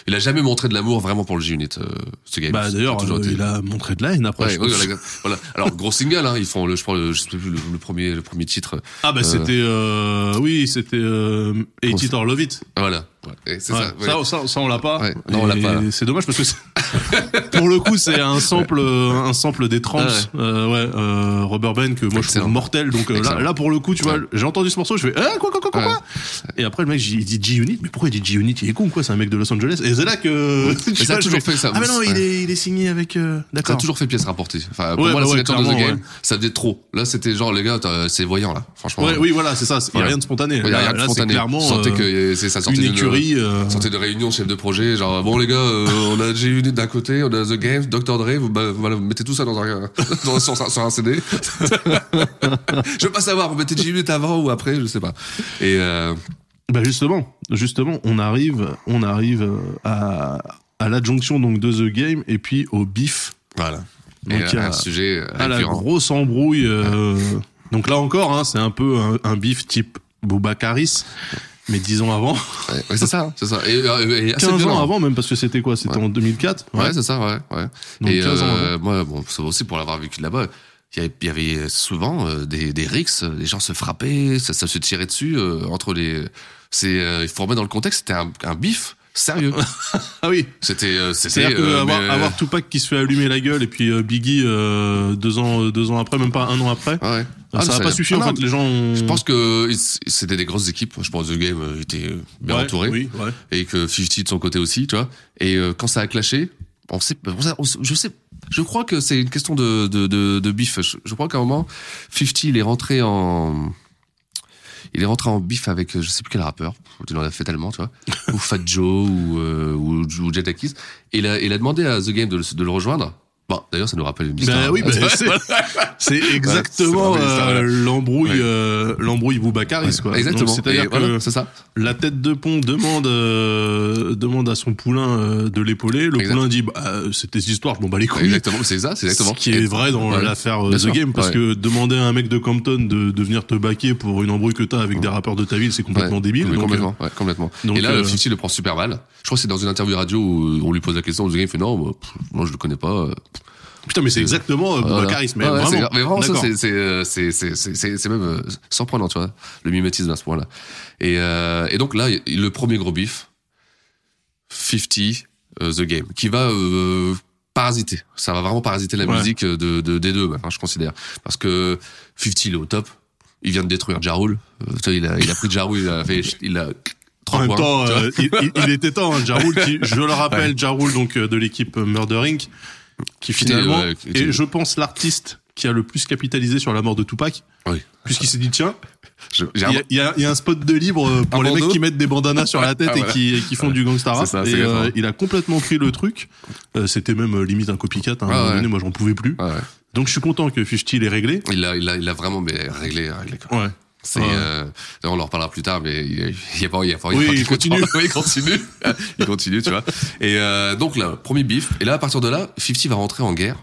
B: il a jamais montré de l'amour vraiment pour le G-Unit, euh, ce game.
A: Bah
B: C'est
A: d'ailleurs,
B: toujours
A: euh,
B: été-
A: il a montré de la haine après.
B: Ouais,
A: je
B: ouais,
A: pense.
B: voilà, exact. Voilà. Alors gros single, hein, ils font le, je crois, le, je sais plus le, le premier, le premier titre.
A: Ah bah c'était euh, oui c'était euh, Eighty or Love It.
B: Voilà. Ouais, et c'est
A: Ouais,
B: ça.
A: ça,
B: ouais.
A: ça ça, on l'a pas.
B: Ouais, non, on l'a
A: Et
B: pas, là.
A: C'est dommage parce que c'est- pour le coup c'est un sample euh, un sample des Tramps
B: Ah
A: euh, ouais euh, Rubber Band que moi je
B: Excellent.
A: trouve mortel donc euh,
B: Excellent.
A: là, là pour le coup tu
B: Ouais.
A: vois j'ai entendu ce morceau je fais ah quoi quoi quoi quoi, quoi et après le mec il dit G Unit mais pourquoi il dit G Unit il est con quoi c'est un mec de Los Angeles et c'est là que tu
B: Mais ça a
A: vois, je
B: toujours
A: fais,
B: fait ça,
A: ah mais non
B: ouais.
A: il est il est signé avec euh,
B: Ça a
A: d'accord
B: toujours fait pièce rapportée. Enfin, pour
A: Ouais,
B: moi, la
A: bah ouais,
B: signature de The
A: clairement,
B: Game,
A: ouais.
B: ça faisait trop. Là, c'était genre, les gars, t'as- c'est voyant, là. Franchement.
A: ouais oui voilà c'est ça il y a
B: Voilà.
A: rien de spontané
B: Il y a rien de
A: là c'est
B: spontané.
A: clairement
B: Sentez
A: euh,
B: que c'est ça sortait
A: une
B: d'une-
A: écurie euh,
B: sortait de réunion, chef de projet, genre bon les gars, euh, on a G-Unit d'un côté, on a The Game, Dr Dre, vous, bah, voilà, vous mettez tout ça dans un, dans, sur, sur un CD. je veux pas savoir, vous mettez G-Unit avant ou après, je sais pas. Et euh,
A: Bah justement, justement, on arrive, on arrive euh, à, à l'adjonction donc de The Game et puis au bif,
B: voilà.
A: Donc,
B: Et, euh,
A: il y a- Ah,
B: un sujet
A: à la
B: récurrent.
A: grosse embrouille. euh, donc là encore, hein, c'est un peu un, un bif type Boubacaris, mais dix ans avant,
B: Ouais, ouais, c'est ça, c'est ça. Et, euh, et assez
A: 15
B: violent.
A: ans avant même parce que c'était quoi C'était
B: Ouais.
A: en 2004.
B: Ouais, c'est ça, ouais. ouais.
A: Donc,
B: et
A: 15 ans
B: euh, moi, bon, ça aussi pour l'avoir vécu là-bas, il y avait- il y avait souvent euh, des, des rixes, les gens se frappaient, ça, ça se tirait dessus euh, entre les. C'est, euh, il faut remettre dans le contexte, c'était un, un bif sérieux.
A: Ah oui.
B: C'était, euh, c'était.
A: C'est-à-dire que
B: euh,
A: avoir,
B: mais, euh,
A: avoir Tupac qui se fait allumer la gueule et puis euh, Biggie euh, deux ans, deux ans après, même pas un an après,
B: ouais. Ah, mais
A: ça n'a
B: a-
A: pas suffi.
B: Ah,
A: en
B: non,
A: fait, les Hmm. gens. Ont...
B: Je pense que ils- c'était des grosses équipes. Je pense que The Game euh, était euh, bien
A: Ouais,
B: entouré.
A: Oui, ouais.
B: et que 50 de son côté aussi, tu vois. Et euh, quand ça a clashé, on sait, on sait- on sait- je sais, je crois que c'est une question de de, de, de bif. Je, je crois qu'à un moment, 50 il est rentré en il est rentré en bif avec euh, je sais plus quel rappeur, il en a fait tellement, tu vois, ou Fat Joe ou euh, ou, ou Jet Atkins. Et il a, il a demandé à The Game de le, de le rejoindre. Bon, d'ailleurs, ça nous rappelle une histoire. Ah,
A: Ben oui, ben, c'est- c'est exactement
B: c'est vraiment une histoire,
A: euh,
B: voilà.
A: l'embrouille,
B: Ouais.
A: euh, l'embrouille Boubacaris quoi.
B: Exactement.
A: Donc, C'est-à-dire
B: Et
A: que
B: voilà, c'est ça.
A: la tête de pont demande euh, demande à son poulain euh, de l'épauler. Le
B: Exact.
A: poulain dit bah, euh, c'est tes histoires, je m'en bats les couilles.
B: Exactement, c'est ça, c'est exactement.
A: Ce qui est
B: Et-
A: vrai dans
B: Ouais.
A: l'affaire euh,
B: Bien
A: The
B: sûr,
A: Game, parce
B: ouais.
A: que demander à un mec de Compton de, de venir te baquer pour une embrouille que t'as avec des rappeurs de ta ville, c'est complètement
B: Ouais,
A: débile.
B: oui,
A: donc, euh,
B: complètement, ouais, complètement.
A: donc,
B: et là,
A: euh,
B: 50 le prend super mal. Je crois que c'est dans une interview radio où on lui pose la question, The Game fait non, moi, pff, moi, je le connais pas.
A: euh, putain, mais c'est exactement euh,
B: Ah, Voilà.
A: Boubacaris, mais
B: Ouais, ouais, c'est
A: vraiment.
B: grave. mais vraiment ça,
A: D'accord.
B: c'est- c'est euh, c'est- c'est- c'est- c'est- c'est même euh, surprenant, tu vois, le mimétisme à ce point-là. Et, euh, et donc là, il- le premier gros bif, 50, euh, The Game, qui va euh, parasiter. Ça va vraiment parasiter la
A: Ouais.
B: musique euh, de, de- des deux, enfin, je considère. Parce que 50, il est au top. Il vient de détruire Jarul. Euh, il, a, il a pris Jarul, il a fait... Il a,
A: En
B: trois
A: même
B: points,
A: temps,
B: tu vois.
A: euh, il, il- il était temps, hein, Ja Rule qui, je le rappelle, Ja Rule, donc euh, de l'équipe euh, Murder Inc., qui
B: était,
A: finalement
B: ouais, qui était-
A: est, je pense, l'artiste qui a le plus capitalisé sur la mort de Tupac,
B: Oui.
A: puisqu'il s'est dit, tiens,
B: Je- j'ai
A: il y, a- il y a- il y a un spot de libre euh, pour
B: Un
A: les mecs
B: bandeau.
A: qui mettent des bandanas sur la tête
B: Ah,
A: et
B: voilà.
A: qui, et qui font du gangsta rap.
B: C'est ça, c'est
A: et euh,
B: exactement.
A: il a complètement pris le truc. Euh, C'était même euh, limite un copycat. hein, à un
B: Ah,
A: moment
B: ouais.
A: donné, moi, j'en pouvais plus.
B: Ouais, ouais.
A: Donc, je suis content que 50 l'ait réglé.
B: Il a, il a, il a vraiment mais, réglé, réglé quoi.
A: Ouais.
B: C'est,
A: Ouais.
B: euh, on en reparlera plus tard, mais il y a, il y a pas, il y a pas,
A: Oui,
B: pas-
A: il continue.
B: Oui, il continue, il continue, tu vois. Et euh, donc là, premier bif. Et là, à partir de là, 50 va rentrer en guerre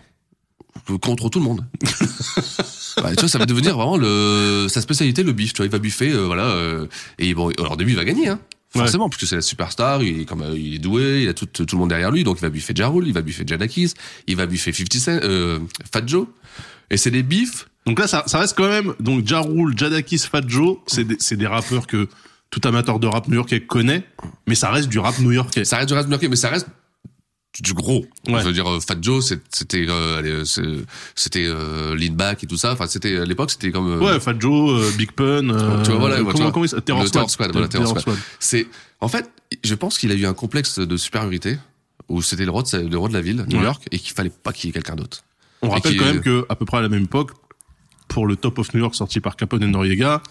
B: contre tout le monde. Ouais, tu vois, ça va devenir vraiment le, sa spécialité, le bif. Tu vois, il va biffer, euh, voilà. euh, et bon, alors au début, il va gagner, hein.
A: Ouais.
B: Forcément, puisque c'est la superstar, il est, comme, euh, il est doué, il a tout, tout le monde derrière lui, donc il va biffer Jarul, il va biffer Jadakis, il va biffer 50 Cent, euh, Fat Joe. Et c'est des bifs
A: Donc là, ça, ça reste quand même. Donc, Ja Rule, Jadakis, Fat Joe, c'est des, c'est des rappeurs que tout amateur de rap new-yorkais connaît, mais ça reste du rap new-yorkais.
B: Ça reste du rap new-yorkais, mais ça reste du- du gros.
A: Ouais.
B: Je veux dire, euh, Fat Joe, c'est- c'était, euh, allez, euh, c'est- c'était euh, Lean Back et tout ça. Enfin, c'était à l'époque, c'était comme. euh,
A: Ouais, Fat Joe, euh, Big Pun, euh,
B: Tu vois, voilà,
A: comment,
B: tu vois.
A: comment il s'appelle Terror
B: Le
A: Squad.
B: Terror Squad, voilà, Terror Squad.
A: Squad.
B: C'est, en fait, je pense qu'il a eu un complexe de supériorité où c'était le roi de, sa- le roi de la ville, New
A: Ouais.
B: York, et qu'il fallait pas qu'il y ait quelqu'un d'autre.
A: On
B: Et
A: rappelle
B: qui
A: quand
B: est-
A: même que à peu près à la même époque, pour le Top of New York sorti par Capone et Noriega,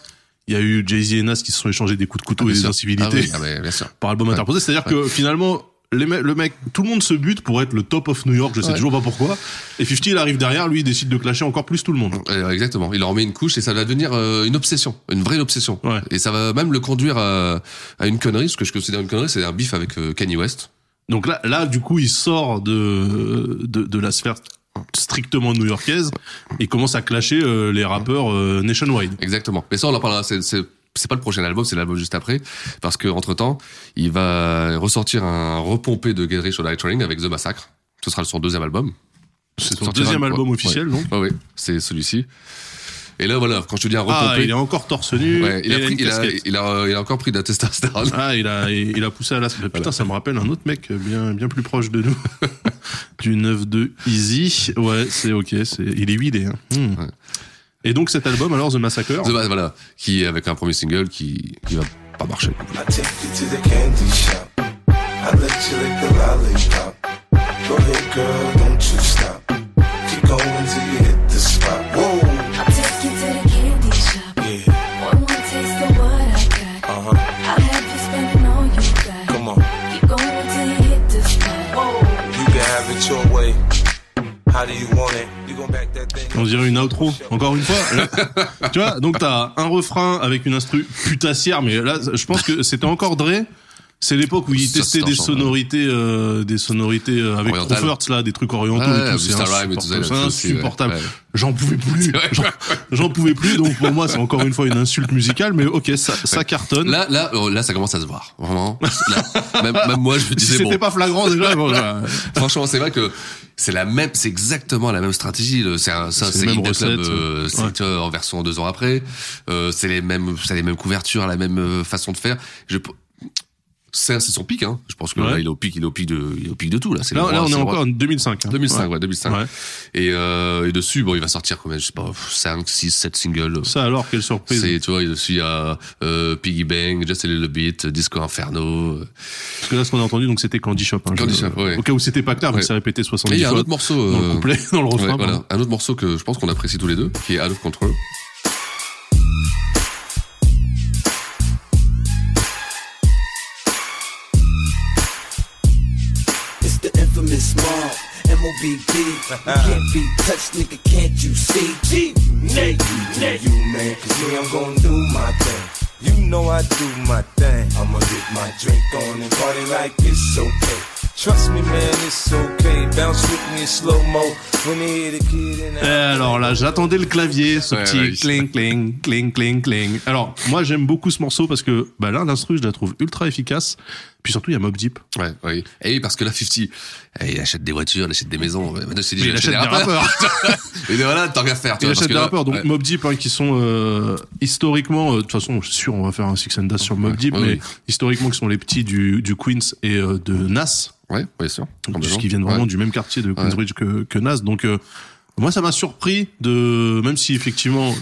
A: il y a eu Jay-Z et Nas qui se sont échangés des coups de couteau
B: Ah,
A: et
B: bien
A: des
B: sûr.
A: incivilités
B: Ah oui, ah, mais bien sûr.
A: par album
B: Ouais.
A: interposé. C'est-à-dire que finalement, les me- le mec, tout le monde se bute pour être le top of New York, je sais
B: Ouais.
A: toujours pas pourquoi. Et 50, il arrive derrière, lui, il décide de clasher encore plus tout le monde.
B: Euh, Exactement. Il en remet une couche et ça va devenir euh, une obsession, une vraie obsession.
A: Ouais.
B: Et ça va même le conduire à, à une connerie. Ce que je considère une connerie, c'est un bif avec euh, Kanye West.
A: Donc là, là, du coup, il sort de, de, de la sphère strictement new-yorkaise et commence à clasher euh, les rappeurs euh, nationwide.
B: Exactement. Mais ça, on en parlera. C'est, c'est, c'est pas le prochain album, c'est l'album juste après, parce que entre temps, il va ressortir un repompé de Get Rich or Die Trying avec The Massacre. Ce sera son deuxième album.
A: C'est son
B: Sortira
A: deuxième
B: le-
A: album
B: ouais.
A: officiel, non
B: Ah oui, c'est celui-ci. Et là, voilà, quand je te dis un
A: Ah,
B: repompé,
A: il est encore torse nu.
B: ouais, il, a
A: et
B: pris,
A: une
B: il, a,
A: casquette.
B: il a- il a encore pris de la testostérone.
A: Ah, il a, il a poussé à la. Putain, ça me rappelle un autre mec bien, bien plus proche de nous. du 9 de Easy. Ouais, c'est ok. C'est, il est huilé. Hein. Hmm.
B: Ouais.
A: Et donc cet album, alors The Massacre.
B: The Mass- voilà, qui avec un premier single qui, qui va pas marcher.
A: Ah
F: I take you to the candy shop. I let you lick the lollipop. Go ahead, girl, don't you stop. Keep going till you hit the spot. Whoa,
G: I'll take you to the candy shop.
F: yeah,
G: One more taste of what I got.
F: uh huh.
G: I'll have you spending all you got.
F: Come on,
G: Keep going till you hit the spot. Whoa.
F: you can have it your way. How do you want it? You gon' back that thing?
A: On dirait une outro, encore une fois. Là, tu vois, donc t'as un refrain avec une instru putassière, mais là, je pense que c'était encore Dre. C'est l'époque où il
B: Ça,
A: testait
B: c'est
A: des
B: enchant, ouais.
A: sonorités, euh, des sonorités euh, avec
B: Orientales.
A: Crawford's là, des trucs orientaux
B: Ouais,
A: et tout.
B: Busta Rhymes et tout ça,
A: insupportable.
B: là,
A: C'est
B: ça aussi, ouais.
A: insupportable.
B: Ouais.
A: J'en pouvais plus.
B: vrai.
A: J'en- J'en pouvais plus. Donc pour moi, c'est encore une fois une insulte musicale, mais ok, ça, ça cartonne.
B: Là, là, oh, là, ça commence à se voir, vraiment. Là, même, même moi, je me
A: si
B: disais
A: c'était
B: bon.
A: pas flagrant déjà, bon, voilà.
B: Franchement, c'est vrai que c'est la même, c'est exactement la même stratégie. le- C'est un, ça,
A: C'est les
B: c'est
A: mêmes
B: Hit the Club,
A: recettes,
B: euh,
A: ouais.
B: c'est,
A: Ouais.
B: tu vois, en version deux ans après. Euh, c'est les mêmes, c'est les mêmes couvertures, la même euh, façon de faire. Je, p- c'est, c'est son pic, hein. Je pense que
A: Ouais.
B: là, il est au pic, il est au pic de, il est au pic de tout là. C'est le
A: là,
B: roi,
A: là, on
B: c'est
A: est
B: le roi.
A: encore en 2005. hein.
B: 2005, ouais,
A: Ouais.
B: 2005.
A: Ouais.
B: Et, euh, et dessus, bon, il va sortir combien, je sais pas, 5, 6, 7 singles.
A: Ça alors, quelle surprise.
B: C'est, tu vois, il y a euh, Piggy Bang, Just a Little Bit, Disco Inferno. euh,
A: Parce que là, ce qu'on a entendu, donc c'était Candy Shop. hein,
B: Candy
A: je-
B: Shop, ouais.
A: Au cas où c'était pas clair, mais
B: Ouais.
A: ça répétait
B: Et
A: 70
B: il y a un
A: fois
B: autre morceau.
A: dans le
B: euh,
A: couplet, dans le refrain.
B: ouais,
A: pardon.
B: voilà, un autre morceau que je pense qu'on apprécie tous les deux, qui est Out of Control.
H: It's the infamous mob, M.O.B.B. You can't be touched, nigga, can't you see?
F: G, Nate, Nate, you man, cause me, I'm gonna do my thing. You know I do my thing. I'ma get my drink on and party like it's okay. Trust me, man, it's okay. Bounce with me in slow mo when they hear the kid in the
A: Eh, alors là, j'attendais le clavier, ce
B: Ouais,
A: petit
B: ouais.
A: cling, cling, cling, cling, cling. Alors, moi, j'aime beaucoup ce morceau parce que, bah là, l'instru, je la trouve ultra efficace. Puis surtout, il y a Mob Deep.
B: Ouais, oui. Et oui, parce que là, 50, eh, il achète des voitures, il achète des maisons. Maintenant, il s'est dit,
A: Mais
B: je
A: il
B: vais acheter
A: achète des
B: Et ben voilà, tant qu'à faire. tu
A: Il
B: vois, parce
A: achète des
B: que là,
A: rappeurs, donc
B: ouais.
A: Mob Deep, hein, qui sont euh, historiquement, euh, de toute façon, je suis sûr, on va faire un Six and Dash sur Mob Deep,
B: ouais,
A: mais
B: oui.
A: historiquement, qui sont les petits du, du Queens et euh, de Nas,
B: Ouais, bien sûr.
A: qui viennent vraiment du même quartier de Queensbridge que, que Nas. Donc, euh, moi, ça m'a surpris de, même si effectivement,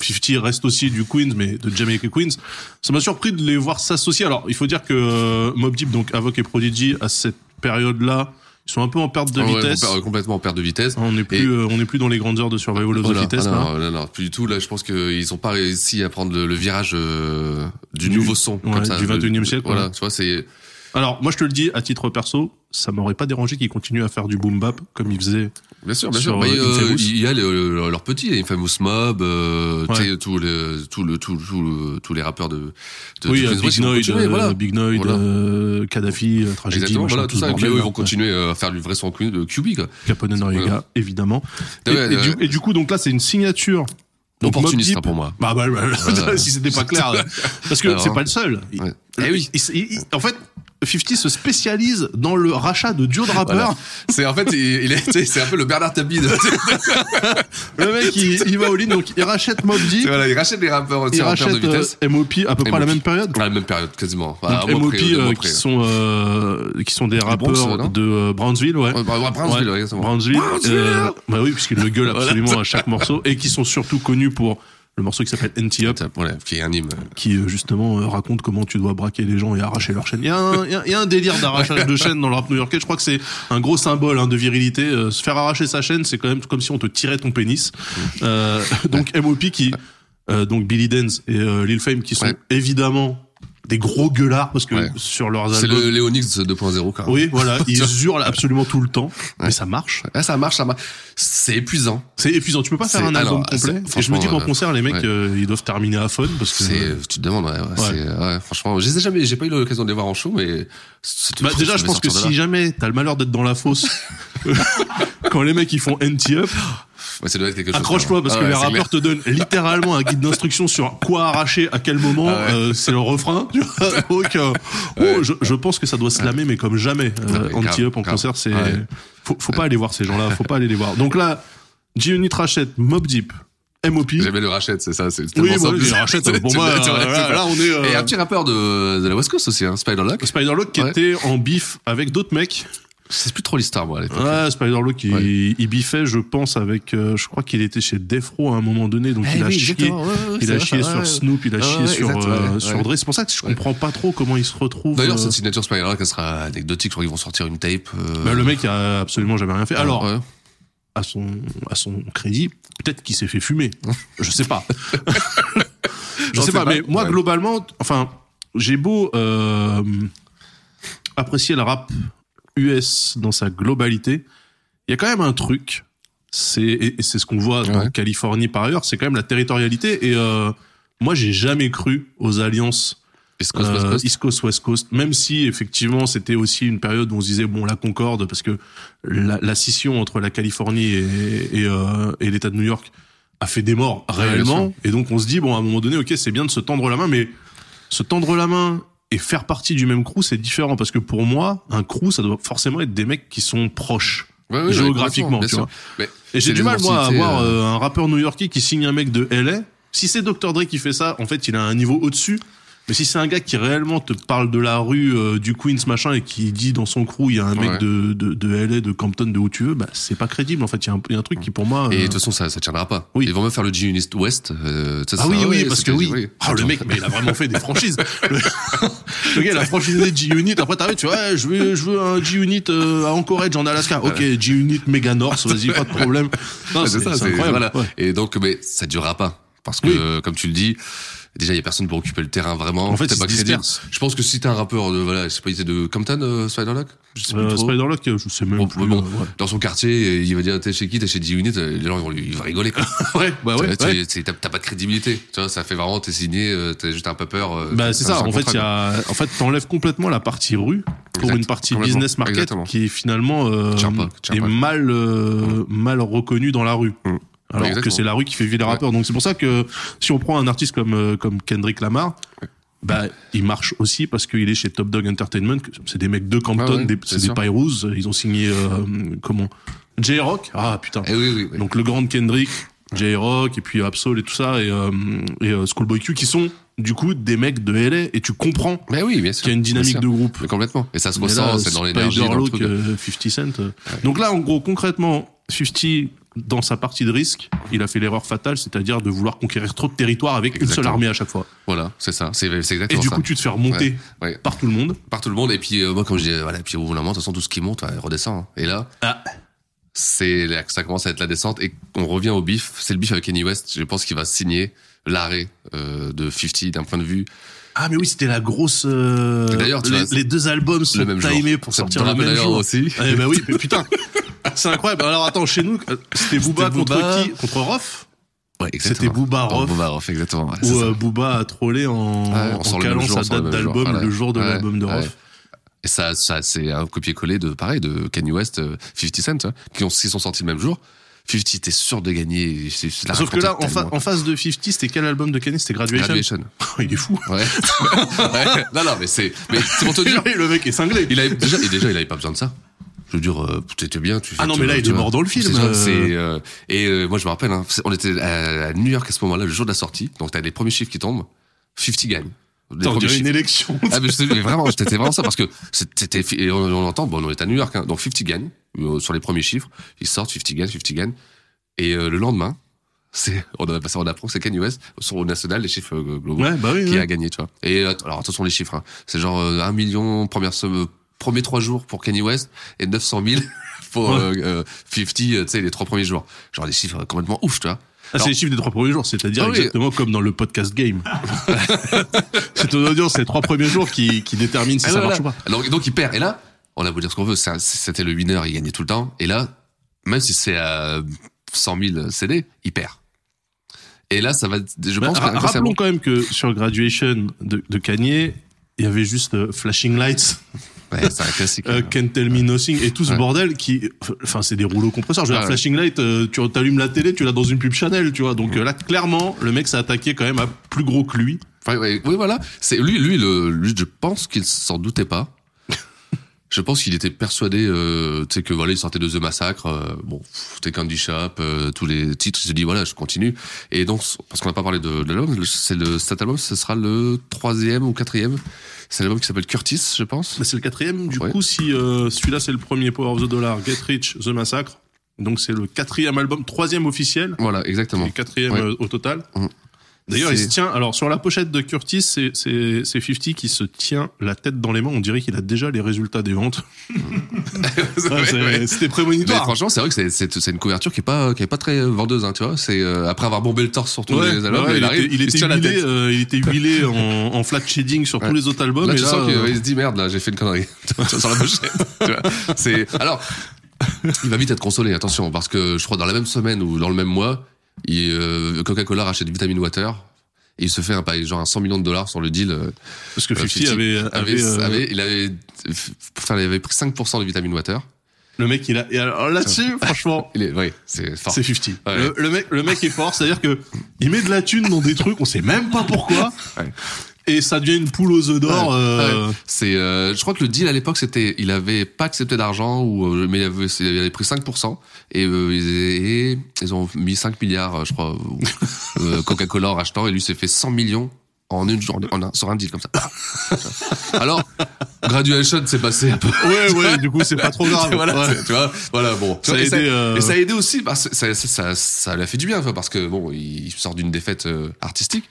A: 50 reste aussi du Queens, mais de Jamaica Queens, ça m'a surpris de les voir s'associer. Alors, il faut dire que euh, Mobb Deep, donc Avoc et Prodigy, à cette période-là, ils sont un peu en perte de
B: Ah Ouais, on
A: vitesse.
B: perd- complètement en perte de vitesse.
A: on n'est plus,
B: Et-
A: euh, on n'est plus dans les grandeurs de Survival of the
B: Voilà.
A: Fittest, hein. là.
B: Ah, non, non, non, plus du tout. Là, je pense qu'ils ont pas réussi à prendre le, le virage euh, du,
A: Du-
B: nouveau son,
A: ouais,
B: comme ça,
A: du
B: le-
A: 21e siècle,
B: Voilà,
A: ouais.
B: tu vois, c'est
A: Alors, moi, je te le dis, à titre perso, ça m'aurait pas dérangé qu'ils continuent à faire du boom bap comme ils faisaient.
B: bien sûr, bien
A: Sur,
B: sûr. Mais,
A: euh,
B: euh,
A: Infamous.
B: il y a le- le- leur petit, les Infamous Mob, euh,
A: Ouais.
B: tu sais, tout le, tout le, tout, tout le- tous les rappeurs de, de
A: oui,
B: de
A: euh,
B: Queensbridge,
A: Big
B: ils vont
A: Noid,
B: continuer,
A: euh,
B: voilà.
A: Big Noid,
B: Voilà.
A: euh, Kadhafi, euh, Tragédie,
B: Exactement,
A: machin,
B: voilà, tout ça.
A: ce
B: Et puis,
A: bordel, hein.
B: eux, ils
A: là.
B: vont continuer euh, à faire du vrai son Queen- de QB, quoi.
A: Capone et Noriega,
B: Voilà.
A: évidemment. Et,
B: Mmh. Ah ouais,
A: et du,
B: ouais.
A: et du coup, donc là, c'est une signature. Donc,
B: Opportuniste,
A: Mobb
B: hein,
A: Deep-
B: pour moi.
A: Bah, bah, bah,
B: Voilà.
A: si c'était pas clair. euh, Parce que
B: Alors,
A: c'est
B: hein.
A: pas le seul. Il-
B: Ouais.
A: il-
B: Eh oui.
A: il- il- il- en fait, 50 se spécialise dans le rachat de duos de rappeurs.
B: Voilà. C'est en fait, il, il est, tu sais, c'est un peu le Bernard Tapie. de-
A: Le mec, il, il va au line, donc il rachète Mob Deep,
B: voilà, il rachète les rappeurs,
A: il
B: tu sais, en perte de
A: rachète euh,
B: vitesse.
A: MOP à peu près à la
B: MOP.
A: même période.
B: À la même période, quasiment. Ah, À
A: Donc
B: un mois
A: MOP
B: près, deux mois
A: euh,
B: près.
A: qui sont euh, qui sont des rappeurs
B: Bronx, non
A: de euh, Brownsville ouais.
B: Ouais, bah, ouais, Brownsville,
A: Ouais,
B: ouais, exactement.
A: Brownsville, euh, bah oui puisqu'ils le gueulent
B: Voilà.
A: absolument à chaque morceau et qui sont surtout connus pour le morceau qui s'appelle NT Up
B: Voilà, qui est un hymne.
A: qui euh, justement euh, raconte comment tu dois braquer les gens et arracher leur chaîne. Il y a un, il y a- il y a un délire d'arrachage de chaîne dans le rap new-yorkais. Je crois que c'est un gros symbole hein, de virilité. Euh, se faire arracher sa chaîne, c'est quand même comme si on te tirait ton pénis. Euh, donc M.O.P. qui, euh, donc Billy Dance et euh, Lil Fame qui sont
B: Ouais.
A: évidemment des gros gueulards parce que
B: Ouais.
A: sur leurs
B: C'est
A: albums.
B: le Léonix 2.0, quoi.
A: Oui, voilà,
B: Tu vois.
A: ils hurlent absolument tout le temps, mais
B: Ouais.
A: ça marche.
B: Ah, ça marche, ça marche. C'est épuisant.
A: C'est épuisant. Tu peux pas faire
B: C'est-
A: un album
B: alors, c'est-
A: complet. Et je me
B: franchement,
A: dis qu'en
B: euh,
A: concert, les mecs,
B: ouais.
A: euh, ils doivent terminer à fond parce que.
B: C'est, euh, tu te demandes, ouais, ouais, c'est- euh, ouais, franchement, j'ai jamais, j'ai pas eu l'occasion de les voir en show, mais c'est-
A: Bah, déjà,
B: ça
A: je
B: devait
A: pense que
B: sortir de
A: si jamais t'as le malheur d'être dans la fosse, quand les mecs ils font NT up,
B: là. Ouais, ça doit être quelque chose.
A: accroche-toi parce
B: Ah
A: que
B: ouais,
A: les
B: c'est clair.
A: rappeurs te donnent littéralement un guide d'instruction sur quoi arracher à quel moment.
B: Ah ouais.
A: euh, c'est le refrain. tu vois. Donc, euh, oh,
B: Ouais.
A: je, je pense que ça doit se lamer, mais comme jamais.
B: Ouais, grave,
A: anti up en
B: grave.
A: concert, c'est
B: Ouais.
A: faut, faut pas aller voir ces gens-là. Faut pas aller les voir. Donc là, G-Unit rachète Mob Deep, MOP.
B: Jamais le rachète, c'est ça, c'est
A: Oui,
B: tellement
A: voilà,
B: simple.
A: je les rachète. Pour
B: Tu-
A: moi,
B: tu- tu-
A: euh,
B: tu-
A: là, là, on est.
B: Et
A: euh,
B: un petit rappeur de, de la West Coast aussi, hein, Spider-Lock.
A: Spider-Lock qui
B: Ouais.
A: était en bif avec d'autres mecs.
B: C'est plus trop l'histoire, moi, à l'époque.
A: Ouais, Spider-Lock, il,
B: Ouais.
A: il biffait, je pense, avec. euh, je crois qu'il était chez Defro à un moment donné, donc
B: Eh
A: il a
B: oui,
A: chié.
B: exactement, ouais, ouais,
A: Il
B: c'est
A: a
B: vrai,
A: chié
B: ça,
A: sur
B: ouais.
A: Snoop, il a
B: Ouais,
A: chié
B: ouais,
A: sur,
B: exact,
A: euh,
B: ouais,
A: sur
B: ouais.
A: Dre. C'est pour ça que je
B: Ouais.
A: comprends pas trop comment il se retrouve.
B: D'ailleurs,
A: euh,
B: cette signature Spider-Lock, elle sera anecdotique, je crois qu'ils vont sortir une tape. euh,
A: bah, le mec a absolument jamais rien fait. Alors,
B: Ah, ouais.
A: à, son, à son crédit, peut-être qu'il s'est fait fumer. Je sais pas. je
B: J'en
A: sais
B: sais
A: pas,
B: pas,
A: mais moi,
B: ouais.
A: globalement, t- enfin, j'ai beau euh, apprécier le rap US dans sa globalité, il y a quand même un truc, c'est, et, et c'est ce qu'on voit en
B: Ouais.
A: Californie par ailleurs, c'est quand même la territorialité. Et euh, moi, j'ai jamais cru aux alliances
B: East Coast,
A: euh,
B: West Coast.
A: East Coast, West Coast. Même si, effectivement, c'était aussi une période où on se disait, bon, la Concorde, parce que la, la scission entre la Californie et, et, euh, et l'État de New York a fait des morts
B: bien
A: réellement.
B: sûr.
A: et donc, on se dit, bon, à un moment donné, ok, c'est bien de se tendre la main, mais se tendre la main et faire partie du même crew, c'est différent. Parce que pour moi, un crew, ça doit forcément être des mecs qui sont proches.
B: Ouais, ouais, ouais,
A: géographiquement,
B: bien
A: tu
B: sûr.
A: vois.
B: Mais
A: Et j'ai
B: c'est
A: du
B: les
A: mal, moi, à
B: identités,
A: avoir
B: euh,
A: euh, un rappeur new-yorkais qui signe un mec de LA. Si c'est Dr. Dre qui fait ça, en fait, il a un niveau au-dessus. Mais si c'est un gars qui réellement te parle de la rue, euh, du Queens, machin, et qui dit dans son crew, il y a un mec
B: Ouais.
A: de, de, de LA, de Compton, de où tu veux, bah, c'est pas crédible, en fait. Il y a un- il y, a un truc qui, pour moi.
B: Et de
A: euh,
B: toute façon, ça, ça tiendra pas.
A: Oui.
B: Ils vont même faire le G-Unist West. euh, ça
A: Ah
B: sera-
A: oui, oui,
B: ouais,
A: parce
B: c'est-
A: que oui. Ah, le mec, mais il a vraiment fait des franchises. Le, le gars, il a franchisé G-Unit. Après, t'arrives, tu vois, ouais, je veux, je veux un G-Unit euh, à Anchorage, en Alaska. Ok, G-Unit méga North, vas-y, pas de problème. Non,
B: Ouais, c'est ça, c'est
A: incroyable.
B: voilà.
A: Ouais.
B: Et donc, mais ça durera pas. Parce que,
A: Oui.
B: euh, comme tu le dis, déjà, il y a personne pour occuper le terrain vraiment.
A: En fait,
B: T'es
A: ils
B: pas
A: se
B: crédible.
A: dispersent.
B: Je pense que si t'es un rappeur de, voilà, je sais pas, il était de Compton, euh, Spider-Lock? Je sais plus
A: Euh,
B: trop.
A: Spider-Lock, je sais même
B: Bon,
A: plus.
B: bon,
A: euh, ouais.
B: dans son quartier, euh, il va dire, t'es chez qui? T'es chez D-Unit? Les gens, ils vont, lui- ils vont rigoler, quoi.
A: Ouais, bah ouais,
B: Tu vois,
A: ouais.
B: tu- T'as t'as pas de crédibilité. Tu vois, ça fait vraiment, t'es signé, euh, t'es juste un pepper. euh,
A: Bah, c'est
B: t'as
A: ça.
B: un
A: En fait,
B: contrat,
A: il y a, en fait, t'enlèves complètement la partie rue pour
B: Exact,
A: une partie
B: complètement,
A: business market
B: exactement.
A: qui finalement euh,
B: Tient pas, tient
A: est
B: pas.
A: mal euh, mal reconnue dans la rue.
B: Mm.
A: Alors que
B: Exactement.
A: c'est la rue qui fait vivre les rappeurs. Donc c'est pour ça que si on prend un artiste comme euh, comme Kendrick Lamar, bah il marche aussi parce qu'il est chez Top Dog Entertainment. que C'est des mecs de Compton,
B: Ah ouais,
A: des-
B: c'est
A: c'est des
B: sûr.
A: Pyros. Ils ont signé euh, comment J-Rock. Ah putain.
B: quoi. Eh oui, oui, oui.
A: Donc le grand Kendrick, J-Rock et puis Absol et tout ça et, euh, et euh, Schoolboy Q qui sont du coup des mecs de LA et tu comprends
B: Mais oui, bien sûr.
A: qu'il y a une dynamique
B: Bien
A: de
B: sûr.
A: groupe.
B: Mais complètement. Et ça se
A: Mais
B: ressent,
A: là,
B: c'est dans l'énergie, dans le
A: Spider-Look,
B: truc.
A: euh, 50 Cent. euh. Donc là en gros concrètement 50 dans sa partie de risque, il a fait l'erreur fatale, c'est-à-dire de vouloir conquérir trop de territoire avec une seule
B: Exactement.
A: armée à chaque fois.
B: Voilà, c'est ça. C'est c'est
A: Et
B: exactement
A: du
B: ça.
A: coup, tu te fais remonter
B: Ouais, ouais.
A: par tout le monde.
B: Par tout le monde. Et puis, euh, moi, comme je dis, voilà, puis au bout d'un moment, de toute façon, tout ce qui monte, ouais, redescend. hein. Et là,
A: Ah.
B: c'est là que ça commence à être la descente. Et on revient au bif. C'est le bif avec Kenny West. Je pense qu'il va signer l'arrêt euh, de 50 d'un point de vue.
A: Ah mais oui, c'était la grosse. euh,
B: D'ailleurs, tu
A: les,
B: vois,
A: les deux albums sont
B: le même jour.
A: timés pour
B: Ça me
A: sortir le
B: drame
A: même
B: d'ailleurs
A: jour.
B: aussi.
A: Eh ben oui, mais putain, c'est incroyable. Alors attends, chez nous, c'était Booba,
B: C'était Booba.
A: contre qui Contre Rof
B: Ouais,
A: C'était Booba
B: Dans
A: Rof.
B: Booba Rof, bah, exactement. ouais, c'est
A: Ou
B: ça.
A: euh, Booba a trollé en,
B: Ouais, on
A: en
B: sort le
A: calant
B: même jour,
A: sa
B: on sort le
A: date
B: même jour,
A: d'album
B: voilà.
A: le jour de
B: Ouais,
A: l'album de Rof.
B: ouais. Et ça, ça c'est un copier-coller de, pareil, de Kanye West, euh, 50 Cent, hein, qui ont, s'ils sont sortis le même jour. 50, t'es sûr de gagner. c'est- c'est la
A: Sauf que
B: raconter
A: là, en, fa-
B: tellement.
A: en face de 50, c'était quel album de Kanye C'était Graduation.
B: Graduation.
A: Il est fou.
B: Ouais. Ouais. Non, non, mais c'est, mais c'est pour te dire.
A: le mec est cinglé.
B: Il avait, déjà, et déjà, il avait pas besoin de ça. Je veux dire, euh, t'étais bien. Tu,
A: Ah non,
B: tu-
A: mais là, il
B: tu
A: est
B: vois.
A: mort dans le film.
B: C'est sûr,
A: Euh.
B: c'est, euh, et euh, moi, je me rappelle, hein, c'est- on était à, à New York à ce moment-là, le jour de la sortie. Donc, t'as les premiers chiffres qui tombent. 50 gagne. Les
A: Putain, on dirait
B: premiers
A: une
B: chiffres.
A: élection.
B: Ah, mais je te- mais vraiment, c'était vraiment ça parce que c'était, et on, on entend, bon, on est à New York, hein, donc 50 gagne euh, sur les premiers chiffres. Ils sortent 50 gagne, 50 gagne. Et euh, le lendemain, c'est, on, a- on apprend que c'est Kanye West, sur au national, les chiffres euh, globaux
A: Ouais, bah oui.
B: qui
A: ouais.
B: a gagné, tu vois. Et euh, alors attention les chiffres, hein. c'est genre euh, 1 million première somme, premier trois jours pour Kanye West et 900 000 pour
A: Ouais.
B: euh, euh, 50, euh, tu sais les trois premiers jours. Genre des chiffres complètement ouf, tu vois.
A: Ah, c'est les chiffres des trois premiers jours, c'est-à-dire
B: Ah oui.
A: exactement comme dans le podcast game. c'est ton audience, c'est les trois premiers jours qui, qui déterminent si
B: Ah,
A: ça
B: voilà.
A: marche ou pas.
B: Alors, donc il perd. Et là, on a beau dire ce qu'on veut, ça- c'était le winner, il gagnait tout le temps. Et là, même si c'est à 100 000 CD, il perd. Et là, ça va. Je
A: Bah,
B: pense
A: ra-
B: que
A: rappelons quand même que sur Graduation de, de Kanye, il y avait juste euh, Flashing Lights,
B: Ouais, c'est un classique.
A: euh, Can't Tell Me Nothing et tout ce
B: Ouais.
A: bordel qui, enfin, c'est des rouleaux compresseurs. Je veux
B: Ah,
A: dire,
B: ouais.
A: Flashing Light, euh, tu allumes la télé, tu l'as dans une pub Chanel, tu vois. Donc euh, là, clairement, le mec s'est attaqué quand même à plus gros que lui.
B: Enfin, ouais, oui, voilà. C'est lui, lui, le, lui, je pense qu'il s'en doutait pas. Je pense qu'il était persuadé, euh, tu sais que voilà, il sortait de The Massacre, euh, bon, pff, t'es Candy Shop, euh, tous les titres, il se dit voilà, je continue. Et donc, parce qu'on n'a pas parlé de, de l'album, le- c'est le cet album, ce sera le troisième ou quatrième. C'est l'album qui s'appelle Curtis, je pense.
A: Bah, c'est le quatrième. Du
B: Ouais.
A: coup, si euh, celui-là, c'est le premier Power of the Dollar, Get Rich, The Massacre. Donc c'est le quatrième album, troisième officiel.
B: Voilà, exactement.
A: Et quatrième
B: Ouais.
A: euh, au total.
B: Mhm.
A: D'ailleurs, il
B: C'est-
A: se tient. Alors, sur la pochette de Curtis, c'est c'est- c'est 50 qui se tient la tête dans les mains. On dirait qu'il a déjà les résultats des ventes. Ah, c'est- C'était
B: Mais
A: prémonitoire.
B: franchement, c'est vrai que c'est- c'est c'est une couverture qui est pas qui est pas très vendeuse, hein, tu vois. C'est euh, après avoir bombé le torse sur tous
A: Ouais,
B: les albums,
A: ouais,
B: il,
A: il,
B: arrive,
A: était, il, était
B: se tient la
A: huilé,
B: tête.
A: euh, il était huilé en, en flat shading sur
B: Ouais.
A: tous les autres albums.
B: là,
A: et
B: tu
A: là,
B: sens qu'il
A: euh,
B: se dit merde, là, j'ai fait une connerie. sur la pochette. tu vois. C'est alors, il va vite être consolé, attention, parce que je crois dans la même semaine ou dans le même mois, il, euh, Coca-Cola rachète Vitamin Water. Et il se fait un pa- genre un 100 millions de dollars sur le deal. euh,
A: parce que 50,
B: 50
A: avait,
B: avait-
A: avait, euh,
B: avait- il avait, enfin, il avait pris 5% de Vitamin Water.
A: le mec, il a. et alors là-dessus, franchement,
B: Il est, oui, c'est fort.
A: C'est 50.
B: Ouais.
A: Le, le mec, le mec est fort, c'est-à-dire que il met de la thune dans des trucs, on sait même pas pourquoi.
B: Ouais.
A: Et ça devient une poule aux œufs d'or. euh,
B: Ouais. C'est, euh, je crois que le deal à l'époque c'était, il avait pas accepté d'argent ou euh, mais il avait, il avait pris 5% et, euh, ils, et ils ont mis 5 milliards, euh, je crois, ou, euh, Coca-Cola en rachetant et lui s'est fait 100 millions en une journée, en un- sur un deal comme ça. Alors, graduation s'est passé un peu.
A: Ouais, ouais, du coup, c'est pas trop grave.
B: voilà,
A: Ouais.
B: c'est- tu vois, voilà, bon.
A: Ça a
B: et, ça,
A: aidé, euh,
B: et ça a aidé aussi, parce que ça, ça, ça, ça lui a fait du bien, tu vois, parce que bon, il sort d'une défaite euh, artistique.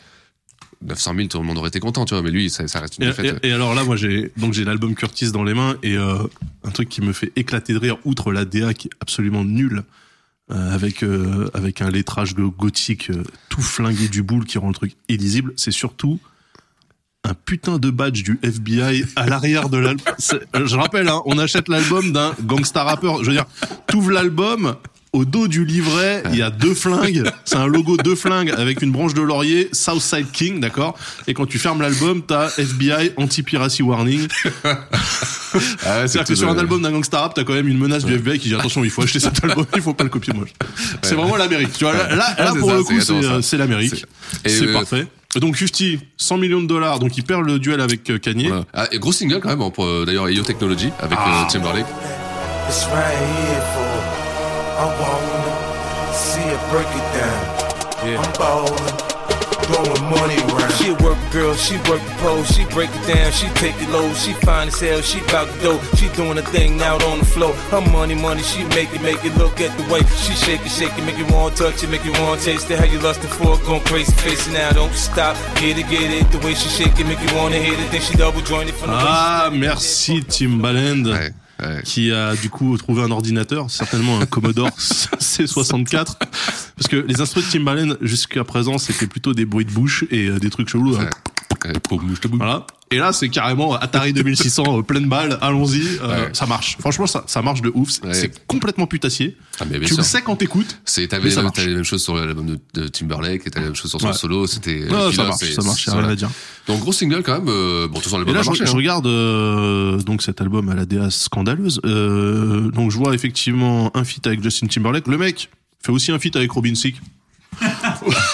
B: 900 000, tout le monde aurait été content, tu vois, mais lui, ça, ça reste une
A: Et,
B: défaite. euh,
A: et- et alors là, moi, j'ai donc j'ai l'album Curtis dans les mains et euh, un truc qui me fait éclater de rire, outre la DA qui est absolument nulle, euh, avec euh, avec un lettrage go- gothique euh, tout flingué du boule qui rend le truc illisible. C'est surtout un putain de badge du FBI à l'arrière de l'album. C'est- euh, Je rappelle, hein, on achète l'album d'un gangsta rappeur. Je veux dire, t'ouvres l'album. Au dos du livret, il y a deux flingues. C'est un logo deux flingues avec une branche de laurier, Southside King, d'accord Et quand tu fermes l'album, t'as FBI Anti-Piracy Warning.
B: Ah ouais,
A: C'est-à-dire
B: tout
A: que sur
B: le-
A: un album d'un gangsta rap, t'as quand même une menace du FBI qui dit attention, il faut acheter cet album, il faut pas le copier moche. C'est vraiment l'Amérique. Tu vois, là, là,
B: Ah,
A: là,
B: c'est
A: pour
B: ça,
A: le
B: c'est
A: coup, c'est
B: exactement
A: euh,
B: ça.
A: c'est l'Amérique.
B: C'est- et,
A: C'est
B: euh,
A: parfait. Donc 50, 100 millions de dollars, donc il perd le duel avec euh, Kanye.
B: Voilà. Ah, et gros single quand même, hein, pour, euh, d'ailleurs, IO Technology avec
A: Ah.
B: euh, Timberlake.
F: It's right here for I wanna see it break it down. I'm ballin', throwing money round.
D: She a work girl, she work the pole, she break it down, she take it low, she fine as hell, she bout to go, she doing her thing out on the floor. Her money, money, she make it, make it look at the way she shake it, shake it, make you want to touch it, make you want to taste it. How you lustin' for it, going crazy, face it now, don't stop, get it, get it. The way she shake it, make you want to hit it, then she double joint it from the
A: Ah, merci Timbaland.
B: Ouais, ouais.
A: Qui a du coup trouvé un ordinateur, certainement un Commodore C64, parce que les instruments de Timbaland jusqu'à présent c'était plutôt des bruits de bouche et euh, des trucs chelous. hein.
B: Ouais. Ouais, boum, je te boum.
A: Voilà. Et là, c'est carrément Atari 2600, euh, pleine balle, allons-y, euh,
B: Ouais.
A: ça marche. Franchement, ça, ça marche de ouf. C'est
B: Ouais.
A: c'est complètement putassier.
B: Ah, mais bien
A: tu le
B: sûr.
A: sais quand t'écoutes.
B: C'est,
A: Mais
B: t'avais,
A: ça
B: t'avais,
A: marche.
B: les mêmes choses sur l'album de, de Timberlake et t'avais les mêmes choses sur son
A: Ouais.
B: solo. C'était.
A: Non,
B: et puis
A: ça
B: là,
A: marche,
B: c'est-
A: ça marche, y a
B: voilà.
A: rien à dire.
B: Donc gros single quand même. euh, bon, tout ça,
A: Et
B: l'album
A: là,
B: a
A: je,
B: marché.
A: je
B: hein.
A: regarde euh, donc cet album à la DA scandaleuse. Euh, donc, je vois effectivement un feat avec Justin Timberlake. Le mec fait aussi un feat avec Robin Thicke.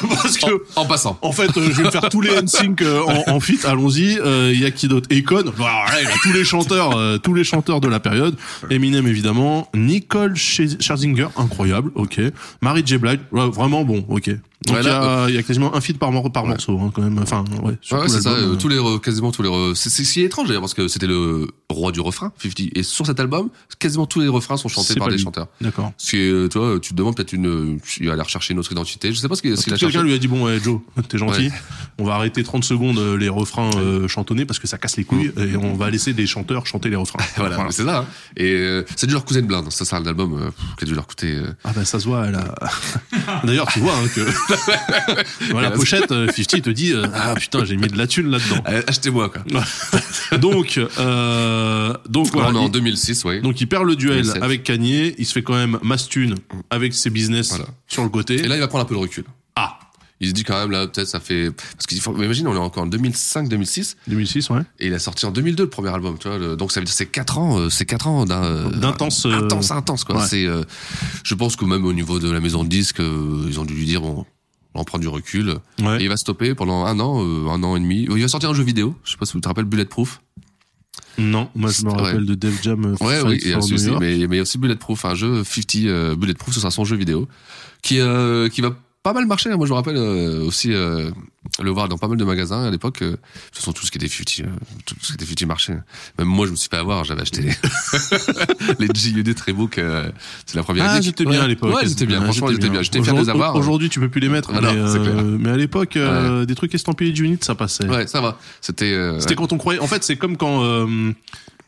A: Parce que.
B: hein. En passant.
A: En fait, euh, je vais me faire tous les NSYNC euh, en, en fit. Allons-y. Euh, Il y a qui d'autre Akon. Bah, alors là, il a tous les chanteurs, euh, tous les chanteurs de la période. Eminem évidemment. Nicole Sche- Scherzinger, incroyable. Ok. Marie J Blige, ouais, vraiment bon. Ok. Donc
B: Ouais,
A: il y,
B: là, euh,
A: a- il y a quasiment un feed par, mor- par morceau hein, quand même. Enfin, ouais. sur
B: Ouais, ouais,
A: tout
B: c'est ça,
A: l'album,
B: euh,
A: euh.
B: tous les re- quasiment tous les re- c'est c'est si étrange d'ailleurs parce que c'était le roi du refrain 50 et sur cet album quasiment tous les refrains sont chantés
A: C'est
B: par
A: pas
B: des
A: lui.
B: chanteurs.
A: D'accord.
B: Ce qui est, euh, tu vois, tu te demandes peut-être une euh, il va aller rechercher une autre identité, je sais pas ce qu'il ce qu'il a
A: Peut-être
B: cherché.
A: Quelqu'un lui a dit bon ouais, Joe, t'es gentil,
B: Ouais.
A: on va arrêter 30 secondes euh, les refrains euh, chantonnés parce que ça casse les couilles et on va laisser des chanteurs chanter les refrains.
B: Mm. Voilà, mais c'est ça. hein. Et euh, ça a dû leur coûter une blinde, ça c'est un album euh, pff, qui a dû leur coûter euh,
A: Ah bah ça se voit elle a- D'ailleurs tu vois hein, que Voilà, la pochette euh, 50 te dit euh, ah putain j'ai mis de la thune là-dedans.
B: Allez, achetez-moi quoi.
A: donc euh, donc voilà.
B: on est en
A: il-
B: 2006, ouais.
A: donc il perd le duel
B: 2007.
A: avec Kanye, il se fait quand même mastune avec ses business
B: Mm. Voilà.
A: sur le côté.
B: et là il va prendre un peu le recul.
A: ah
B: Il se dit quand même là peut-être ça fait parce qu'il faut imagine on est encore en 2005 2006
A: 2006 ouais.
B: Et il a sorti en 2002 le premier album, tu vois. le- donc ça veut dire c'est quatre ans, euh, c'est quatre ans d'un euh,
A: D'intense, euh,
B: intense, intense quoi.
A: ouais.
B: C'est, euh, je pense que même au niveau de la maison de disques, euh, ils ont dû lui dire bon, on prend du recul.
A: Ouais.
B: Et il va stopper pendant un an, euh, un an et demi. Il va sortir un jeu vidéo. Je sais pas si vous te rappelles Bulletproof.
A: Non, moi je me
B: Ouais.
A: rappelle de Def Jam euh,
B: Ouais,
A: Fight
B: oui.
A: for
B: Et aussi,
A: New
B: aussi,
A: York.
B: mais mais il y a aussi Bulletproof, un jeu 50 euh, Bulletproof, ce sera son jeu vidéo qui euh, qui va pas mal marcher. Moi je me rappelle euh, aussi euh, le voir dans pas mal de magasins à l'époque. euh, de toute façon tout ce qui était 50, euh, tout ce qui était 50 marchait. hein. Même moi je me suis fait avoir, j'avais acheté les JUD très beaux que euh, c'est la première
A: Ah,
B: édition.
A: j'étais bien
B: Ouais.
A: à l'époque.
B: Ouais, j'étais bien.
A: Ouais,
B: Franchement, j'étais bien. J'étais fier de les
A: Aujourd'hui-
B: avoir.
A: Aujourd'hui, tu peux plus les mettre.
B: Ah non,
A: mais,
B: c'est
A: euh,
B: clair.
A: mais à l'époque, euh, des trucs estampillés de unit, ça passait.
B: Ouais, ça va. C'était euh,
A: C'était quand on croyait. En fait, c'est comme quand euh,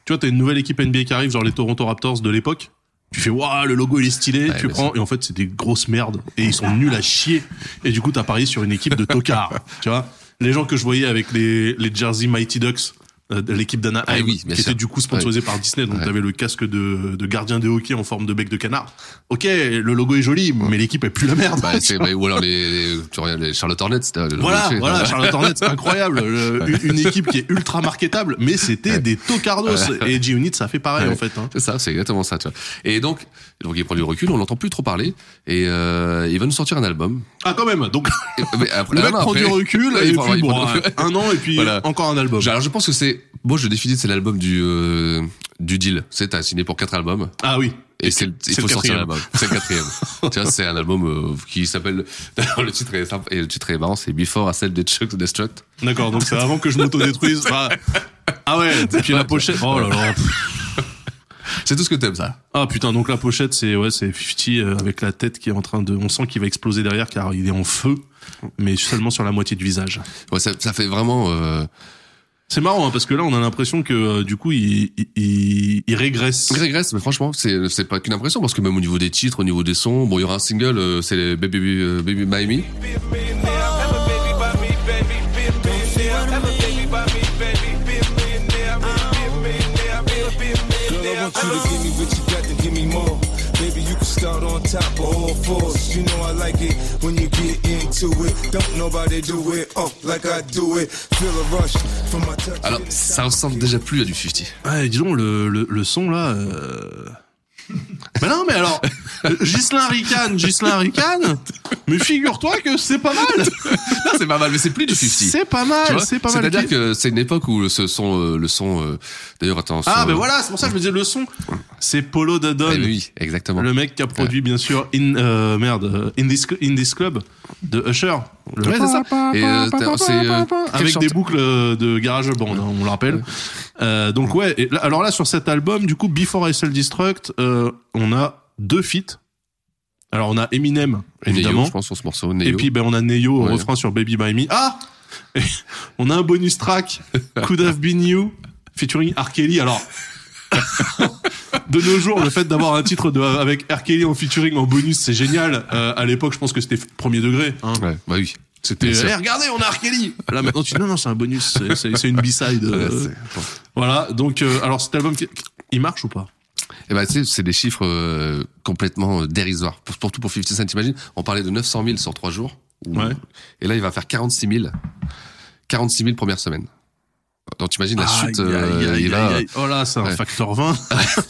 A: tu vois, t'as une nouvelle équipe NBA qui arrive, genre les Toronto Raptors de l'époque. Tu fais waouh, le logo il est stylé.
B: Ouais, bah,
A: tu
B: bien
A: prends et en fait c'est des grosses merdes et ils sont nuls à chier. Et du coup t'as parié sur une équipe de tocards. tu vois, les gens que je voyais avec les les Jersey Mighty Ducks. euh, de L'équipe d'Anaheim,
B: Ah oui,
A: qui
B: bien sûr.
A: était du coup sponsorisée par Disney, donc
B: Ouais.
A: t'avais le casque de, de gardien de hockey en forme de bec de canard. Ok, le logo est joli, mais l'équipe est plus la merde.
B: Bah, c'est- bah, ou alors les, les- tu regardes les Charlotte Hornets. t'as le- euh,
A: Voilà,
B: le-
A: voilà, Charlotte Hornets, c'est incroyable. Le- une, une équipe qui est ultra marketable, mais c'était des tocardos. Et G-Unit, ça fait pareil, en fait. hein.
B: C'est ça, c'est exactement ça. Tu vois. Et donc, donc il prend du recul, on l'entend plus trop parler, et euh, il va nous sortir un album.
A: Ah, quand même. Donc,
B: Et- euh, Ah mais après-
A: le
B: un
A: mec
B: an
A: prend
B: après-
A: du recul,
B: Ouais,
A: et
B: il
A: puis
B: prend- il
A: bon,
B: prend du recul.
A: un an, et puis
B: Voilà.
A: encore un album.
B: Alors je pense que c'est, moi je le définis, c'est l'album du euh, du deal. C'est t'as signé pour quatre albums.
A: Ah oui.
B: Et c'est, le- il
A: c'est
B: faut
A: le
B: sortir
A: quatrième.
B: l'album. C'est le quatrième. tu vois, c'est un album euh, qui s'appelle. D'ailleurs, le titre est simple, et le titre est marrant, c'est Before à celle des Chuck Destruct.
A: D'accord, donc c'est avant que je m'autodétruise. Ah, ah ouais, et puis la pochette. Oh là là.
B: C'est tout ce que t'aimes, ça.
A: Ah putain, donc la pochette, c'est ouais, c'est 50 euh, avec la tête qui est en train de. On sent qu'il va exploser derrière car il est en feu, mais seulement sur la moitié du visage.
B: Ouais, ça, ça fait vraiment. euh,
A: C'est marrant hein, parce que là, on a l'impression que euh, du coup, il, il- il, il régresse.
B: Il régresse, mais franchement, c'est c'est pas qu'une impression parce que même au niveau des titres, au niveau des sons, bon, il y aura un single, euh, c'est les Baby euh, Baby Miami.
F: Girl, I want you to give me what you got and give me more. Baby, you can start on top of all fours. You know I like it when you get into it. Don't nobody do it up like I do it. Feel a rush from my touch.
B: Alors, ça ressemble déjà plus à du 50.
A: Ouais, disons le, le, le son là. Euh... Mais non, mais alors, euh, Ghislain Ricane, Ghislain Ricane, mais figure-toi que c'est pas mal.
B: Non, c'est pas mal, mais c'est plus du 50.
A: C'est pas
B: Tu
A: mal,
B: vois
A: c'est pas mal.
B: C'est-à-dire que c'est une époque où ce son, euh, le son, euh, d'ailleurs, attends.
A: Ah,
B: son-
A: ben voilà, c'est pour ça que je me disais le son. C'est Polo Dadon.
B: Eh oui, exactement.
A: Le mec qui a produit bien sûr in euh, merde euh, in this in this club de Usher Le-
B: Ouais, c'est ça. Et euh, t'as- c'est euh, quel
A: avec des
B: chanteur-
A: boucles euh, de garage band, hein, on le rappelle. Euh, donc ouais, et là- alors là sur cet album, du coup, Before I Self Destruct, euh, on a deux feats. Alors on a Eminem
B: Neo,
A: évidemment,
B: je pense, sur ce morceau. Neo.
A: et puis ben on a Neo au
B: Ouais.
A: refrain sur Baby by Me. Ah, Et on a un bonus track Could Have Been You featuring R Kelly. Alors. De nos jours, le fait d'avoir un titre de, avec R. Kelly en featuring en bonus, c'est génial. Euh, à l'époque, je pense que c'était premier degré. hein.
B: Ouais, bah oui.
A: C'était.
B: Bien sûr.
A: Eh, regardez, on a R. Kelly. Là maintenant, tu dis non, non, c'est un bonus, c'est- c'est c'est une B-side.
B: Ouais,
A: euh.
B: c'est- bon.
A: voilà. Donc, euh, alors cet album, qui- il marche ou pas
B: Eh ben, tu sais, c'est des chiffres euh, complètement euh, dérisoires. Pour, surtout pour 50 Cent, t'imagines On parlait de 900 000 sur 3 jours. Ou-
A: Ouais.
B: Et là, il va faire 46 000. 46 000 première semaine. Donc, t'imagines la chute.
A: Aïe,
B: euh,
A: aïe, aïe,
B: il va-
A: aïe, aïe. Oh là, c'est un
B: Ouais.
A: facteur 20.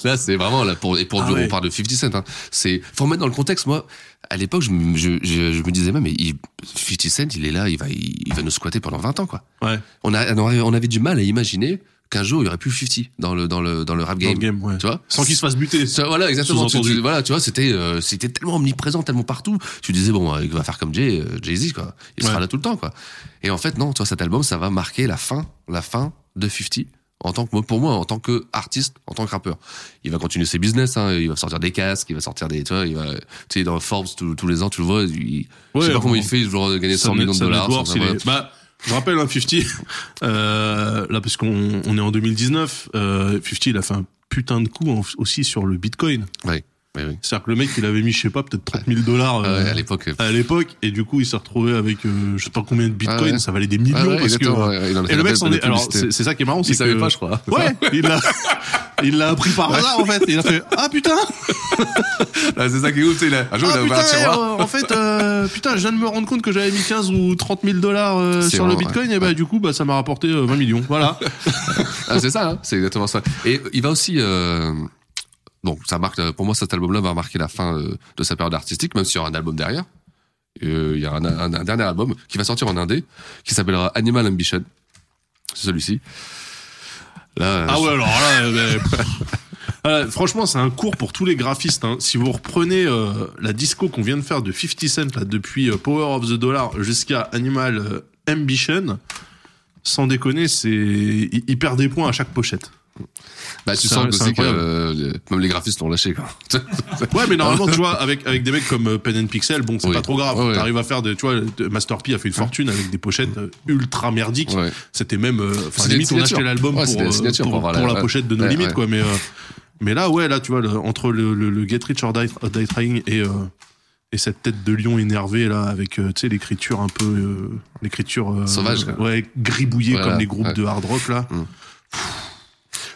B: Là, c'est vraiment là pour et pour
A: Ah
B: du,
A: ouais.
B: on parle de 50 Cent. Hein. C'est faut remettre dans le contexte. Moi, à l'époque, je, me- je, je, je me disais même, mais il, 50 Cent, il est là, il va, il, il va nous squatter pendant 20 ans, quoi.
A: Ouais.
B: On a, on avait, on avait du mal à imaginer qu'un jour il y aurait plus 50 dans le dans le dans le rap
A: Dans
B: game.
A: le game, ouais.
B: Tu vois
A: Sans qu'il se fasse buter.
B: Tu vois, voilà, exactement. Tu,
A: Sous-entendu.
B: tu- voilà, tu vois, c'était euh, c'était tellement omniprésent, tellement partout. Tu disais bon, euh, il va faire comme Jay, euh, Jay-Z quoi. Il sera
A: Ouais.
B: là tout le temps quoi. Et en fait non, tu vois, cet album, ça va marquer la fin, la fin de 50 en tant que pour moi, en tant que artiste, en tant que rappeur. Il va continuer ses business, hein, il va sortir des casques, il va sortir des, tu vois, il va, tu sais, dans Forbes tous- tous les ans, tu le vois, il, je sais
A: Ouais,
B: pas comment
A: on-
B: il fait, genre gagner 100
A: Sam-
B: millions de
A: Sam
B: dollars.
A: Edwards,
B: sans-
A: il est-
B: voilà.
A: bah, je rappelle, hein, 50, euh, là, parce qu'on on est en 2019, euh, 50, il a fait un putain de coup en- aussi sur le bitcoin.
B: Ouais, ouais, ouais.
A: C'est-à-dire que le mec, il avait mis, je sais pas, peut-être 30 000 dollars euh,
B: Ouais, à l'époque.
A: à l'époque, et du coup, il s'est retrouvé avec, euh, je sais pas combien de bitcoin,
B: Ah ouais.
A: ça valait des millions,
B: Ah ouais,
A: parce que, euh,
B: exactement, ouais, il en a fait
A: et le mec
B: la belle
A: s'en est,
B: publicité.
A: alors, c'est c'est ça qui est marrant, c'est que.
B: savait pas, je crois.
A: Ouais, il l'a, il l'a appris par hasard, Oh en fait, et il a fait, ah putain!
B: Ah, c'est ça qui est ouf, tu sais, il a- un jour
A: Ah,
B: il a ouvert un
A: putain,
B: tiroir.
A: euh, en fait, euh, putain, je viens de me rendre compte que j'avais mis 15 ou 30 000 dollars
B: C'est
A: sur le
B: vraiment,
A: bitcoin,
B: ouais.
A: et bah,
B: Ouais.
A: du coup, bah, ça m'a rapporté euh, 20 millions. Voilà.
B: Ah, c'est ça, hein, c'est exactement ça. Et il va aussi. euh, donc, ça marque. euh, Pour moi, cet album-là va marquer la fin euh, de sa période artistique, même s'il y aura un album derrière. Euh, Il y a un, un- un dernier album qui va sortir en indé, qui s'appellera Animal Ambition. C'est celui-ci. Là, euh,
A: ah ouais, alors là, euh, bah, pff. Euh, franchement, c'est un cours pour tous les graphistes. hein. Si vous reprenez euh, la disco qu'on vient de faire de 50 Cent, là, depuis euh, Power of the Dollar jusqu'à Animal euh, Ambition, sans déconner, c'est il, il perd des points à chaque pochette.
B: bah, tu
A: c'est un-
B: sens que,
A: c'est
B: c'est que,
A: incroyable.
B: euh, les- même les graphistes l'ont lâché. Quoi.
A: Ouais, mais normalement, tu vois, avec, avec des mecs comme euh, Pen and Pixel, bon, c'est
B: Oui.
A: pas trop grave.
B: Ouais, ouais.
A: T'arrives à faire des, tu vois, de- Master P a fait une fortune avec des pochettes euh, ultra merdiques.
B: Ouais.
A: C'était même, euh, enfin,
B: C'était
A: limite,
B: une
A: on
B: signature.
A: achetait l'album
B: Ouais,
A: pour,
B: c'était
A: euh,
B: une signature
A: pour,
B: pour avoir
A: pour
B: la-
A: la pochette de nos
B: ouais,
A: limites,
B: ouais.
A: quoi. Mais, euh, mais là, ouais, là, tu vois, le- entre le, le, le Get Rich or Die, or Die Trying et, euh, et cette tête de lion énervée, là, avec, euh, tu sais, l'écriture un peu, euh, l'écriture, euh,
B: Sauvage, quoi.
A: Ouais, gribouillée
B: Voilà,
A: comme les groupes
B: ouais. Mm.
A: de hard rock, là.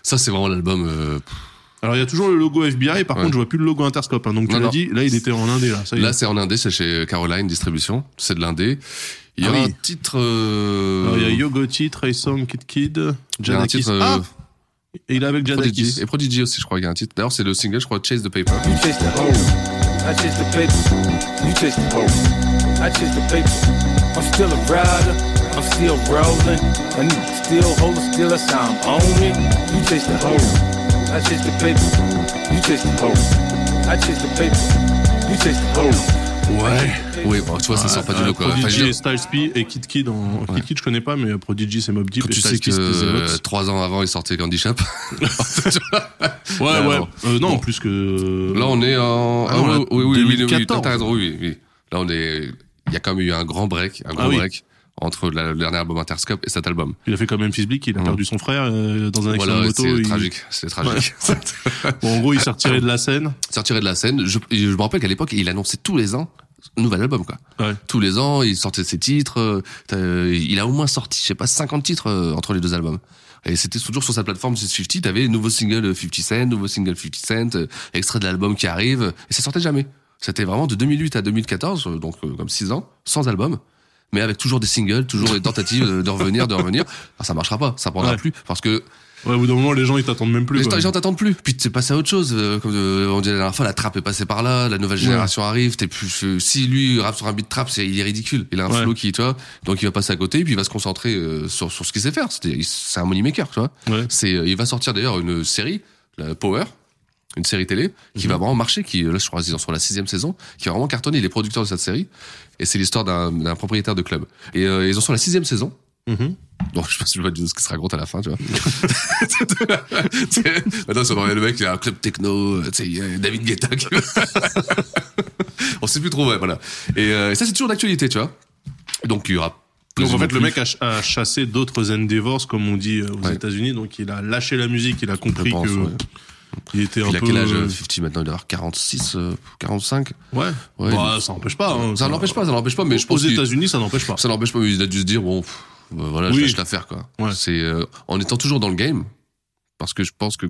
B: Ça, c'est vraiment l'album. euh,
A: Alors, il y a toujours le logo FBI, par
B: Ouais.
A: contre, je vois plus le logo Interscope, hein. Donc, tu
B: Non,
A: l'as
B: non.
A: dit, là, il était en indé, là. Ça y est.
B: Là, c'est en indé, c'est chez Caroline Distribution. C'est de l'indé. Il y
A: Ah
B: a un
A: oui.
B: titre. euh,
A: Alors, Il y a Yogoti, Trey Songz, Kid Kid,
B: il y a un
A: Janakis.
B: titre. euh,
A: Ah Et il est avec
B: Prodigy.
A: Janakis.
B: Et Prodigy aussi, je crois, il y a un titre. D'ailleurs, c'est le single, je crois, Chase the Paper.
F: You chase the hole. I chase the paper. You chase the hole. I chase the paper. I'm still a rider. I'm still rolling. I need to still hold it, still that's how I'm on it. You chase the hole. I chase the paper. You chase the hole. I chase the paper. You chase the hole.
B: Ouais. Oui, bon, tu vois, ça sort pas du
A: Euh,
B: lot, quoi. Enfin, je
A: Prodigy
B: veux
A: et
B: dire,
A: Styles P et Kid Kid. En... Kid Kid, je connais pas, mais euh, Prodigy, c'est Mob Deep.
B: quand
A: et
B: tu sais
A: Styles P,
B: que
A: c'est The
B: euh,
A: Vox.
B: trois ans avant, il sortait Candy Shop.
A: Ouais,
B: Là,
A: ouais.
B: non.
A: Euh, non,
B: Bon.
A: en plus que. euh,
B: Là, on est en.
A: Ah non,
B: oui, oui, oui, oui, oui, oui,
A: 2014.
B: t'as raison, oui, oui. Là, on est. Il y a quand même eu un grand break, un grand
A: Ah oui.
B: break entre la- le dernier album Interscope et cet album.
A: Il a fait comme Memphis Bleak, il a
B: Mm.
A: perdu son frère euh, dans un accident
B: Voilà,
A: de moto.
B: c'est
A: il-
B: tragique, c'est tragique.
A: Bon, en gros, il s'est retiré de la scène.
B: Sortirait de la scène. Je, et je me rappelle qu'à l'époque, il annonçait tous les ans un nouvel album, quoi.
A: Ouais.
B: Tous les ans, il sortait ses titres. euh, t'as- il a au moins sorti, je sais pas, 50 titres euh, entre les deux albums. Et c'était toujours sur sa plateforme 650. T'avais nouveau single euh, 50 Cent, nouveau single 50 Cent, euh, extrait de l'album qui arrive. Et ça sortait jamais. C'était vraiment de 2008 à 2014, euh, donc euh, comme 6 ans, sans album. Mais avec toujours des singles, toujours des tentatives euh, de revenir, de revenir. Alors, ça marchera pas, ça prendra
A: Ouais.
B: plus. Parce que
A: Ouais, au bout d'un moment, les gens, ils t'attendent même plus.
B: les,
A: quoi.
B: gens t'attendent plus. Puis t'es passé à autre chose. euh, Comme euh, on dit la dernière fois, la trappe est passée par là, la nouvelle génération arrive. T'es plus. euh, si lui rappe sur un beat trap, c'est il est ridicule. Il a un
A: Ouais.
B: flow qui, tu vois, donc il va passer à côté. Puis il va se concentrer euh, sur sur ce qu'il sait faire. C'était- il- C'est un money maker, tu vois.
A: Ouais.
B: C'est euh, il va sortir d'ailleurs une série, la Power. Une série télé
A: Mhm.
B: qui va vraiment marcher, qui euh, là je crois qu'ils en sont à la sixième saison, qui va vraiment cartonner. Il est producteur de cette série et c'est l'histoire d'un d'un propriétaire de club. Et euh, ils en sont à la sixième saison.
A: Mhm.
B: Bon, je sais pas si je vais pas dire ce qui se raconte à la fin, tu vois. Tu sais, Maintenant, ça me rappelle le mec, il y a un club techno, euh, tu sais, il y a David Guetta. qui- On sait plus trop, ouais, voilà. Et, euh, et ça, c'est toujours d'actualité, tu vois. Donc, il y aura.
A: Donc en fait, le
B: plus-
A: mec a, ch- a chassé d'autres endeavors, comme on dit euh, aux
B: Ouais.
A: États-Unis. Donc il a lâché la musique, il a compris
B: pense,
A: que
B: ouais.
A: il était un
B: Il a
A: peu.
B: quel âge euh,
A: euh,
B: 50 maintenant Il doit avoir 46, euh, 45
A: Ouais.
B: Ouais,
A: Bah,
B: il-
A: ça n'empêche pas. hein.
B: Ça n'empêche pas, ça n'empêche pas, mais je
A: Aux
B: pense que.
A: États-Unis, ça n'empêche pas.
B: Ça n'empêche pas, mais il a dû se dire, bon, pff, bah, voilà,
A: Oui.
B: je lâche l'affaire, quoi.
A: Ouais.
B: C'est, euh, en étant toujours dans le game. Parce que je pense que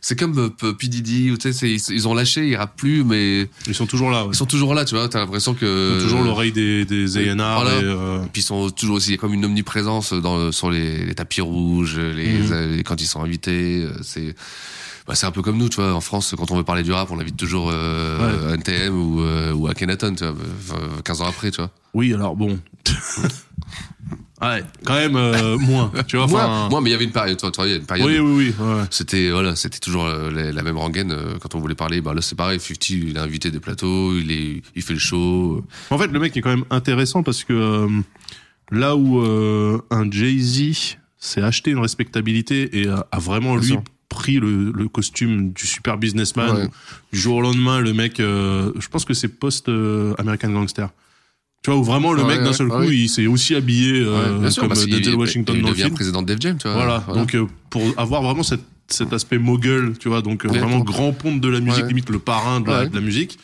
B: c'est comme euh, P. P. Diddy, ou tu sais, c'est- ils- ils ont lâché, ils rappent plus, mais
A: Ils sont toujours là. ouais.
B: Ils sont toujours là, tu vois. T'as l'impression
A: Ils
B: que
A: ont toujours l'oreille des, des
B: euh,
A: A&R
B: voilà.
A: et, euh,
B: Puis ils sont toujours aussi il y a comme une omniprésence dans le- sur les, les tapis rouges, les,
A: Mhm.
B: euh, les- quand ils sont invités. euh, C'est bah, c'est un peu comme nous, tu vois. En France, quand on veut parler du rap, on invite toujours euh, NTM ou euh, ou Akhenaton, tu vois. enfin, 15 ans après, tu vois.
A: Oui, alors bon. Ouais, quand même euh, moins. Tu vois,
B: moi,
A: enfin.
B: moi, mais il y avait une période. tu vois, Il y a une période.
A: Oui, oui, oui. ouais.
B: C'était voilà, c'était toujours euh, la, la même rengaine euh, quand on voulait parler. Bah là c'est pareil, 50 il a invité des plateaux, il est, il fait le show.
A: En fait, le mec est quand même intéressant parce que euh, là où euh, un Jay-Z s'est acheté une respectabilité et a, a vraiment,
B: Bien
A: lui,
B: sûr.
A: pris le, le costume du super businessman,
B: Ouais.
A: du jour au lendemain, le mec, euh, je pense que c'est post-American Gangster. Tu vois, où vraiment le
B: Ouais,
A: mec, d'un
B: ouais,
A: seul
B: ouais,
A: coup,
B: ouais.
A: il s'est aussi habillé euh,
B: Ouais, bien sûr,
A: comme
B: parce
A: euh,
B: qu'il
A: Denzel
B: est-
A: Washington
B: il
A: dans le
B: devient
A: film.
B: président de Def Jam, tu vois.
A: Voilà. donc euh, pour avoir vraiment cette- cet aspect mogul, tu vois, donc euh,
B: Ouais,
A: vraiment
B: pour-
A: grand pompe de la musique,
B: Ouais.
A: limite le parrain de la,
B: Ouais.
A: de la musique,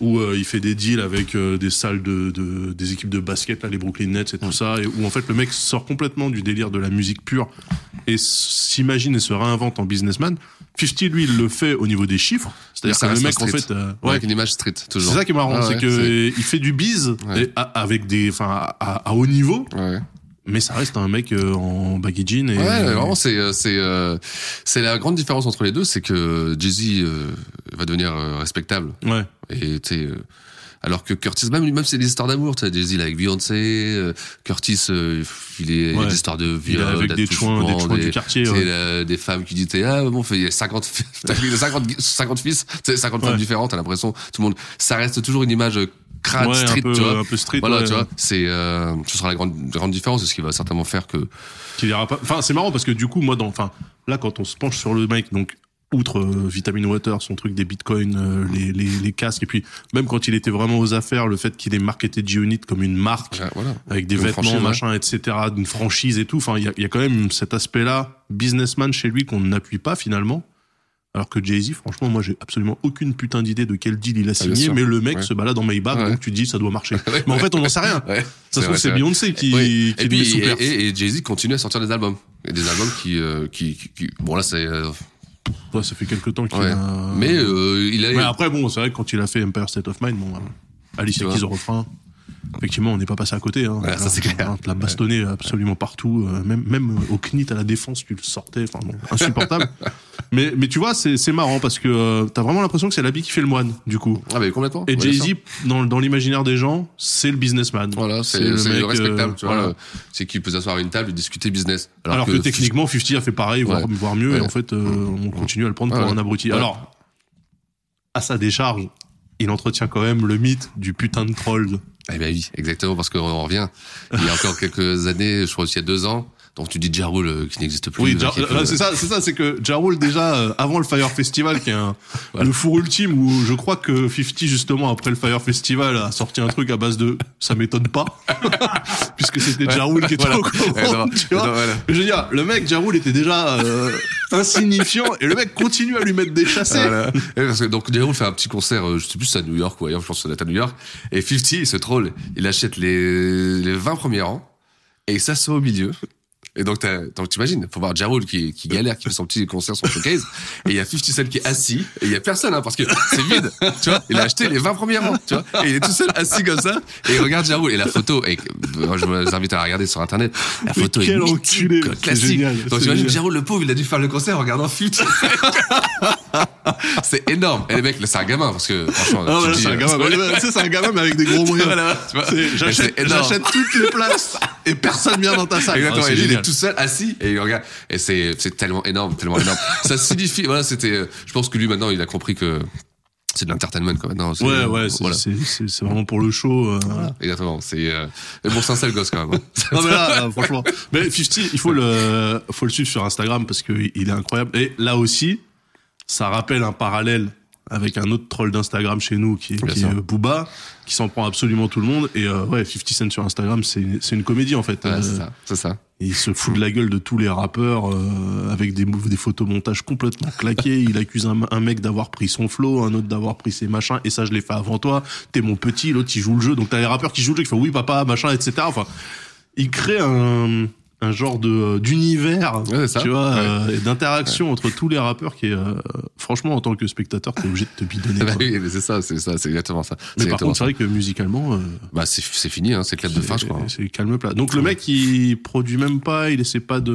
A: où euh, il fait des deals avec euh, des salles de, de- des équipes de basket, là, les Brooklyn Nets et tout ça, et où en fait le mec sort complètement du délire de la musique pure et s'imagine et se réinvente en businessman. 50, lui, il le fait au niveau des chiffres, c'est-à-dire
B: Mais ça
A: que le
B: reste
A: mec,
B: un
A: en fait,
B: street.
A: euh, ouais,
B: Avec une image street, toujours.
A: c'est ça qui est marrant,
B: Ah ouais,
A: c'est que il fait du bise
B: Ouais.
A: et à- avec des, enfin, à, à- à haut niveau,
B: c'est- Ouais.
A: mais ça reste un mec euh, en baggy jean et
B: Ouais, ouais, vraiment, c'est euh, c'est euh, c'est la grande différence entre les deux, c'est que Jay-Z euh, va devenir euh, respectable.
A: ouais.
B: Et tu sais, euh, alors que Curtis, même, même c'est des histoires d'amour, tu sais, Jay-Z il est avec Beyoncé, euh, Curtis euh, il est il y a
A: Ouais.
B: des histoires de
A: Il
B: viol,
A: est avec des
B: d'attouchements,
A: chouins, des chouins du
B: des-
A: quartier.
B: tu sais,
A: ouais.
B: la- des femmes qui disent ah bon fait, il y a 50 fi- t'as vu, 50 50 fils tu sais, 50 femmes
A: Ouais. différentes,
B: différentes t'as l'impression tout le monde ça reste toujours une image euh, crade
A: Ouais,
B: street
A: un peu,
B: tu vois
A: un peu street.
B: voilà
A: ouais.
B: tu vois c'est euh, ce sera la grande grande différence ce qui va certainement faire que
A: Qu'il ira pas. Enfin, c'est marrant parce que du coup, moi, dans, enfin, là, quand on se penche sur le mec, donc outre euh, Vitamin Water, son truc des bitcoins, euh, les, les, les casques, et puis même quand il était vraiment aux affaires, le fait qu'il ait marketé G-Unit comme une marque
B: voilà
A: avec des
B: Une franchise,
A: vêtements,
B: ouais.
A: machin, etc., d'une franchise et tout. Enfin, il y a, il y a quand même cet aspect-là, businessman chez lui qu'on n'appuie pas finalement. Alors que Jay-Z, franchement, moi, j'ai absolument aucune putain d'idée de quel deal il a
B: Ah, bien
A: signé,
B: sûr.
A: mais le mec
B: Ouais.
A: se balade en Maybach,
B: Ouais.
A: donc tu te dis, ça doit marcher.
B: Ouais,
A: mais en
B: ouais.
A: fait, on n'en sait rien.
B: Ouais.
A: Ça se trouve,
B: vrai,
A: c'est
B: vrai.
A: Beyoncé qui,
B: Oui.
A: qui
B: et
A: le met
B: puis
A: sous
B: et,
A: perf.
B: et- et Jay-Z continue à sortir des albums et des albums qui euh, qui, qui- qui- bon là c'est euh,
A: Ouais, ça fait quelques temps qu'il
B: ouais.
A: a...
B: mais euh, il a
A: Mais après, bon, c'est vrai que quand il a fait Empire State of Mind, bon, euh, voilà. Alicia
B: vois.
A: Keys au refrain, effectivement, on n'est pas passé à côté. Hein.
B: Ouais, ça,
A: Alors,
B: c'est clair.
A: on te l'a bastonné absolument partout, euh, même, même au CNIT, à la défense, tu le sortais, enfin, bon, insupportable. mais, mais tu vois, c'est c'est marrant, parce que euh, t'as vraiment l'impression que c'est l'habit qui fait le moine, du coup.
B: ah mais complètement
A: Et
B: ouais, bien sûr.
A: Jay-Z, dans, dans l'imaginaire des gens, c'est le businessman.
B: voilà c'est c'est
A: mec,
B: le respectable
A: euh,
B: tu vois
A: voilà.
B: le- c'est qu'il peut s'asseoir à une table et discuter business
A: Alors, que, techniquement, 50 a fait pareil, voire,
B: Ouais.
A: voire mieux, et
B: Ouais. Mmh.
A: en fait, euh, on continue à le prendre pour
B: Ouais.
A: un abruti.
B: Ouais.
A: Alors, à sa décharge, il entretient quand même le mythe du putain de troll.
B: Eh ben oui, exactement, parce qu'on en revient. Il y a encore quelques années, je crois qu'il y a deux ans, donc tu dis Jarul euh, qui n'existe plus.
A: Oui,
B: euh,
A: Ja-
B: qui est plus-
A: là, c'est ça, c'est ça, c'est que Ja Rule, déjà, euh, avant le Fire Festival, qui est un-
B: Voilà.
A: le four ultime, où je crois que 50, justement, après le Fire Festival, a sorti un truc à base de « ça m'étonne pas », puisque c'était Ja Rule qui était
B: Voilà.
A: au courant,
B: Eh non,
A: tu vois.
B: non, voilà.
A: Je veux dire, le mec, Ja Rule était déjà euh, insignifiant, et le mec continue à lui mettre des chassés.
B: Voilà. Eh, parce que, donc Jarul fait un petit concert, euh, je sais plus si c'est à New York ou ailleurs, je pense que ça doit être à New York, et 50, il se troll, il achète les, les 20 premiers rangs, et il s'assoit au milieu. Et donc, t'as- donc t'imagines, faut voir Jarul qui, qui galère, qui fait son petit concert, son showcase, et il y a 50 Cent qui est assis, et il y a personne, hein, parce que c'est vide, tu vois, il a acheté les 20 premiers rangs, tu vois, et il est tout seul assis comme ça, et il regarde Jarul, et la photo, et moi, je vous invite à la regarder sur internet, la
A: Mais
B: photo est
A: quel
B: mythique,
A: enculé,
B: quoi,
A: c'est
B: classique.
A: génial,
B: donc
A: c'est
B: t'imagines,
A: génial.
B: Jarul le pauvre, il a dû faire le concert en regardant 50 c'est énorme. Et les mecs, là, c'est un gamin, parce que franchement,
A: Ah voilà,
B: tu dis,
A: c'est un
B: euh,
A: gamin. Ouais, tu sais, c'est un gamin, mais avec des gros moyens.
B: Voilà, tu vois.
A: C'est-
B: Mais
A: J'achète
B: c'est énorme.
A: j'achète toutes les places et personne vient dans ta salle.
B: Exactement.
A: Ah, c'est
B: et lui, il est
A: génial.
B: tout seul assis et il regarde. Et c'est, c'est tellement énorme, tellement énorme. ça signifie, voilà, c'était, euh, je pense que lui, maintenant, il a compris que c'est de l'entertainment, quoi. maintenant. c'est-
A: Ouais, ouais, c'est
B: voilà.
A: c'est- c'est- c'est vraiment pour le show. euh, voilà.
B: Exactement. C'est, euh, mais bon, c'est un sale gosse, quand même. hein.
A: Non, mais là, euh, franchement. Mais 50, il faut le, faut le suivre sur Instagram parce qu'il est incroyable. Et là aussi, ça rappelle un parallèle avec un autre troll d'Instagram chez nous qui est,
B: Bien
A: qui est
B: sûr.
A: euh, Booba, qui s'en prend absolument tout le monde. Et euh, ouais, 50 Cent sur Instagram, c'est c'est une comédie en fait.
B: Ouais,
A: Euh,
B: c'est ça, c'est ça.
A: Il se fout de la gueule de tous les rappeurs euh, avec des, mou- des photomontages complètement claqués. Il accuse un, un mec d'avoir pris son flow, un autre d'avoir pris ses machins. Et ça, je l'ai fait avant toi. T'es mon petit, l'autre il joue le jeu. Donc t'as les rappeurs qui jouent le jeu, qui font oui papa, machin, etc. Enfin, il crée un, un genre de euh, d'univers,
B: Ouais, c'est ça.
A: tu vois,
B: Ouais.
A: euh, et d'interaction entre tous les rappeurs qui est euh, franchement en tant que spectateur, t'es obligé de te bidonner.
B: Bah
A: quoi.
B: oui, mais c'est ça, c'est ça, c'est exactement ça.
A: Mais
B: C'est
A: par
B: exactement
A: contre, c'est vrai que musicalement. euh,
B: ça. bah, c'est, c'est fini, hein, c'est clap de fin, je crois.
A: c'est calme plat. Donc le mec, il produit même pas, il essaie pas de.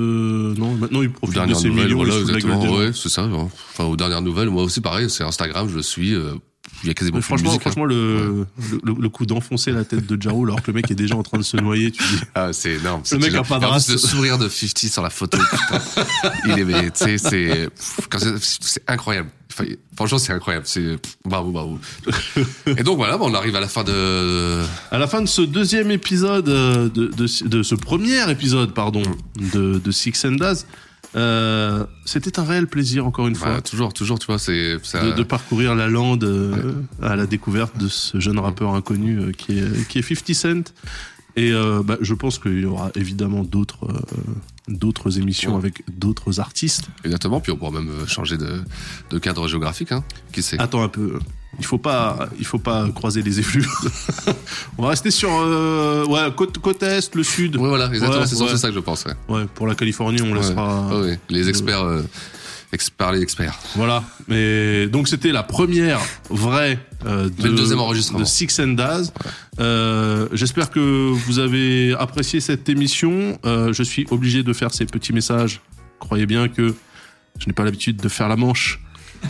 A: Non, maintenant il profite de ses millions. il
B: voilà,
A: se fout de la gueule
B: exactement.
A: des gens.
B: Ouais, c'est ça. ouais. Enfin, aux dernières nouvelles, moi aussi, pareil, c'est Instagram, je le suis. euh, il y a quasiment
A: Mais
B: plus de
A: franchement,
B: musique, hein.
A: franchement le, le, le coup d'enfoncer la tête de Jaro alors que le mec est déjà en train de se noyer, tu dis.
B: Ah, c'est énorme.
A: Le mec
B: c'est-
A: a pas de
B: en plus,
A: race.
B: Le sourire de 50 sur la photo, putain. Il est, mais, tu sais, c'est, pff, quand c'est- c'est incroyable. Enfin, franchement, c'est incroyable. C'est, pff, bravo, bravo. Et donc, voilà, bah, on arrive à la fin de,
A: À la fin de ce deuxième épisode, euh, de, de- de ce premier épisode, pardon,
B: Mm.
A: de, de Six and Daz, euh, c'était un réel plaisir, encore une
B: bah,
A: fois,
B: toujours, toujours, tu vois, c'est, ça-
A: de, de parcourir la lande euh, à la découverte de ce jeune rappeur inconnu euh, qui, est, qui est 50 Cent. Et euh, bah, je pense qu'il y aura évidemment d'autres euh, d'autres émissions
B: Ouais.
A: avec d'autres artistes.
B: exactement. Puis on pourra même euh, changer de, de cadre géographique, hein. Qui sait?
A: Attends un peu. Il faut pas, il faut pas croiser les effluves. On va rester sur euh, ouais, côte, côte est, le sud.
B: Oui, voilà, exactement.
A: Ouais,
B: c'est censé
A: ouais.
B: ça que je pense, ouais.
A: Ouais, pour la Californie, on
B: Ouais. Ah
A: laissera.
B: Ouais, ouais. Les experts, euh, ex- par les experts.
A: Voilà. Mais donc c'était la première vraie euh, de,
B: Le deuxième enregistrement.
A: de Six and Daz. Euh, J'espère que vous avez apprécié cette émission. Euh, je suis obligé de faire ces petits messages. Croyez bien que je n'ai pas l'habitude de faire la manche.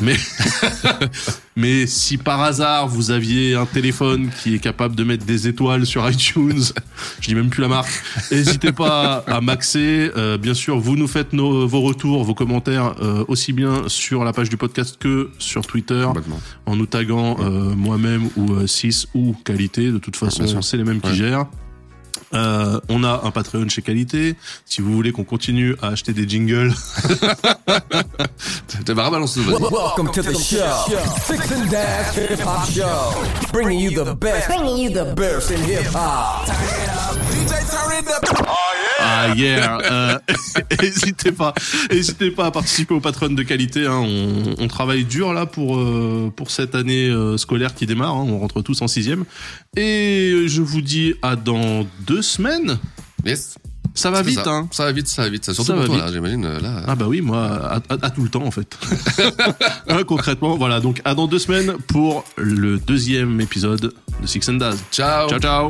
A: Mais, mais si par hasard vous aviez un téléphone qui est capable de mettre des étoiles sur iTunes, je dis même plus la marque, n'hésitez pas à maxer. Euh, bien sûr, vous nous faites nos- vos retours, vos commentaires, euh, aussi bien sur la page du podcast que sur Twitter,
B: Complètement.
A: en nous taguant euh, moi-même ou 6 ou Qualité. De toute façon,
B: Bien sûr.
A: c'est les mêmes qui
B: Ouais.
A: gèrent. Euh, on a un Patreon chez Qualité. Si vous voulez qu'on continue à acheter des jingles,
B: Bah, rebalance-nous, vas-y.
C: Welcome to the show. Six and Dash Hip Hop Show. Bringing you the best. Bringing you the best in hip hop.
A: Ah yeah, euh, hésitez pas, hésitez pas à participer au patron de qualité. hein. On, on travaille dur là pour euh, pour cette année euh, scolaire qui démarre. hein. On rentre tous en sixième. Et je vous dis à dans deux semaines.
B: Yes.
A: Ça va
B: C'est
A: vite,
B: ça.
A: hein.
B: Ça va vite, ça va vite. Ça, surtout
A: Ça
B: pour
A: va
B: toi,
A: vite.
B: là, j'imagine, euh, là.
A: Ah bah oui, moi, à, à- à tout le temps en fait. Hein, concrètement, voilà. Donc à dans deux semaines pour le deuxième épisode de Six and Daz.
B: Ciao.
A: Ciao ciao.